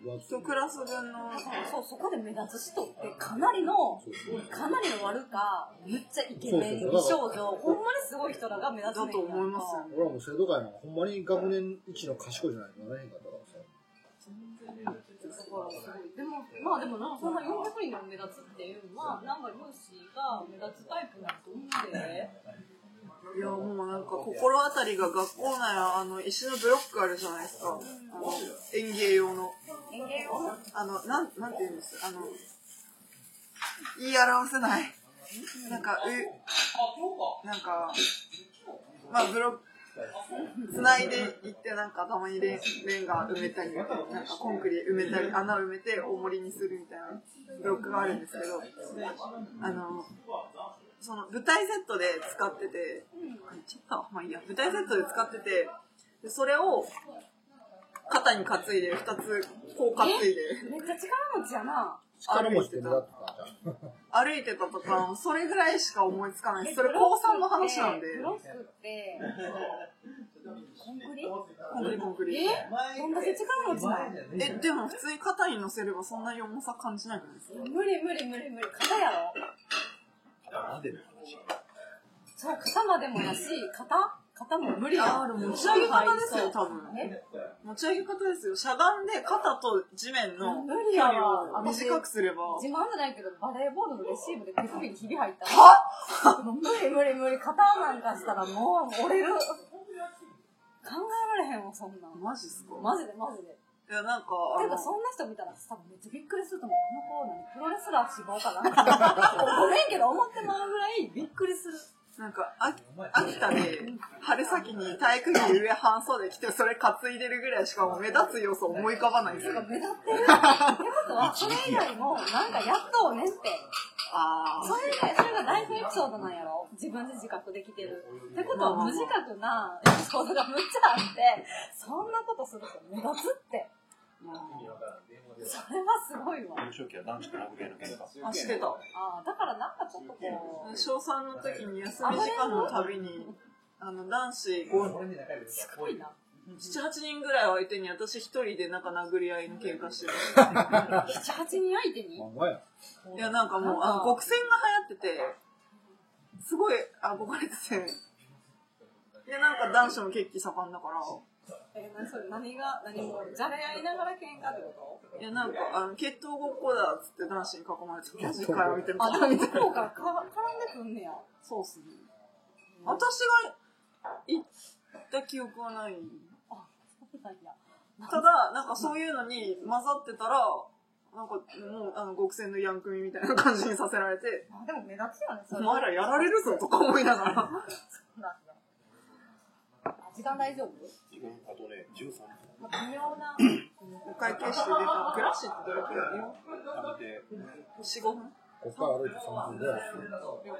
S1: 人の300人。
S2: 確かに一クラ
S3: 確かに
S2: ス分の
S4: そう、そこで目立つ人ってかなりの、かなりの悪か、むっちゃイケメン、美少女、ほんまにすごい人らが目立つね
S2: だと思い
S4: ん
S2: ますよね
S3: 俺はもう生徒会なんかほんまに学年一の賢いじゃないとなれへんかったからさ。
S4: だからすごい。でも、まあでもな、そんな400人でも目立つっていうのは、なんかルーシーが目立つタイプなんと思うで。
S2: いやもうなんか心当たりが学校内はあの石のブロックあるじゃないですかあの園芸用の
S4: 園芸を
S2: あのなんなんて言うんですあの言い表せないなんかうなんかまあブロック繋いでいってなんかたまにレンレンガ埋めたりなんかコンクリ埋めたり穴埋めて大盛りにするみたいなブロックがあるんですけどあのその舞台セットで使っててあちょっとまあいいや舞台セットで使っててでそれを肩に担いで2つこう担いで
S4: めっちゃ力持ちやな。
S3: 力持ちで目立ってた。
S2: 歩いてたとかそれぐらいしか思いつかないですそれ高3の話なんで
S4: ブロックって、コンクリ
S2: コンクリコンクリ
S4: えどんだけ力持ちなん
S2: えでも普通に肩に乗せればそんなに重さ感じないくないですか
S4: 無理無理無理無理。肩やろ
S1: 頭での話。
S4: そう、肩までもやし、肩肩も無理や
S2: あーでも持ち上げ方ですよ多分
S4: え
S2: 持ち上げ方ですよしゃがんで肩と地面の
S4: 無
S2: 距
S4: 理や
S2: 離
S4: わ
S2: を短くすれば
S4: 自慢じゃないけど、バレーボールのレシーブで手首にひび 入ったらもう無理無理無理。肩なんかしたらもう折れる。考えられへんわ、そんなん。
S2: マジっすか
S4: マジでマジで。
S2: でいや、なんか、
S4: て
S2: あ
S4: いうか、
S2: の、
S4: そんな人見たら多分めっちゃびっくりすると思う。あの子、何プロレスラー志望かなごめんけど、思ってまうぐらいびっくりする。
S2: なんか、あ秋田で、春先に体育着上半袖着て、それ担いでるぐらいしかもう目立つ要素思い浮かばないんです
S4: な
S2: よ
S4: んか。目立ってる。ってことは、それ以外も、なんかやっとうねんって。
S2: あ
S4: それ以外、それが大事エピソードなんやろ自分で自覚できてる。ってことは、無自覚なエピソードがむっちゃあって、そんなことすると目立つって。それはすごいわ。
S8: 初期は男子とラグビーの喧嘩。
S2: あ、あ、してた。
S4: ああ、だからなんかちょっとこう、
S2: 小3の時に休み時間のたびに、あの、男子5、
S4: すごいな。
S2: 7、8人ぐらいを相手に私一人でなんか殴り合いの喧嘩してる。
S4: 7、8人相手に
S5: まあ、お前や。
S2: いや、なんかもう、あの、極戦が流行ってて、すごい憧れてて。いや、なんか男子も血気盛んだから、
S4: え、なそれ何が、何も、じゃれ合いながら喧嘩ってこ
S2: いや、なんか、あの、血統ごっこだっつって男子に囲まれて、マジかよ、みたい
S4: とあ、
S2: な。
S4: でも向こうからか絡んでくんねや。
S2: そうっすね。私が行った記憶はない。
S4: あ、そうなんや。
S2: ただ、なんかそういうのに混ざってたら、なんかもう、あの、極戦のヤンクミみたいな感じにさせられて、
S4: あ、でも目立つよね、そ
S2: お
S4: れ。
S2: 前らやられるぞとか思いながら。
S4: なんだあ時間大丈夫
S9: あとね、13分
S4: まあ微妙な。
S2: お会計してで、クラッシュってどれくらい
S9: 食べて、
S2: ?4、5分
S5: ここから歩いて3分ぐらい。
S2: 了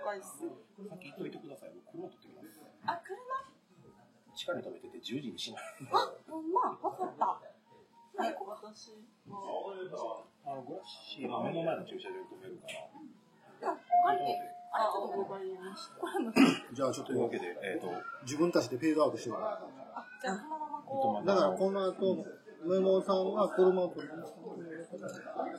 S2: 解っす。
S9: 先行っといてください。僕、車取ってきます。
S4: あ、車
S9: 地下に止めてて10時にしない。
S4: あ、ほんま、わかった。
S2: はい、私。
S9: あの、グラッシーは目の前の駐車場に止めるから。
S4: お会計。あれ、ちょっと
S2: わ
S4: ご
S2: かりました。
S5: じゃあちょっ
S9: というわ
S5: と
S9: けで、えっ、と、
S5: 自分たちでフェードアウトしてもらう。
S4: じゃあ、このままこ
S5: だからこの後、ムーモンさんは車を取りに来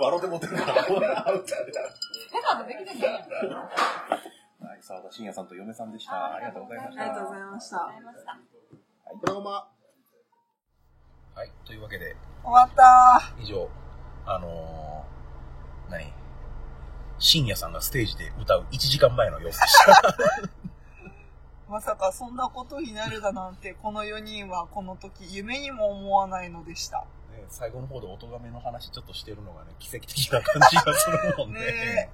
S9: バロで持ってるから、ほら、アウト
S4: う、ペタッとできてんねやん。
S9: はい、澤田信也さんと嫁さんでした。ありがとうございまし
S2: ありがと
S9: た
S2: うご。ざいました。
S5: た。これお前。
S1: はい、というわけで、
S2: 終わった
S1: 以上、あのー、何深夜さんがステージで歌う1時間前の様子でした。
S2: ーまさかそんなことになるだなんて、この4人はこの時夢にも思わないのでした。
S1: ね最後の方で音がめの話ちょっとしてるのがね、奇跡的な感じがするもんね。
S2: ね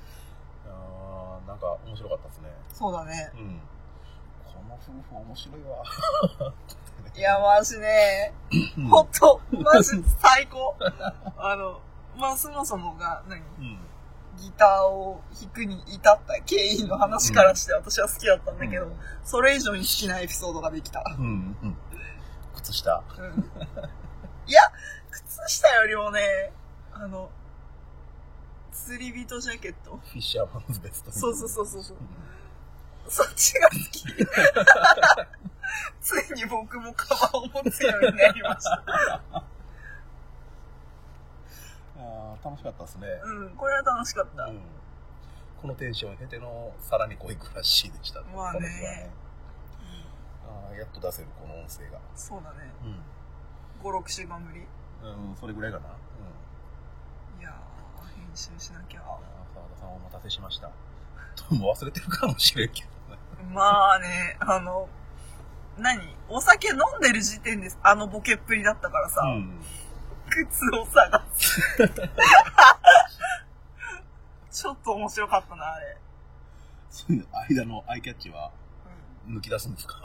S1: あーなんか面白かったですね。
S2: そうだね。
S1: うん。この夫婦面白いわ。
S2: いや、マジね、ほんと、マジ最 高。あの、まあ、そもそもが、何
S1: うん。
S2: ギターを弾くに至った経緯の話からして私は好きだったんだけど、それ以上に好きなエピソードができた。
S1: うん。うん。靴下。
S2: うんいや、靴下よりもね、あの、釣り人ジャケット。
S1: フィッシャーマンズベスト。
S2: そうそうそうそうそう。そっちが好 き。ついに僕もカバンを持つようになりました。
S1: あー楽しかったですね。
S2: うん、これは楽しかった。
S1: うんこのテンションを経てのさらにこういくらッシーでした、
S2: まあね
S1: この日はあーやっと出せるこの音声が
S2: そうだね。5、6週間ぶり。
S1: うん、うん、それぐらいかな、うん、
S2: いやー、編集しなきゃ。
S1: あー澤田さんお待たせしましたどうも忘れてるかもしれんけどね
S2: まあね、あの、何お酒飲んでる時点であのボケっぷりだったからさ、
S1: うん
S2: 靴を探す。ちょっと面白かったな、あれ。
S1: そういう間のアイキャッチは抜き出すんですか、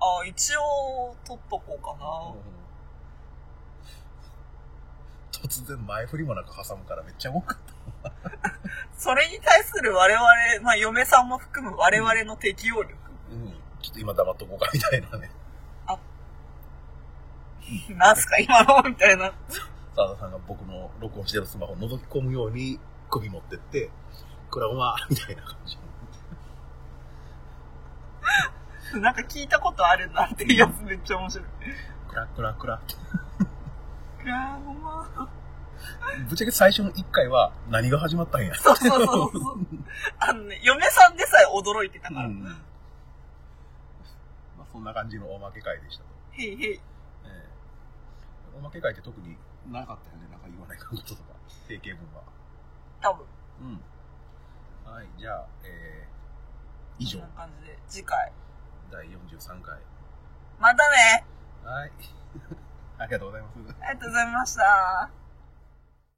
S2: あ、一応、取っとこうかな。
S1: 突然前振りもなく挟むからめっちゃ重かった
S2: それに対する我々、まあ、嫁さんも含む我々の適応力。
S1: うんちょっと今黙っとこうかみたいなね
S2: なんすか、今のみたいな。
S1: 澤田さんが僕の録音してるスマホを覗き込むように首持ってって、これはお前みたいな感じ。
S2: なんか聞いたことあるなっていうやつめっちゃ面白い。
S1: クラクラクラ。
S2: いやー、ほんま。
S1: ぶっちゃけ最初の1回は何が始まったんや。
S2: そうそうそうそう。 あのね、嫁さんでさえ驚いてた
S1: う
S2: から。
S1: ん。まあそんな感じのおまけ会でしたと。
S2: へいへい。
S1: ええおまけ会って特になかったよね。なんか言わないこととか、定型文は。
S2: 多分。
S1: うん。はい、じゃあ、えー以上
S2: こん、な感じで、次回。
S1: 第43回。
S2: またね
S6: は
S1: はい。
S6: い。ありがとうございます。
S2: ありがとうございました。